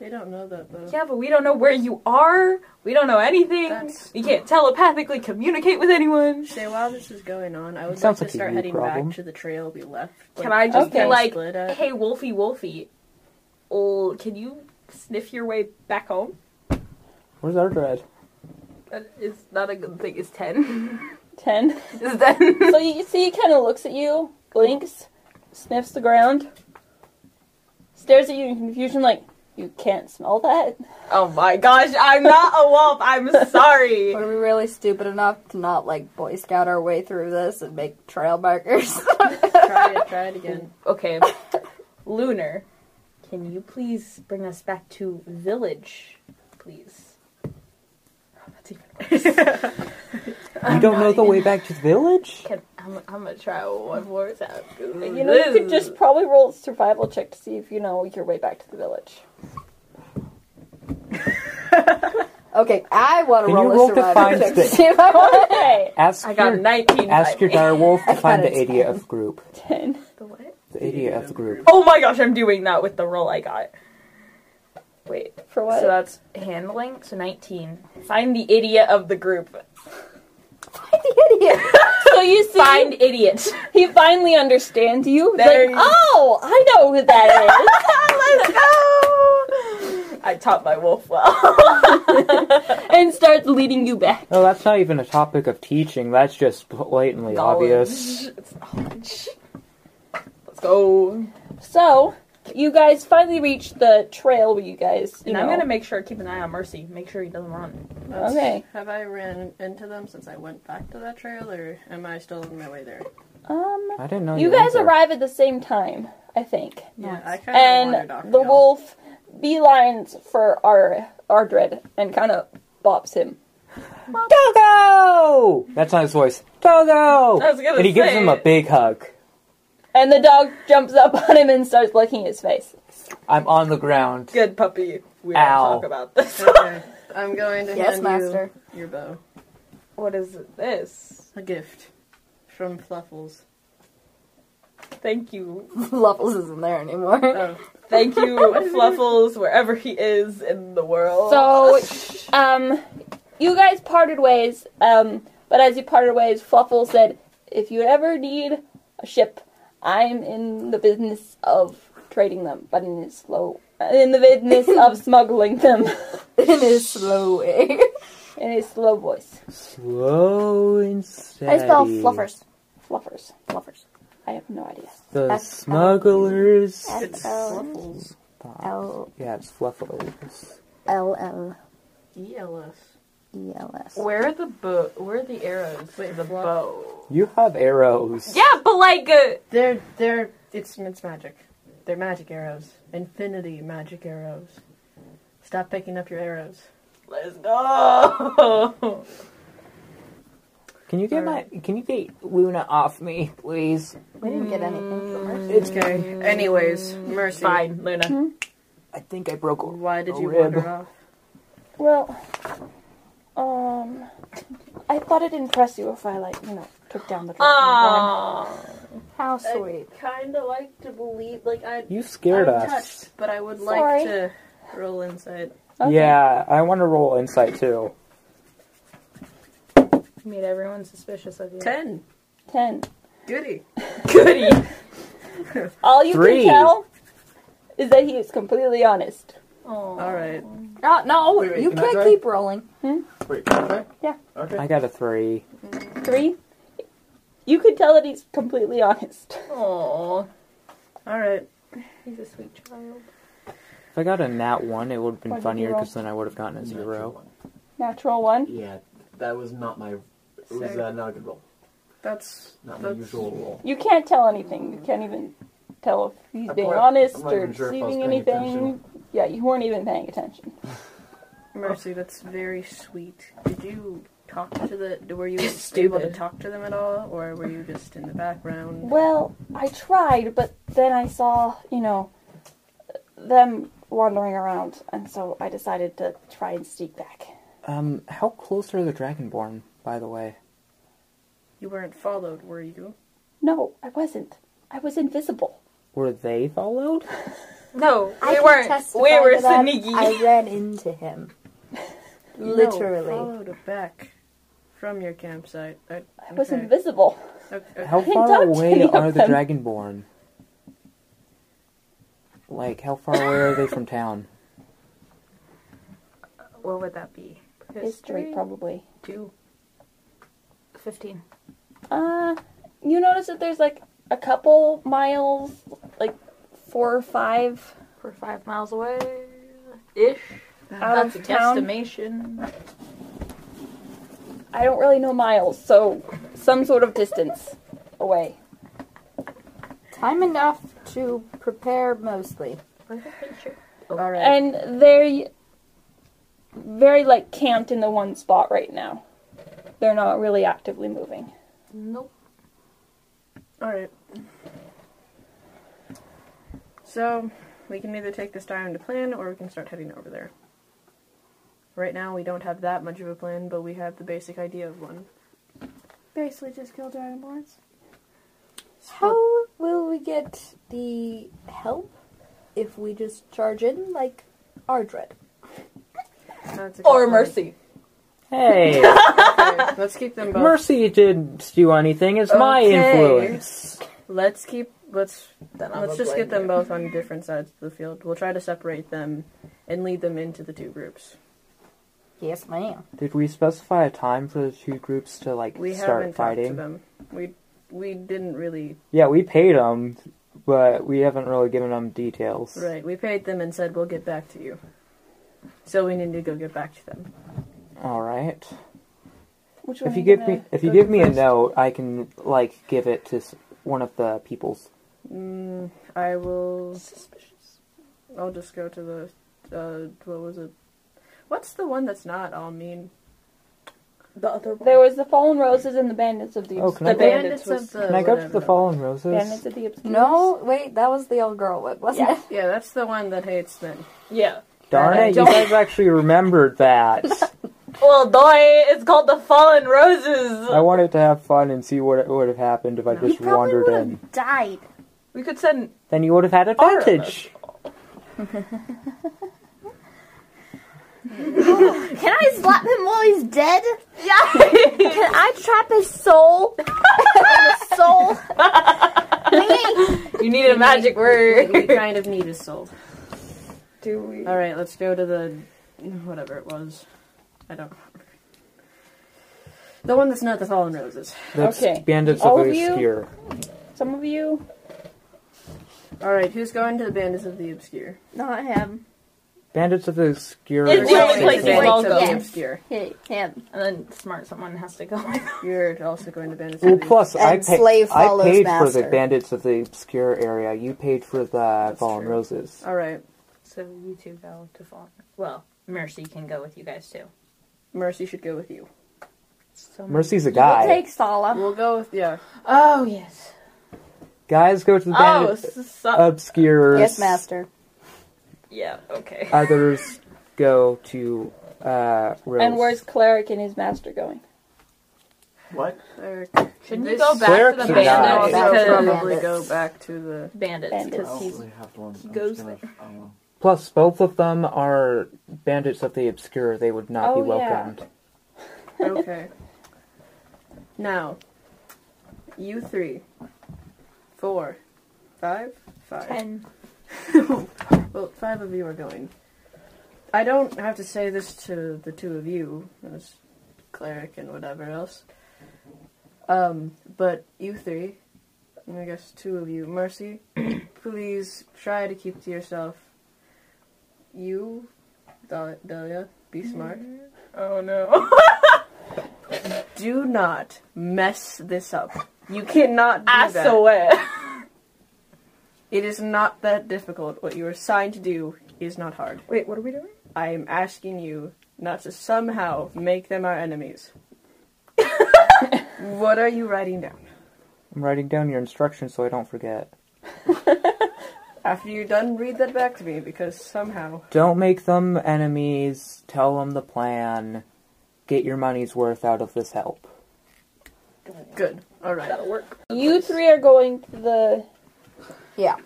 [SPEAKER 4] They don't know that though.
[SPEAKER 7] yeah, but we don't know where you are. We don't know anything.
[SPEAKER 4] That's-
[SPEAKER 7] We can't telepathically communicate with anyone.
[SPEAKER 4] Say while this is going on, I would like
[SPEAKER 2] Sounds
[SPEAKER 4] to
[SPEAKER 2] like a
[SPEAKER 4] start
[SPEAKER 2] you
[SPEAKER 4] heading
[SPEAKER 2] problem.
[SPEAKER 4] back to the trail we left.
[SPEAKER 7] Can I just
[SPEAKER 3] Okay.
[SPEAKER 7] be like,
[SPEAKER 4] Split up.
[SPEAKER 7] hey, Wolfie, Wolfie, oh, can you sniff your way back home?
[SPEAKER 2] Where's our dread?
[SPEAKER 7] That is not a good thing. It's ten.
[SPEAKER 3] Ten.
[SPEAKER 7] It's ten.
[SPEAKER 3] so you see, he kind of looks at you, blinks, sniffs the ground, stares at you in confusion, like you can't smell that.
[SPEAKER 7] oh my gosh! I'm not a wolf. I'm sorry.
[SPEAKER 1] Were we really stupid enough to not, like, Boy Scout our way through this and make trail markers?
[SPEAKER 4] try it? Try it again.
[SPEAKER 7] okay, Lunar, can you please bring us back to village, please? Oh, that's even worse.
[SPEAKER 2] You don't know the way back to the village?
[SPEAKER 7] Can, I'm, I'm gonna try one more time.
[SPEAKER 3] You know, you could just probably roll a survival check to see if you know your way back to the village.
[SPEAKER 1] okay, I want to
[SPEAKER 2] Can you
[SPEAKER 1] roll a
[SPEAKER 2] roll to
[SPEAKER 1] survival
[SPEAKER 2] find
[SPEAKER 1] check
[SPEAKER 2] the-
[SPEAKER 1] to see if I want
[SPEAKER 3] Okay.
[SPEAKER 2] Ask
[SPEAKER 7] I got
[SPEAKER 2] your,
[SPEAKER 7] 19.
[SPEAKER 2] ask your dire wolf to
[SPEAKER 1] got
[SPEAKER 2] find the
[SPEAKER 1] a
[SPEAKER 2] idiot of group.
[SPEAKER 3] Ten.
[SPEAKER 7] The what?
[SPEAKER 2] The idiot of group.
[SPEAKER 7] Oh my gosh! I'm doing that with the roll I got. Wait.
[SPEAKER 3] For what?
[SPEAKER 7] So that's handling. So 19. Find the idiot of the group.
[SPEAKER 1] the idiot.
[SPEAKER 3] So you see,
[SPEAKER 7] Find idiot.
[SPEAKER 3] he finally understands you. He's
[SPEAKER 7] There
[SPEAKER 3] like,
[SPEAKER 7] you-
[SPEAKER 3] oh, I know who that is.
[SPEAKER 7] Let's go! I taught my wolf well.
[SPEAKER 3] and starts leading you back.
[SPEAKER 2] No, Oh, that's not even a topic of teaching. That's just blatantly obvious.
[SPEAKER 7] Knowledge. It's knowledge. Let's go.
[SPEAKER 3] So you guys finally reach the trail where you guys. You
[SPEAKER 7] And
[SPEAKER 3] know,
[SPEAKER 7] I'm gonna make sure keep an eye on Mercy. Make sure he doesn't run.
[SPEAKER 4] Let's-
[SPEAKER 3] Okay.
[SPEAKER 4] Have I ran into them since I went back to that trail, or am I still on my way there?
[SPEAKER 3] um.
[SPEAKER 2] I
[SPEAKER 7] Oh,
[SPEAKER 2] didn't know
[SPEAKER 3] You
[SPEAKER 2] were
[SPEAKER 3] guys
[SPEAKER 2] there.
[SPEAKER 3] arrive at the same time, I think,
[SPEAKER 4] Yeah, I kind of wandered
[SPEAKER 3] and
[SPEAKER 4] off.
[SPEAKER 3] the
[SPEAKER 4] y'all.
[SPEAKER 3] wolf beelines for our Ardred and kind of bops him.
[SPEAKER 2] Togo! That's not his voice. Togo!
[SPEAKER 7] I was gonna
[SPEAKER 2] and he gives
[SPEAKER 7] say
[SPEAKER 2] him a
[SPEAKER 7] it.
[SPEAKER 2] big hug.
[SPEAKER 3] And the dog jumps up on him and starts licking his face.
[SPEAKER 2] I'm on the ground.
[SPEAKER 7] Good puppy. We
[SPEAKER 2] Ow.
[SPEAKER 7] don't talk about this.
[SPEAKER 4] Okay. I'm going to
[SPEAKER 1] Yes,
[SPEAKER 4] hand
[SPEAKER 1] master.
[SPEAKER 4] you your bow.
[SPEAKER 7] what is this?
[SPEAKER 4] A gift from Fluffles.
[SPEAKER 7] Thank you.
[SPEAKER 10] Luffles isn't there anymore.
[SPEAKER 7] Thank you, Fluffles, wherever he is in the world.
[SPEAKER 3] So, um, you guys parted ways, um, but as you parted ways, Fluffle said, if you ever need a ship, I'm in the business of trading them, but in a slow, in the business of smuggling them
[SPEAKER 10] In his slow way.
[SPEAKER 3] in a slow voice.
[SPEAKER 2] Slow and
[SPEAKER 9] I
[SPEAKER 2] steady.
[SPEAKER 9] spell fluffers.
[SPEAKER 3] Fluffers, fluffers. I have no idea.
[SPEAKER 2] The
[SPEAKER 9] F-
[SPEAKER 2] smugglers.
[SPEAKER 9] F O L
[SPEAKER 2] Yeah, it's fluffles.
[SPEAKER 9] L L
[SPEAKER 4] ELS.
[SPEAKER 9] E L S.
[SPEAKER 7] Where are the bow? Where are the arrows? Wait, the bow.
[SPEAKER 2] You have arrows.
[SPEAKER 7] Yeah, but like, uh,
[SPEAKER 6] They're they're it's it's magic. They're magic arrows. Infinity magic arrows. Stop picking up your arrows.
[SPEAKER 7] let's go.
[SPEAKER 2] Can you get my? Can you get Luna off me, please?
[SPEAKER 9] We didn't get anything from her.
[SPEAKER 6] It's okay. Anyways, Mercy.
[SPEAKER 7] Fine, Luna.
[SPEAKER 2] I think I broke. a-
[SPEAKER 6] Why did you
[SPEAKER 2] Rib.
[SPEAKER 6] wander off?
[SPEAKER 3] Well, um, I thought it'd impress you if I, like, you know, took down the dragon.
[SPEAKER 7] Ah. Aww. Uh,
[SPEAKER 10] How sweet.
[SPEAKER 4] Kind of like to believe, like I.
[SPEAKER 2] You scared
[SPEAKER 4] I'm
[SPEAKER 2] us.
[SPEAKER 4] touched, but I would
[SPEAKER 3] Sorry.
[SPEAKER 4] like to roll inside.
[SPEAKER 3] Okay.
[SPEAKER 2] Yeah, I want to roll insight too.
[SPEAKER 7] Made everyone suspicious of you.
[SPEAKER 4] Ten.
[SPEAKER 3] Ten.
[SPEAKER 4] Goody.
[SPEAKER 7] Goody.
[SPEAKER 3] All you
[SPEAKER 2] Three.
[SPEAKER 3] can tell is that he is completely honest.
[SPEAKER 7] Aww.
[SPEAKER 4] All right.
[SPEAKER 10] Oh, no,
[SPEAKER 8] Wait, wait,
[SPEAKER 10] you
[SPEAKER 8] can I
[SPEAKER 10] can't
[SPEAKER 8] try?
[SPEAKER 10] keep rolling.
[SPEAKER 8] Wait, can I try?
[SPEAKER 3] Yeah.
[SPEAKER 8] Okay.
[SPEAKER 2] I got a three.
[SPEAKER 3] Three. You could tell that he's completely honest.
[SPEAKER 7] Aww.
[SPEAKER 6] All right.
[SPEAKER 7] He's a sweet child.
[SPEAKER 2] If I got a nat one, it would have
[SPEAKER 3] What
[SPEAKER 2] been
[SPEAKER 3] did
[SPEAKER 2] funnier
[SPEAKER 3] you roll?
[SPEAKER 2] because then I would have gotten a zero.
[SPEAKER 3] Natural one.
[SPEAKER 8] Yeah, that was not my. It was
[SPEAKER 6] Sorry.
[SPEAKER 8] uh, not a good roll.
[SPEAKER 6] That's
[SPEAKER 8] Not my
[SPEAKER 6] that's
[SPEAKER 8] usual roll.
[SPEAKER 3] You can't tell anything. You can't even tell if he's
[SPEAKER 8] I'm
[SPEAKER 3] being
[SPEAKER 8] not-
[SPEAKER 3] honest
[SPEAKER 8] I'm not
[SPEAKER 3] or
[SPEAKER 8] even sure if I
[SPEAKER 3] receiving
[SPEAKER 8] was paying
[SPEAKER 3] anything.
[SPEAKER 8] attention.
[SPEAKER 3] Yeah, you weren't even paying attention.
[SPEAKER 6] Mercy. That's very sweet. Did you talk to the? Were you able
[SPEAKER 7] stupid.
[SPEAKER 6] to talk to them at all, or were you just in the background?
[SPEAKER 3] Well, I tried, but then I saw, you know, them wandering around, and so I decided to try and sneak back.
[SPEAKER 2] Um, how close are the Dragonborn, by the way?
[SPEAKER 6] You weren't followed, were you?
[SPEAKER 3] No, I wasn't. I was invisible.
[SPEAKER 2] Were they followed?
[SPEAKER 7] No, we
[SPEAKER 9] I can
[SPEAKER 7] weren't.
[SPEAKER 9] testify
[SPEAKER 7] We were
[SPEAKER 9] to that.
[SPEAKER 7] sneaky.
[SPEAKER 9] I ran into him. Literally.
[SPEAKER 6] No, followed back from your campsite. I,
[SPEAKER 3] I was
[SPEAKER 6] okay.
[SPEAKER 3] invisible.
[SPEAKER 6] Okay.
[SPEAKER 2] How
[SPEAKER 3] I
[SPEAKER 2] far
[SPEAKER 3] don't
[SPEAKER 2] away
[SPEAKER 3] any of
[SPEAKER 2] are the
[SPEAKER 3] them.
[SPEAKER 2] Dragonborn? Like, how far away are they from town?
[SPEAKER 7] What would that be?
[SPEAKER 3] History, probably.
[SPEAKER 7] Two. Fifteen.
[SPEAKER 3] Uh, you notice that there's like a couple miles, like four or five.
[SPEAKER 7] We're five miles away. Ish.
[SPEAKER 6] Uh,
[SPEAKER 3] Out
[SPEAKER 7] That's
[SPEAKER 3] of
[SPEAKER 7] a
[SPEAKER 3] town.
[SPEAKER 7] estimation.
[SPEAKER 3] I don't really know miles, so some sort of distance away.
[SPEAKER 10] Time enough to prepare mostly.
[SPEAKER 6] All right.
[SPEAKER 3] And they're y- very like camped in the one spot right now. They're not really actively moving.
[SPEAKER 7] Nope.
[SPEAKER 6] All right. So we can either take this time to plan, or we can start heading over there. Right now, we don't have that much of a plan, but we have the basic idea of one.
[SPEAKER 5] Basically, just kill dragonborns.
[SPEAKER 10] How will we get the help if we just charge in like Ardred?
[SPEAKER 6] That's a good
[SPEAKER 7] Or
[SPEAKER 6] point.
[SPEAKER 7] mercy.
[SPEAKER 2] Hey,
[SPEAKER 6] Okay, let's keep them both.
[SPEAKER 2] Mercy didn't do anything. It's my
[SPEAKER 6] Okay.
[SPEAKER 2] influence.
[SPEAKER 6] Let's keep. Let's
[SPEAKER 7] Then I'll
[SPEAKER 6] let's
[SPEAKER 7] go
[SPEAKER 6] just
[SPEAKER 7] blame
[SPEAKER 6] get them
[SPEAKER 7] you.
[SPEAKER 6] both on different sides of the field. We'll try to separate them and lead them into the two groups.
[SPEAKER 10] Yes, ma'am.
[SPEAKER 2] Did we specify a time for the two groups to like
[SPEAKER 6] We
[SPEAKER 2] start
[SPEAKER 6] haven't talked to
[SPEAKER 2] fighting?
[SPEAKER 6] them. We we didn't really.
[SPEAKER 2] Yeah, we paid them, but we haven't really given them details.
[SPEAKER 6] Right. We paid them and said we'll get back to you. So we need to go get back to them.
[SPEAKER 2] All right.
[SPEAKER 3] Which one
[SPEAKER 2] If you
[SPEAKER 3] are
[SPEAKER 2] give
[SPEAKER 3] gonna-
[SPEAKER 2] me if you
[SPEAKER 6] go to
[SPEAKER 2] give me a
[SPEAKER 6] first?
[SPEAKER 2] note, I can like give it to s- one of the peoples.
[SPEAKER 6] Mm, I will. I'll just go to the. Uh, what was it? What's the one that's not all mean?
[SPEAKER 7] The other
[SPEAKER 3] There was the fallen roses and the bandits of the
[SPEAKER 2] Oh,
[SPEAKER 3] obscure.
[SPEAKER 2] can I
[SPEAKER 6] the
[SPEAKER 2] go-
[SPEAKER 6] bandits of the.
[SPEAKER 2] Can I go to the
[SPEAKER 6] Oh, whatever.
[SPEAKER 2] Fallen Roses?
[SPEAKER 3] bandits of the obscure.
[SPEAKER 10] No, wait, that was the old girl whip, wasn't it?
[SPEAKER 6] Yeah, that's the one that hates men.
[SPEAKER 7] Yeah.
[SPEAKER 2] Darn
[SPEAKER 6] I
[SPEAKER 2] it! You
[SPEAKER 6] don't-
[SPEAKER 2] guys actually remembered that.
[SPEAKER 7] Well, doy, it's called the Fallen Roses.
[SPEAKER 2] I wanted to have fun and see what would have happened if I
[SPEAKER 5] You
[SPEAKER 2] just
[SPEAKER 5] probably
[SPEAKER 2] wandered
[SPEAKER 5] would
[SPEAKER 2] in.
[SPEAKER 5] have died.
[SPEAKER 7] We could send.
[SPEAKER 2] Then you would have had
[SPEAKER 7] All of
[SPEAKER 2] advantage.
[SPEAKER 5] Can I slap him while he's dead? Yeah. Can I trap his soul? his soul. Thingy.
[SPEAKER 7] You need a magic
[SPEAKER 6] We
[SPEAKER 7] word.
[SPEAKER 6] kind of need a soul.
[SPEAKER 7] Do we?
[SPEAKER 6] All right, let's go to the whatever it was. I don't. remember. The one that's not the Fallen Roses.
[SPEAKER 2] That's
[SPEAKER 3] Okay.
[SPEAKER 2] bandits
[SPEAKER 3] All
[SPEAKER 2] of
[SPEAKER 3] of you?
[SPEAKER 2] obscure.
[SPEAKER 3] Some of you.
[SPEAKER 6] All right, who's going to the Bandits of the Obscure?
[SPEAKER 5] Not him.
[SPEAKER 2] Bandits of the obscure.
[SPEAKER 7] It's the only place
[SPEAKER 6] Bandits
[SPEAKER 7] we've all
[SPEAKER 6] of the
[SPEAKER 7] gone.
[SPEAKER 6] Obscure.
[SPEAKER 5] Hey, him.
[SPEAKER 7] And then smart someone has to go.
[SPEAKER 6] You're also going to Bandits
[SPEAKER 2] Well,
[SPEAKER 6] of the
[SPEAKER 2] plus I,
[SPEAKER 9] And
[SPEAKER 2] pay,
[SPEAKER 9] slave
[SPEAKER 2] I
[SPEAKER 9] follows
[SPEAKER 2] paid for the
[SPEAKER 9] master.
[SPEAKER 2] bandits of the obscure area. You paid for the fallen
[SPEAKER 6] true.
[SPEAKER 2] roses.
[SPEAKER 6] All right,
[SPEAKER 7] so you two go to Fallen. Well, Mercy can go with you guys too.
[SPEAKER 6] Mercy should go with you.
[SPEAKER 7] So
[SPEAKER 2] Mercy's a
[SPEAKER 11] We'll
[SPEAKER 2] guy.
[SPEAKER 11] take Sala.
[SPEAKER 6] We'll go with yeah.
[SPEAKER 7] Oh yes.
[SPEAKER 2] Guys go to the
[SPEAKER 7] Oh,
[SPEAKER 2] bandits
[SPEAKER 7] s- so,
[SPEAKER 2] uh, obscure.
[SPEAKER 9] Yes, master.
[SPEAKER 7] yeah. Okay.
[SPEAKER 2] uh, Others go to uh, Rose.
[SPEAKER 3] And where's Cleric and his master going?
[SPEAKER 8] What?
[SPEAKER 6] Cleric.
[SPEAKER 7] Shouldn't you
[SPEAKER 6] This-
[SPEAKER 7] go back
[SPEAKER 2] Where
[SPEAKER 7] to the
[SPEAKER 2] can I-
[SPEAKER 7] bandits?
[SPEAKER 6] I'll
[SPEAKER 7] Because
[SPEAKER 6] probably
[SPEAKER 9] Bandits.
[SPEAKER 6] go back to the.
[SPEAKER 7] bandits.
[SPEAKER 3] Bandits.
[SPEAKER 7] because
[SPEAKER 8] I don't
[SPEAKER 7] he's-
[SPEAKER 8] really have one. I'm
[SPEAKER 7] goes
[SPEAKER 8] just gonna, I don't know.
[SPEAKER 2] Plus, both of them are bandits of the obscure. They would not
[SPEAKER 3] Oh,
[SPEAKER 2] be
[SPEAKER 3] yeah.
[SPEAKER 2] welcomed.
[SPEAKER 6] Okay. now, you three, four, five, five.
[SPEAKER 5] Ten.
[SPEAKER 6] well, five of you are going. I don't have to say this to the two of you, as cleric and whatever else. Um, but you three, and I guess two of you, Mercy, please try to keep to yourself. You, Dal- Dahlia, be smart.
[SPEAKER 7] Oh no.
[SPEAKER 6] Do not mess this up. You cannot do
[SPEAKER 7] I
[SPEAKER 6] that.
[SPEAKER 7] swear.
[SPEAKER 6] It is not that difficult. What you are assigned to do is not hard.
[SPEAKER 3] Wait, what are we doing?
[SPEAKER 6] I am asking you not to somehow make them our enemies. what are you writing down?
[SPEAKER 2] I'm writing down your instructions so I don't forget.
[SPEAKER 6] After you're done, read that back to me because somehow.
[SPEAKER 2] Don't make them enemies. Tell them the plan. Get your money's worth out of this help.
[SPEAKER 6] Good. Alright.
[SPEAKER 7] That'll work.
[SPEAKER 3] You three are going to the
[SPEAKER 9] Yeah.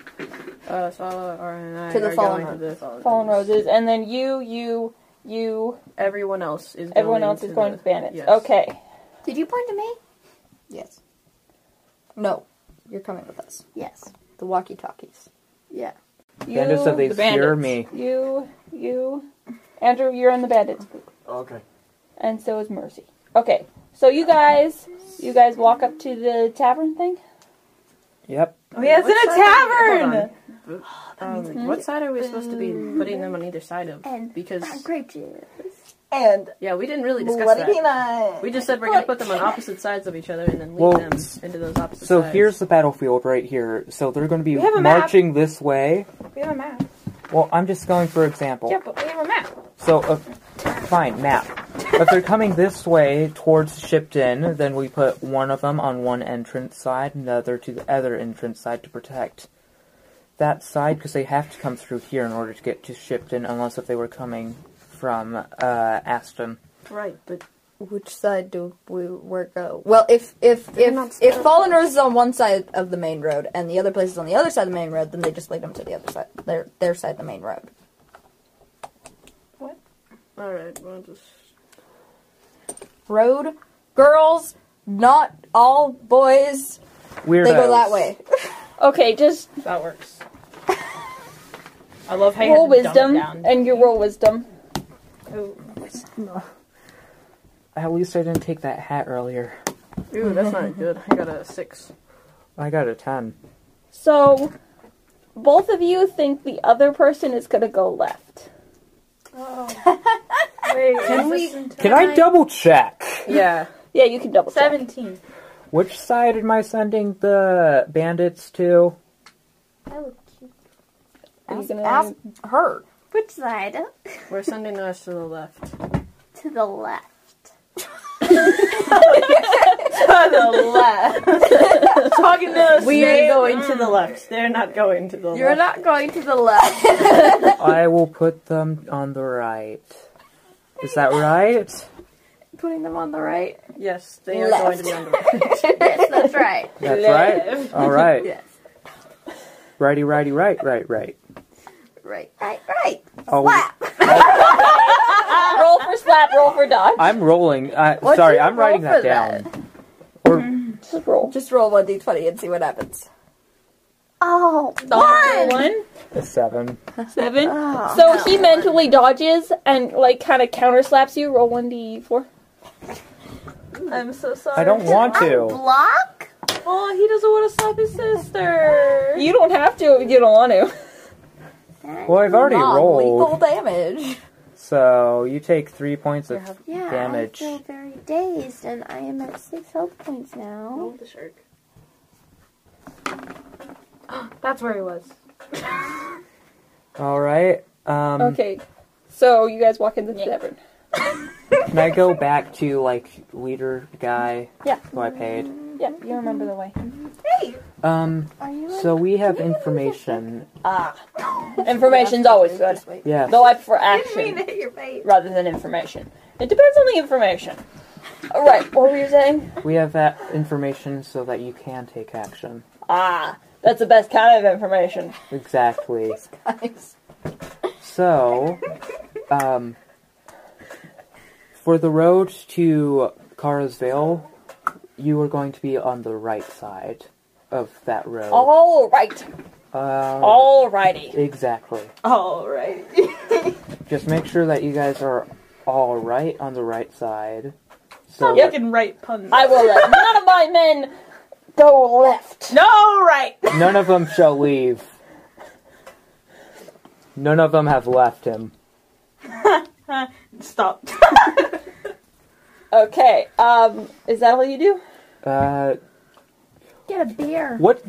[SPEAKER 6] Uh, Sala, R, and I
[SPEAKER 9] To the
[SPEAKER 6] are
[SPEAKER 9] Fallen
[SPEAKER 6] going to the Fallen,
[SPEAKER 3] Fallen
[SPEAKER 6] Roses.
[SPEAKER 3] Roses, and then you, you, you,
[SPEAKER 6] Everyone else is
[SPEAKER 3] everyone
[SPEAKER 6] going
[SPEAKER 3] else is
[SPEAKER 6] to
[SPEAKER 3] going
[SPEAKER 6] the-
[SPEAKER 3] to Bandits.
[SPEAKER 6] yes.
[SPEAKER 3] Okay.
[SPEAKER 5] Did you point to me?
[SPEAKER 9] Yes. No. You're coming with us.
[SPEAKER 5] Yes.
[SPEAKER 9] The walkie talkies.
[SPEAKER 5] Yeah.
[SPEAKER 3] You,
[SPEAKER 2] Bandits of the obscure, me.
[SPEAKER 3] You, you, Andrew, you're in the Bandits group.
[SPEAKER 8] Okay.
[SPEAKER 3] and so is Mercy. Okay, so you guys, you guys walk up to the tavern thing.
[SPEAKER 2] Yep.
[SPEAKER 7] Oh yeah, it's
[SPEAKER 6] What
[SPEAKER 7] in a
[SPEAKER 6] side are we- hold
[SPEAKER 7] tavern.
[SPEAKER 6] on. Um, what side are we supposed to be putting them on either side of?
[SPEAKER 5] And
[SPEAKER 6] Because
[SPEAKER 5] grape juice.
[SPEAKER 7] And
[SPEAKER 6] yeah, we didn't really discuss that. We just said we're gonna put them on opposite sides of each other and then lead
[SPEAKER 2] Well,
[SPEAKER 6] them into those opposite
[SPEAKER 2] So
[SPEAKER 6] sides.
[SPEAKER 2] here's the battlefield right here. So they're going to be
[SPEAKER 7] We have a map.
[SPEAKER 2] marching this way.
[SPEAKER 7] we have a map.
[SPEAKER 2] Well, I'm just going for example.
[SPEAKER 7] Yeah, but we have a map.
[SPEAKER 2] So, uh, fine, map. if they're coming this way towards Shipton, then we put one of them on one entrance side and the other to the other entrance side to protect that side because they have to come through here in order to get to Shipton, unless if they were coming from uh, Aston.
[SPEAKER 6] right, but
[SPEAKER 9] Which side do we work go? Well, if if if if Fallen Rose is on one side of the main road and the other place is on the other side of the main road, then they just lead them to the other side, their their side of the main road.
[SPEAKER 6] all right, we'll just
[SPEAKER 9] Road, girls, not all boys.
[SPEAKER 2] Weirdos.
[SPEAKER 9] They go that way.
[SPEAKER 3] Okay, just
[SPEAKER 7] That works. I love how you
[SPEAKER 3] roll
[SPEAKER 7] had to
[SPEAKER 3] wisdom
[SPEAKER 7] dumb it down.
[SPEAKER 3] and your roll wisdom.
[SPEAKER 2] At least I didn't take that hat earlier.
[SPEAKER 6] Ooh, that's not good. I got a six.
[SPEAKER 2] I got a 10.
[SPEAKER 3] So, both of you think the other person is gonna go left.
[SPEAKER 6] Can we?
[SPEAKER 2] Can I double check?
[SPEAKER 6] Yeah.
[SPEAKER 3] Yeah, you can double check.
[SPEAKER 7] Seventeen.
[SPEAKER 2] Which side am I sending the bandits to?
[SPEAKER 3] Are you
[SPEAKER 9] Ask,
[SPEAKER 3] gonna-
[SPEAKER 9] ask her.
[SPEAKER 5] Which side?
[SPEAKER 6] We're sending the rest to the left.
[SPEAKER 5] To the left.
[SPEAKER 7] Talking to
[SPEAKER 6] We are going to the left. They're not going to the
[SPEAKER 5] You're
[SPEAKER 6] left.
[SPEAKER 5] not going to the left.
[SPEAKER 2] I will put them on the right. Is that right?
[SPEAKER 1] putting them on the right.
[SPEAKER 6] Yes, they are going to be on the
[SPEAKER 5] yes, that's right.
[SPEAKER 2] That's right. All right. Yes. Righty, righty, right, right, right.
[SPEAKER 5] Right, right, right.
[SPEAKER 2] Oh,
[SPEAKER 3] Ah, roll for slap, roll for dodge.
[SPEAKER 2] I'm rolling. Uh,
[SPEAKER 10] What
[SPEAKER 2] sorry,
[SPEAKER 10] do you
[SPEAKER 2] I'm writing
[SPEAKER 10] roll for
[SPEAKER 2] that down. Or
[SPEAKER 3] Just roll.
[SPEAKER 10] Just roll one d20 and see what happens.
[SPEAKER 5] Oh,
[SPEAKER 3] Dodge one.
[SPEAKER 2] a seven.
[SPEAKER 3] Seven.
[SPEAKER 2] Ah.
[SPEAKER 5] oh.
[SPEAKER 3] So he mentally dodges and like kind of counter slaps you. Roll one d four.
[SPEAKER 7] I'm so sorry.
[SPEAKER 2] I don't want to.
[SPEAKER 5] block?
[SPEAKER 7] Oh, he doesn't want to slap his sister.
[SPEAKER 3] You don't have to if you don't want to.
[SPEAKER 2] Well, I've already
[SPEAKER 10] Lethal
[SPEAKER 2] rolled,
[SPEAKER 10] damage.
[SPEAKER 2] so you take three points of
[SPEAKER 5] Yeah,
[SPEAKER 2] Damage.
[SPEAKER 5] I feel very dazed, and I am at six health points now.
[SPEAKER 7] the shark. That's where he was.
[SPEAKER 2] All right. Um,
[SPEAKER 3] Okay. So you guys walk into the tavern.
[SPEAKER 2] Can I go back to like leader guy?
[SPEAKER 3] Yeah.
[SPEAKER 2] Who I paid.
[SPEAKER 7] Um,
[SPEAKER 3] Yeah, you remember the way.
[SPEAKER 2] Um.
[SPEAKER 5] Are you?
[SPEAKER 2] So we have information.
[SPEAKER 3] Information's always good.
[SPEAKER 2] Yes.
[SPEAKER 3] Though I for action rather than information. It depends on the information. All right. What were you saying?
[SPEAKER 2] We have that information so that you can take action.
[SPEAKER 3] Ah, that's the best kind of information.
[SPEAKER 2] Exactly. So, um, for the road to Kara's Vale, you are going to be on the right side of that road.
[SPEAKER 3] All right.
[SPEAKER 2] Uh,
[SPEAKER 3] All righty.
[SPEAKER 2] Exactly.
[SPEAKER 7] All right.
[SPEAKER 2] Just make sure that you guys are all right on the right side. So
[SPEAKER 3] Yep.
[SPEAKER 7] Fucking right puns.
[SPEAKER 3] I will let none of my men go left.
[SPEAKER 7] no right.
[SPEAKER 2] none of them shall leave. None of them have left him.
[SPEAKER 7] Stop.
[SPEAKER 3] Okay. Um, is that all you do?
[SPEAKER 2] Uh,
[SPEAKER 5] Get a beer.
[SPEAKER 2] what?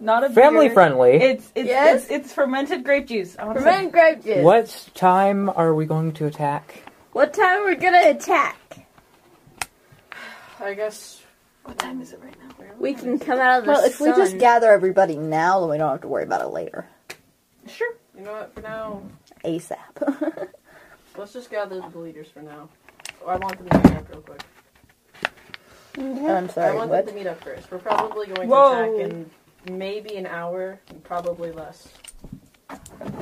[SPEAKER 7] Not a
[SPEAKER 2] Family
[SPEAKER 7] beer.
[SPEAKER 2] friendly.
[SPEAKER 7] It's it's,
[SPEAKER 4] Yes?
[SPEAKER 7] it's it's fermented grape juice. I want to say.
[SPEAKER 4] Ferment grape juice.
[SPEAKER 2] What time are we going to attack?
[SPEAKER 5] What time are we gonna attack?
[SPEAKER 6] I guess
[SPEAKER 7] What time is it right now?
[SPEAKER 5] We can come out of the
[SPEAKER 10] Well, if we just
[SPEAKER 5] sun.
[SPEAKER 10] gather everybody now, then we don't have to worry about it later.
[SPEAKER 7] Sure.
[SPEAKER 6] you know what for now.
[SPEAKER 10] ASAP.
[SPEAKER 6] Let's just gather the leaders for now. Oh, I want them to meet up real quick.
[SPEAKER 10] I'm
[SPEAKER 6] I
[SPEAKER 10] sorry,
[SPEAKER 6] want
[SPEAKER 10] what?
[SPEAKER 6] them to meet up first. We're probably going
[SPEAKER 7] Whoa.
[SPEAKER 6] to attack in maybe an hour, probably less.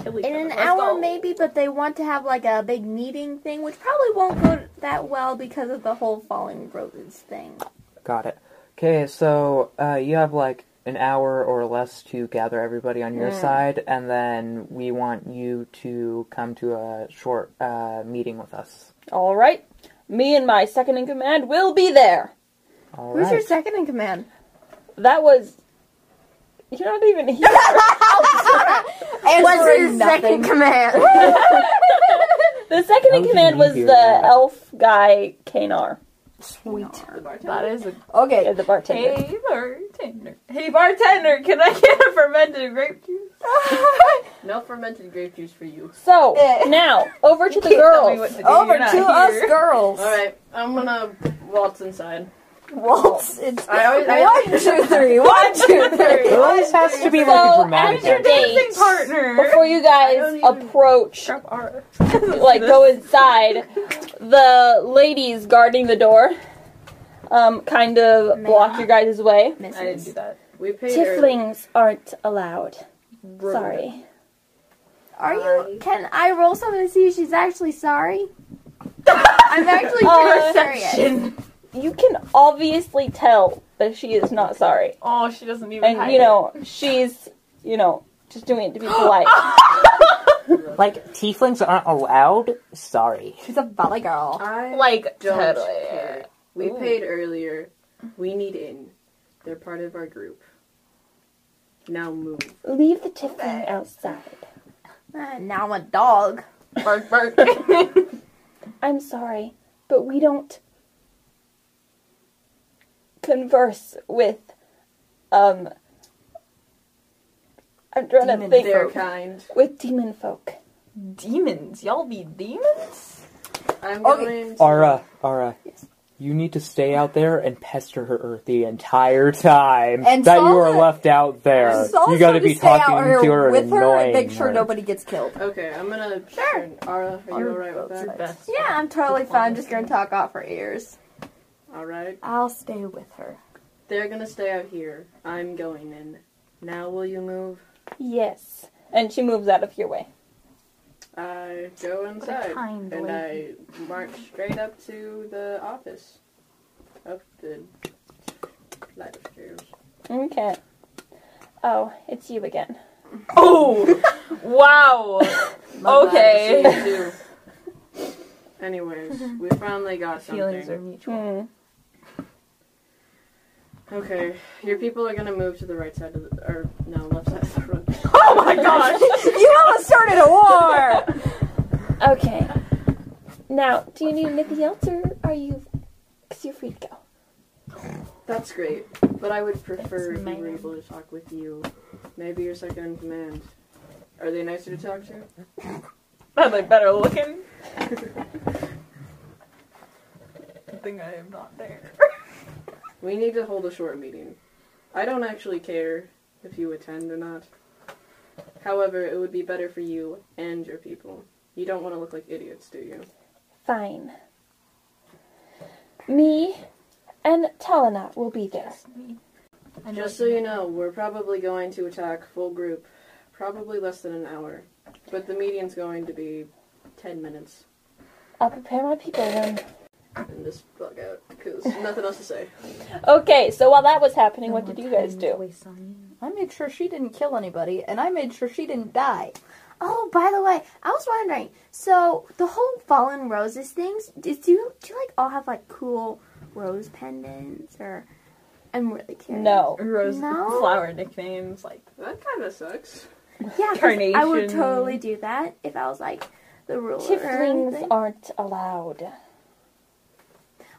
[SPEAKER 7] Kill each
[SPEAKER 5] in
[SPEAKER 7] other.
[SPEAKER 5] an
[SPEAKER 7] Let's
[SPEAKER 5] hour
[SPEAKER 7] go.
[SPEAKER 5] maybe, but they want to have like a big meeting thing, which probably won't go that well because of the whole falling roses thing.
[SPEAKER 2] Got it. Okay, so uh, you have like an hour or less to gather everybody on your
[SPEAKER 1] Hmm.
[SPEAKER 2] side, and then we want you to come to a short uh, meeting with us.
[SPEAKER 3] All right. Me and my second in command will be there.
[SPEAKER 2] All
[SPEAKER 1] Who's your
[SPEAKER 2] right.
[SPEAKER 1] second in command?
[SPEAKER 3] That was. You're not even here.
[SPEAKER 5] What's his
[SPEAKER 10] Answering nothing.
[SPEAKER 5] second command?
[SPEAKER 3] the second
[SPEAKER 2] How
[SPEAKER 3] in
[SPEAKER 2] did
[SPEAKER 3] command
[SPEAKER 2] you
[SPEAKER 3] was
[SPEAKER 2] hear
[SPEAKER 3] the
[SPEAKER 2] that?
[SPEAKER 3] elf guy, Kanar,
[SPEAKER 10] Sweet.
[SPEAKER 7] That is a
[SPEAKER 10] Okay.
[SPEAKER 3] the bartender.
[SPEAKER 7] hey bartender. Hey bartender, can I get a fermented grape juice?
[SPEAKER 6] No fermented grape juice for you.
[SPEAKER 3] So
[SPEAKER 10] Eh.
[SPEAKER 3] now over to the
[SPEAKER 7] Tell me what
[SPEAKER 3] girls.
[SPEAKER 7] to do.
[SPEAKER 10] Over
[SPEAKER 7] You're
[SPEAKER 10] to
[SPEAKER 7] not
[SPEAKER 10] us
[SPEAKER 7] here.
[SPEAKER 10] girls.
[SPEAKER 6] All right, I'm gonna waltz inside.
[SPEAKER 10] Waltz. It's
[SPEAKER 6] I always I,
[SPEAKER 10] one, two, three. One, two, three.
[SPEAKER 2] It always has to be like
[SPEAKER 3] So,
[SPEAKER 2] a dramatic.
[SPEAKER 3] as your
[SPEAKER 2] entrance.
[SPEAKER 3] date,
[SPEAKER 7] Dancing partner.
[SPEAKER 3] before you guys approach,
[SPEAKER 7] Drop our-
[SPEAKER 3] like go inside, the ladies guarding the door, um, kind of block your guys' way.
[SPEAKER 7] I didn't do that.
[SPEAKER 6] we paid early.
[SPEAKER 3] Tieflings aren't allowed. Sorry.
[SPEAKER 5] Are you? Can I roll something to see if she's actually sorry? I'm actually
[SPEAKER 3] Uh,
[SPEAKER 5] curious.
[SPEAKER 3] You can obviously tell that she is not sorry.
[SPEAKER 7] Oh, she doesn't even.
[SPEAKER 3] And, you know, she's, you know, just doing it to be polite.
[SPEAKER 2] Like tieflings aren't allowed. Sorry.
[SPEAKER 10] She's a valley girl.
[SPEAKER 6] I
[SPEAKER 7] like
[SPEAKER 6] don't
[SPEAKER 7] totally.
[SPEAKER 6] care. We
[SPEAKER 7] Ooh.
[SPEAKER 6] paid earlier. We need in. They're part of our group. Now move.
[SPEAKER 3] Leave the tiefling outside.
[SPEAKER 5] Uh, now I'm a dog.
[SPEAKER 7] Bark, bark.
[SPEAKER 3] I'm sorry, but we don't converse with, um, I'm trying to
[SPEAKER 7] Demon
[SPEAKER 3] think.
[SPEAKER 6] They're kind.
[SPEAKER 3] With demon folk.
[SPEAKER 7] demons. Y'all be demons?
[SPEAKER 6] I'm
[SPEAKER 10] Okay.
[SPEAKER 6] going. To,
[SPEAKER 2] Ara, Ara, You need to stay out there and pester her the entire time
[SPEAKER 1] And
[SPEAKER 2] that you
[SPEAKER 1] Solid-
[SPEAKER 2] are left out there.
[SPEAKER 1] It's also
[SPEAKER 2] Uh, You got to
[SPEAKER 1] to
[SPEAKER 2] be
[SPEAKER 1] stay out
[SPEAKER 2] talking
[SPEAKER 1] here
[SPEAKER 2] to her
[SPEAKER 1] with
[SPEAKER 2] and
[SPEAKER 1] her
[SPEAKER 2] annoying
[SPEAKER 1] and make sure
[SPEAKER 2] her.
[SPEAKER 1] nobody gets killed.
[SPEAKER 6] Okay, I'm gonna. Sure. Ara, are you alright with that?
[SPEAKER 7] best.
[SPEAKER 12] Yeah, I'm totally fine. I'm just gonna talk off her ears.
[SPEAKER 6] Alright.
[SPEAKER 5] I'll stay with her.
[SPEAKER 6] They're gonna stay out here. I'm going in. Now will you move?
[SPEAKER 12] Yes.
[SPEAKER 3] And she moves out of your way.
[SPEAKER 6] I go inside.
[SPEAKER 5] kind
[SPEAKER 6] and I
[SPEAKER 5] lady.
[SPEAKER 6] march straight up to the office. Up the flight of stairs.
[SPEAKER 3] Okay. Oh, it's you again.
[SPEAKER 7] Oh, wow. okay.
[SPEAKER 6] See you do. Anyways, we finally got
[SPEAKER 7] Feelings are
[SPEAKER 6] something.
[SPEAKER 7] mutual.
[SPEAKER 3] Hmm.
[SPEAKER 6] Okay, your people are gonna move to the right side of the, or no, left side of the road.
[SPEAKER 7] Oh my gosh.
[SPEAKER 1] you almost started a war.
[SPEAKER 3] Okay. Now, do you need anything else, or are you? Because you're free to go.
[SPEAKER 6] That's great, but I would prefer
[SPEAKER 5] That's
[SPEAKER 6] if we were
[SPEAKER 5] ma'am.
[SPEAKER 6] able to talk with you. Maybe your second in command. Are they nicer to talk to?
[SPEAKER 7] Are they better looking? I think I am not there.
[SPEAKER 6] We need to hold a short meeting. I don't actually care if you attend or not. However, it would be better for you and your people. You don't want to look like idiots, do you?
[SPEAKER 3] Fine. Me and Talana will be there.
[SPEAKER 6] Just so you know, we're probably going to attack full group, probably less than an hour. But the meeting's going to be 10 minutes.
[SPEAKER 3] I'll prepare my people then.
[SPEAKER 6] And just bug out, because nothing else to say.
[SPEAKER 3] Okay, so while that was happening, what did you guys do?
[SPEAKER 1] I made sure she didn't kill anybody, and I made sure she didn't die.
[SPEAKER 5] Oh, by the way, I was wondering. So the whole fallen roses things. Did do you do you like all have like cool rose pendants or? I'm really curious.
[SPEAKER 3] No.
[SPEAKER 7] Rose
[SPEAKER 5] No.
[SPEAKER 7] flower nicknames like
[SPEAKER 6] That kind of sucks.
[SPEAKER 5] Yeah, 'cause
[SPEAKER 7] Carnation.
[SPEAKER 5] I would totally do that if I was like the ruler. or
[SPEAKER 3] Tieflings
[SPEAKER 5] anything.
[SPEAKER 3] aren't allowed.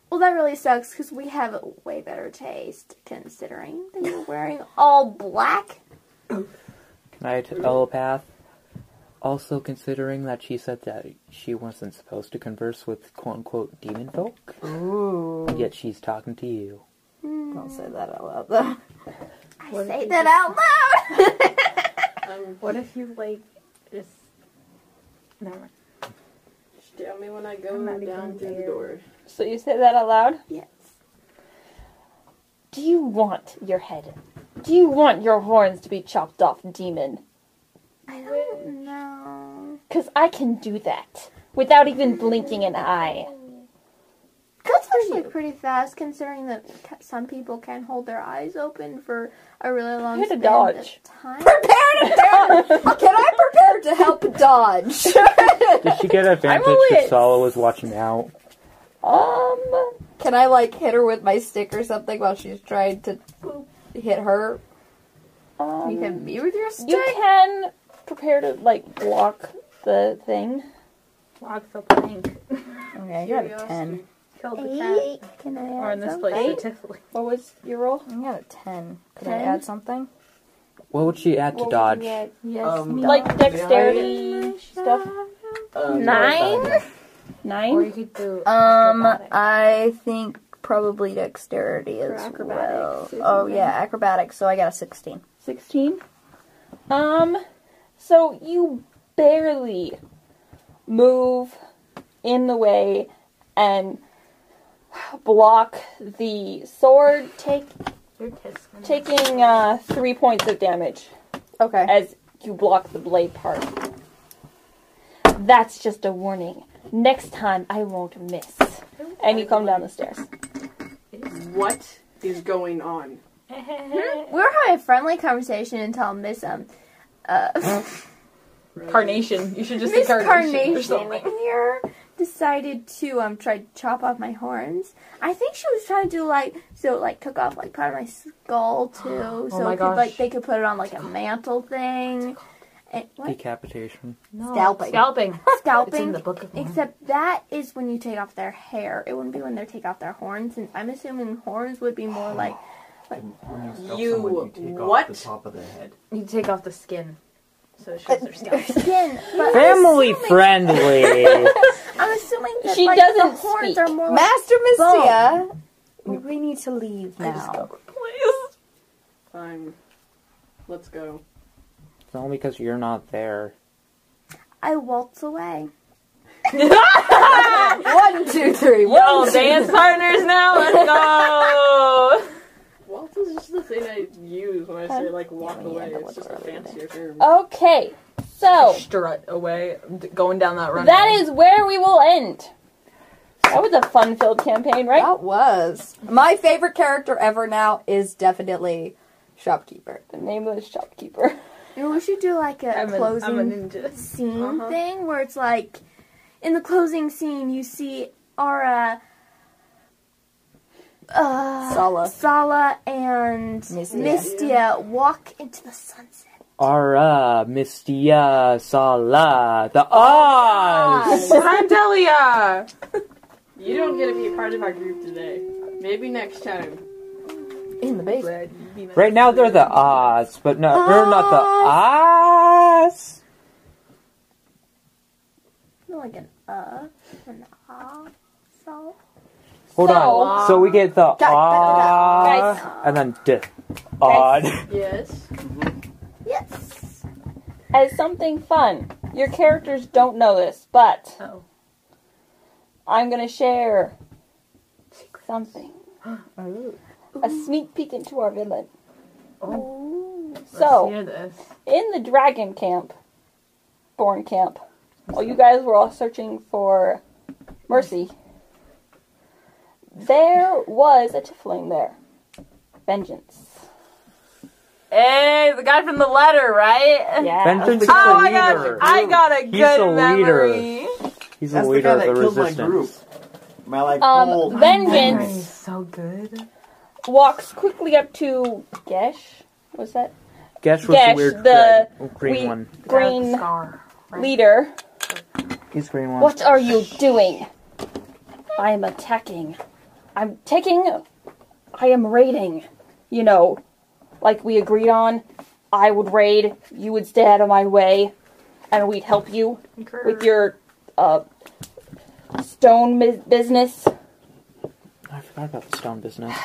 [SPEAKER 5] Well, that really sucks because we have way better taste considering that you're wearing all black.
[SPEAKER 2] Can I telepath? Also, considering that she said that she wasn't supposed to converse with quote unquote demon folk,
[SPEAKER 1] Ooh.
[SPEAKER 2] yet she's talking to you.
[SPEAKER 1] Don't say that out loud, though.
[SPEAKER 5] Hmm, I say that out loud.
[SPEAKER 6] Um,
[SPEAKER 7] What if you like just never mind.
[SPEAKER 6] just tell me when I go
[SPEAKER 7] I'm not even
[SPEAKER 6] down through the
[SPEAKER 7] there.
[SPEAKER 6] door.
[SPEAKER 3] So you say that aloud?
[SPEAKER 5] yes.
[SPEAKER 3] Do you want your head? Do you want your horns to be chopped off, demon?
[SPEAKER 5] I don't know.
[SPEAKER 3] Because I can do that without even blinking an eye.
[SPEAKER 5] That's actually pretty fast considering that ca- some people can hold their eyes open for a really long
[SPEAKER 3] Hit a
[SPEAKER 5] span
[SPEAKER 3] dodge.
[SPEAKER 5] of time.
[SPEAKER 1] Can I prepare to help dodge?
[SPEAKER 2] Did she get advantage
[SPEAKER 3] only
[SPEAKER 2] if
[SPEAKER 3] at-
[SPEAKER 2] Sala was watching out?
[SPEAKER 3] Um,
[SPEAKER 1] Can I like hit her with my stick or something while she's trying to hit her?
[SPEAKER 3] um,
[SPEAKER 13] You hit me with your stick?
[SPEAKER 3] You can prepare to like block the thing.
[SPEAKER 7] Walk the plank.
[SPEAKER 1] Okay, you got a ten.
[SPEAKER 7] Kill the cat.
[SPEAKER 5] Eight. Can I
[SPEAKER 7] Or in
[SPEAKER 5] add
[SPEAKER 7] this
[SPEAKER 5] something?
[SPEAKER 7] place, the tiffling.
[SPEAKER 3] What was your roll?
[SPEAKER 1] I got a ten. Could I
[SPEAKER 3] 10?
[SPEAKER 1] add something?
[SPEAKER 2] What would she add to dodge?
[SPEAKER 7] Yes.
[SPEAKER 8] Um,
[SPEAKER 7] me.
[SPEAKER 3] Like dexterity stuff.
[SPEAKER 8] Um,
[SPEAKER 3] Nine?
[SPEAKER 8] no,
[SPEAKER 7] Or you
[SPEAKER 3] Nine.
[SPEAKER 7] could do
[SPEAKER 1] Um,
[SPEAKER 7] acrobatics.
[SPEAKER 1] I think probably dexterity
[SPEAKER 5] Or
[SPEAKER 1] as well.
[SPEAKER 5] acrobatics or
[SPEAKER 1] Oh
[SPEAKER 5] something.
[SPEAKER 1] yeah, acrobatics. So I got a sixteen.
[SPEAKER 3] Sixteen. Um. So you barely move in the way and block the sword, take
[SPEAKER 7] Your tis gonna-
[SPEAKER 3] taking uh, three points of damage.
[SPEAKER 1] Okay.
[SPEAKER 3] as you block the blade part. That's just a warning. Next time I won't miss. And you come down the stairs.
[SPEAKER 6] What is going on?
[SPEAKER 5] We were having a friendly conversation until Miss um uh
[SPEAKER 7] Carnation. You should just say
[SPEAKER 5] Miss
[SPEAKER 7] carnation. or
[SPEAKER 5] Carnation
[SPEAKER 7] something.
[SPEAKER 5] here decided to um try to chop off my horns. I think she was trying to do like so like took off like part of my skull too, so
[SPEAKER 7] Oh my
[SPEAKER 5] it could, like
[SPEAKER 7] gosh.
[SPEAKER 5] they could put it on like a mantle thing. And, what
[SPEAKER 2] Decapitation.
[SPEAKER 7] No.
[SPEAKER 1] Scalping.
[SPEAKER 7] Scalping. It's in
[SPEAKER 5] scalping?
[SPEAKER 7] the book of Mormon.
[SPEAKER 5] Except that is when you take off their hair. It wouldn't be when they take off their horns. And I'm assuming horns would be more like
[SPEAKER 8] When you scalp
[SPEAKER 6] You
[SPEAKER 8] someone, you take off
[SPEAKER 6] what?
[SPEAKER 8] the top of their head.
[SPEAKER 7] You take off the skin. So shoes are stuffed.
[SPEAKER 5] Again, but
[SPEAKER 2] Family friendly.
[SPEAKER 5] I'm assuming that
[SPEAKER 3] She
[SPEAKER 5] like,
[SPEAKER 3] doesn't
[SPEAKER 5] the horns
[SPEAKER 3] speak.
[SPEAKER 5] are more like
[SPEAKER 9] Master Mystia.
[SPEAKER 5] we need to leave now.
[SPEAKER 7] Please.
[SPEAKER 6] Fine. Let's go.
[SPEAKER 2] it's all because you're not there.
[SPEAKER 5] I waltz away.
[SPEAKER 9] One, two, three.
[SPEAKER 7] We're all dance partners now. Let's go.
[SPEAKER 6] Waltz is just the thing I use when I say like walk away. It's just a fancier term.
[SPEAKER 3] Okay, so
[SPEAKER 7] Strut away. I'm d- going down that run.
[SPEAKER 3] that is where we will end. That was a fun-filled campaign, right?
[SPEAKER 9] That was my favorite character ever. Now is definitely shopkeeper.
[SPEAKER 3] The nameless shopkeeper.
[SPEAKER 5] You know, we should do like a
[SPEAKER 7] I'm, a,
[SPEAKER 5] closing
[SPEAKER 7] I'm a ninja.
[SPEAKER 5] scene
[SPEAKER 7] Uh-huh.
[SPEAKER 5] thing where it's like in the closing scene you see Ara uh,
[SPEAKER 9] Sala.
[SPEAKER 5] Sala and Mistia. walk into the sunset.
[SPEAKER 2] Ara, Mistia, Sala, the Oz.
[SPEAKER 7] Sandelia.
[SPEAKER 6] You don't get to be a part of our group today. Maybe next time.
[SPEAKER 9] In the basement.
[SPEAKER 2] Right now they're the Oz, but no, they're not the Oz.
[SPEAKER 5] Like an uh, an ah, Sala.
[SPEAKER 2] Hold on.
[SPEAKER 3] So-
[SPEAKER 2] So we get the
[SPEAKER 9] da,
[SPEAKER 2] ah,
[SPEAKER 3] Guys.
[SPEAKER 2] and then d, odd.
[SPEAKER 6] Yes.
[SPEAKER 5] Yes.
[SPEAKER 3] As something fun. Your characters don't know this, but
[SPEAKER 7] Oh.
[SPEAKER 3] I'm gonna share something. A sneak peek into our villain.
[SPEAKER 7] Oh.
[SPEAKER 3] So.
[SPEAKER 7] Let's hear this.
[SPEAKER 3] in the dragon camp, born camp, while you guys were all searching for mercy, there was a tiefling there. Vengeance.
[SPEAKER 7] Hey, the guy from the letter, right?
[SPEAKER 3] Yeah.
[SPEAKER 2] Vengeance is
[SPEAKER 7] Oh
[SPEAKER 2] the
[SPEAKER 7] my
[SPEAKER 2] leader.
[SPEAKER 7] gosh, I got a
[SPEAKER 2] He's
[SPEAKER 7] good
[SPEAKER 2] the leader.
[SPEAKER 7] memory.
[SPEAKER 2] He's the
[SPEAKER 8] That's the
[SPEAKER 2] leader
[SPEAKER 8] guy
[SPEAKER 2] of
[SPEAKER 8] that
[SPEAKER 2] the
[SPEAKER 8] killed my group.
[SPEAKER 2] resistance.
[SPEAKER 8] My like old
[SPEAKER 7] Oh,
[SPEAKER 3] Um, Vengeance
[SPEAKER 7] so good.
[SPEAKER 3] walks quickly up to Gesh. Was that
[SPEAKER 2] Gesh was the
[SPEAKER 3] Gesh,
[SPEAKER 2] weird
[SPEAKER 3] the
[SPEAKER 8] Oh,
[SPEAKER 2] red- green
[SPEAKER 3] we-
[SPEAKER 2] one.
[SPEAKER 3] green
[SPEAKER 7] scar. right?
[SPEAKER 3] leader?
[SPEAKER 2] He's green one.
[SPEAKER 3] What are you doing? I am attacking. I'm taking. I am raiding. You know, like we agreed on. I would raid. You would stay out of my way, and we'd help you with your uh, stone mis- business.
[SPEAKER 2] I forgot about the stone business.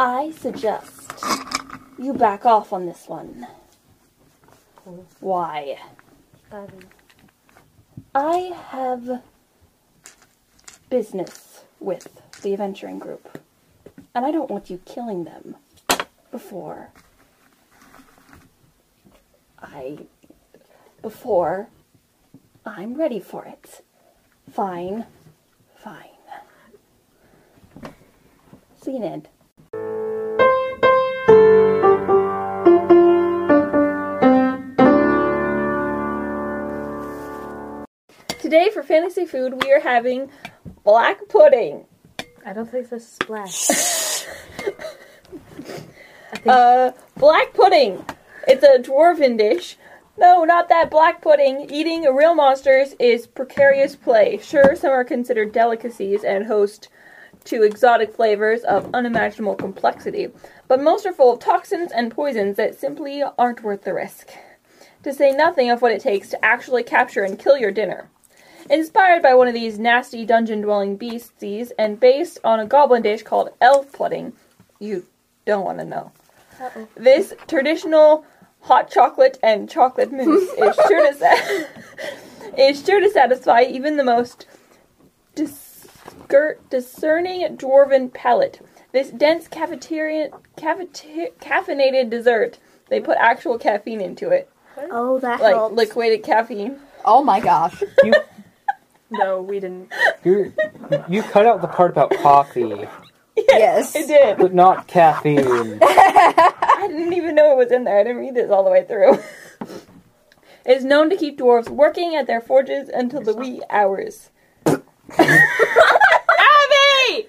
[SPEAKER 3] I suggest you back off on this one. Why? I have business with the adventuring group, and I don't want you killing them before I before I'm ready for it. Fine. Fine. See you then. Today for fantasy food, we are having black pudding.
[SPEAKER 14] I don't think this is splash.
[SPEAKER 3] Uh, black pudding. It's a dwarven dish. No, not that black pudding. Eating real monsters is precarious play. Sure, some are considered delicacies and host to exotic flavors of unimaginable complexity, but most are full of toxins and poisons that simply aren't worth the risk. To say nothing of what it takes to actually capture and kill your dinner. Inspired by one of these nasty dungeon dwelling beasties and based on a goblin dish called elf pudding, you don't want to know. This traditional hot chocolate and chocolate mousse is sure to sa- is sure to satisfy even the most discer- discerning dwarven palate. This dense cafeteria cafete- caffeinated dessert, they put actual caffeine into it,
[SPEAKER 5] Oh, that
[SPEAKER 3] like
[SPEAKER 5] helps.
[SPEAKER 3] liquidated caffeine.
[SPEAKER 9] Oh my gosh.
[SPEAKER 2] You,
[SPEAKER 7] No, we didn't.
[SPEAKER 2] you, you cut out the part about coffee,
[SPEAKER 9] Yes.
[SPEAKER 3] It did.
[SPEAKER 2] but not caffeine.
[SPEAKER 3] I didn't even know it was in there. I didn't read this all the way through. it is known to keep dwarves working at their forges until the wee hours.
[SPEAKER 7] Abby!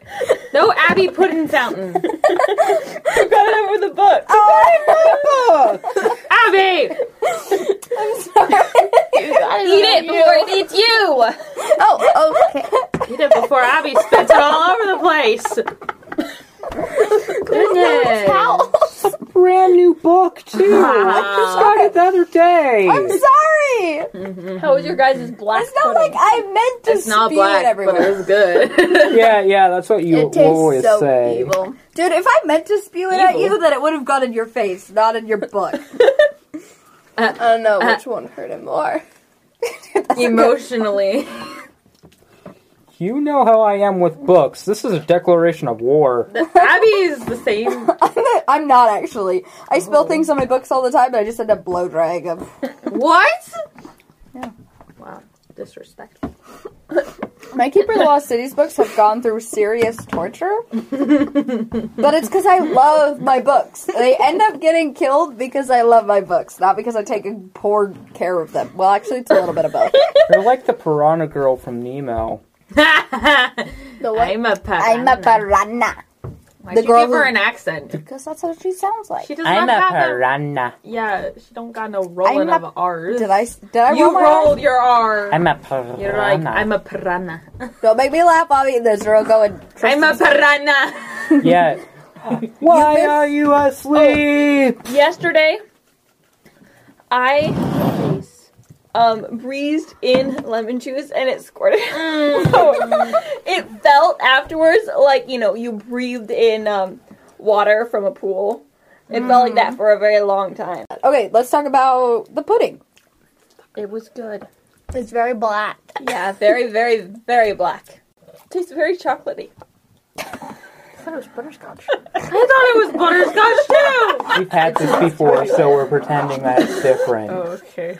[SPEAKER 7] No Abby Puddin Fountain.
[SPEAKER 3] I've got it over the book.
[SPEAKER 7] Abby!
[SPEAKER 3] Eat it before it eats you.
[SPEAKER 5] Oh, okay.
[SPEAKER 7] Eat it before Abby spits it all over the place. Goodness.
[SPEAKER 2] brand new book too. I just got it the other day.
[SPEAKER 1] I'm sorry.
[SPEAKER 3] How was your guys' black?
[SPEAKER 1] It's not like I meant to
[SPEAKER 3] It's not
[SPEAKER 1] spew
[SPEAKER 3] black,
[SPEAKER 1] it everywhere.
[SPEAKER 3] but it's good.
[SPEAKER 2] yeah, yeah, that's what you
[SPEAKER 1] It tastes
[SPEAKER 2] always
[SPEAKER 1] so
[SPEAKER 7] Oh,
[SPEAKER 2] say.
[SPEAKER 1] evil. Dude, if I meant to spew it at
[SPEAKER 3] Evil.
[SPEAKER 1] you, then it would have gone in your face, not in your book.
[SPEAKER 5] I don't know which one hurt him more.
[SPEAKER 3] Emotionally,
[SPEAKER 2] You know how I am with books. This is a declaration of war.
[SPEAKER 7] Abby is the same.
[SPEAKER 1] I'm not actually. I spill things on my books all the time, but I just end up blow drying them.
[SPEAKER 7] What?
[SPEAKER 15] Wow. Disrespect.
[SPEAKER 1] My Keeper of the Lost Cities books have gone through serious torture, but it's because I love my books. They end up getting killed because I love my books, not because I take poor care of them. Well, actually, it's a little bit of both.
[SPEAKER 2] You're like the piranha girl from Nemo.
[SPEAKER 5] The what?
[SPEAKER 7] I'm a pet.
[SPEAKER 1] I'm a piranha
[SPEAKER 7] Why'd
[SPEAKER 1] The
[SPEAKER 7] you
[SPEAKER 1] girl
[SPEAKER 7] give her
[SPEAKER 1] who-
[SPEAKER 7] an accent?
[SPEAKER 1] because that's what she sounds like.
[SPEAKER 7] She does
[SPEAKER 2] I'm
[SPEAKER 7] not
[SPEAKER 2] a
[SPEAKER 7] have a-
[SPEAKER 2] piranha.
[SPEAKER 7] Yeah, she don't got no rolling
[SPEAKER 1] I'm a-
[SPEAKER 7] of R's.
[SPEAKER 1] Did I? Did I
[SPEAKER 7] you
[SPEAKER 1] roll my eyes?
[SPEAKER 7] rolled your R.
[SPEAKER 2] I'm a piranha.
[SPEAKER 7] You're like, I'm a piranha.
[SPEAKER 1] Don't make me laugh, Bobby. There's zero going.
[SPEAKER 7] I'm a piranha.
[SPEAKER 2] yeah. Why are you asleep?
[SPEAKER 3] yesterday, I um breezed in lemon juice and it squirted.
[SPEAKER 1] Mm.
[SPEAKER 3] it felt afterwards like you know you breathed in um water from a pool. It felt like that for a very long time.
[SPEAKER 1] Mm. Okay, let's talk about the pudding.
[SPEAKER 3] It was good.
[SPEAKER 5] It's very black.
[SPEAKER 3] Yeah, very, very, very black. Tastes very chocolatey.
[SPEAKER 7] I thought it was butterscotch too.
[SPEAKER 2] We've had this before, so we're pretending that it's different.
[SPEAKER 6] Okay.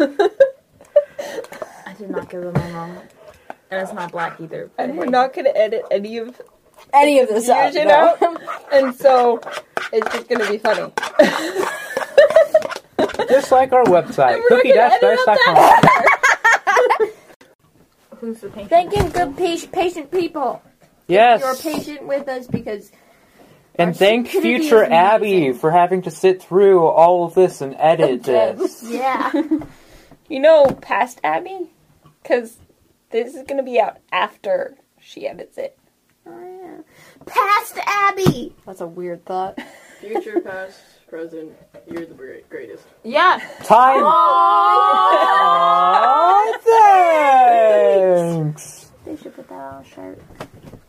[SPEAKER 7] I did not give them my mom. And it's not black either.
[SPEAKER 3] And we're not gonna edit any of
[SPEAKER 1] Any of this out?
[SPEAKER 3] Fusion
[SPEAKER 1] no.
[SPEAKER 3] out, and so it's just gonna be funny.
[SPEAKER 2] Just like our website,
[SPEAKER 3] We're not
[SPEAKER 2] cookie
[SPEAKER 3] gonna edit out
[SPEAKER 2] dice
[SPEAKER 7] Who's the pink?
[SPEAKER 5] Thank you, good patient, patient people. You're
[SPEAKER 2] Yes.
[SPEAKER 5] patient with us because
[SPEAKER 2] And
[SPEAKER 5] Our
[SPEAKER 2] thank
[SPEAKER 5] stupidity is
[SPEAKER 2] future Abby
[SPEAKER 5] amazing.
[SPEAKER 2] for having to sit through all of this and edit this.
[SPEAKER 5] yeah,
[SPEAKER 3] You know, past Abby, because this is gonna be out after she edits it.
[SPEAKER 5] Oh, past Abby.
[SPEAKER 1] That's a weird thought.
[SPEAKER 6] Future, past, present. You're the gre- greatest.
[SPEAKER 7] Yeah.
[SPEAKER 2] Time. Aw, thanks.
[SPEAKER 5] They should put that on a shirt.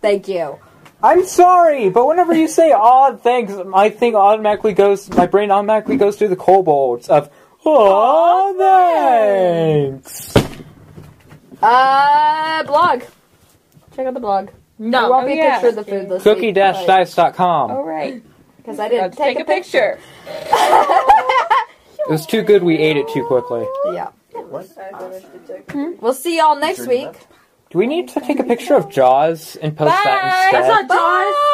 [SPEAKER 1] Thank you.
[SPEAKER 2] I'm sorry, but whenever you say "aw, thanks," my thing automatically goes. My brain automatically goes through the kobolds of "aw, thanks."
[SPEAKER 1] Uh, blog. Check out the blog.
[SPEAKER 7] Oh,
[SPEAKER 1] There
[SPEAKER 7] No.
[SPEAKER 9] Oh,
[SPEAKER 1] won't be
[SPEAKER 3] yeah.
[SPEAKER 1] a picture of the food this
[SPEAKER 2] Cookie dash dice.com.
[SPEAKER 3] All right,
[SPEAKER 1] because I didn't
[SPEAKER 3] let's take, a picture.
[SPEAKER 2] It was too good. We ate it too quickly.
[SPEAKER 1] Yeah.
[SPEAKER 6] I finished the tick.
[SPEAKER 1] We'll see y'all next week.
[SPEAKER 2] Do we need to take a picture of Jaws and post that
[SPEAKER 1] Bye.
[SPEAKER 2] instead?
[SPEAKER 7] That's not Jaws.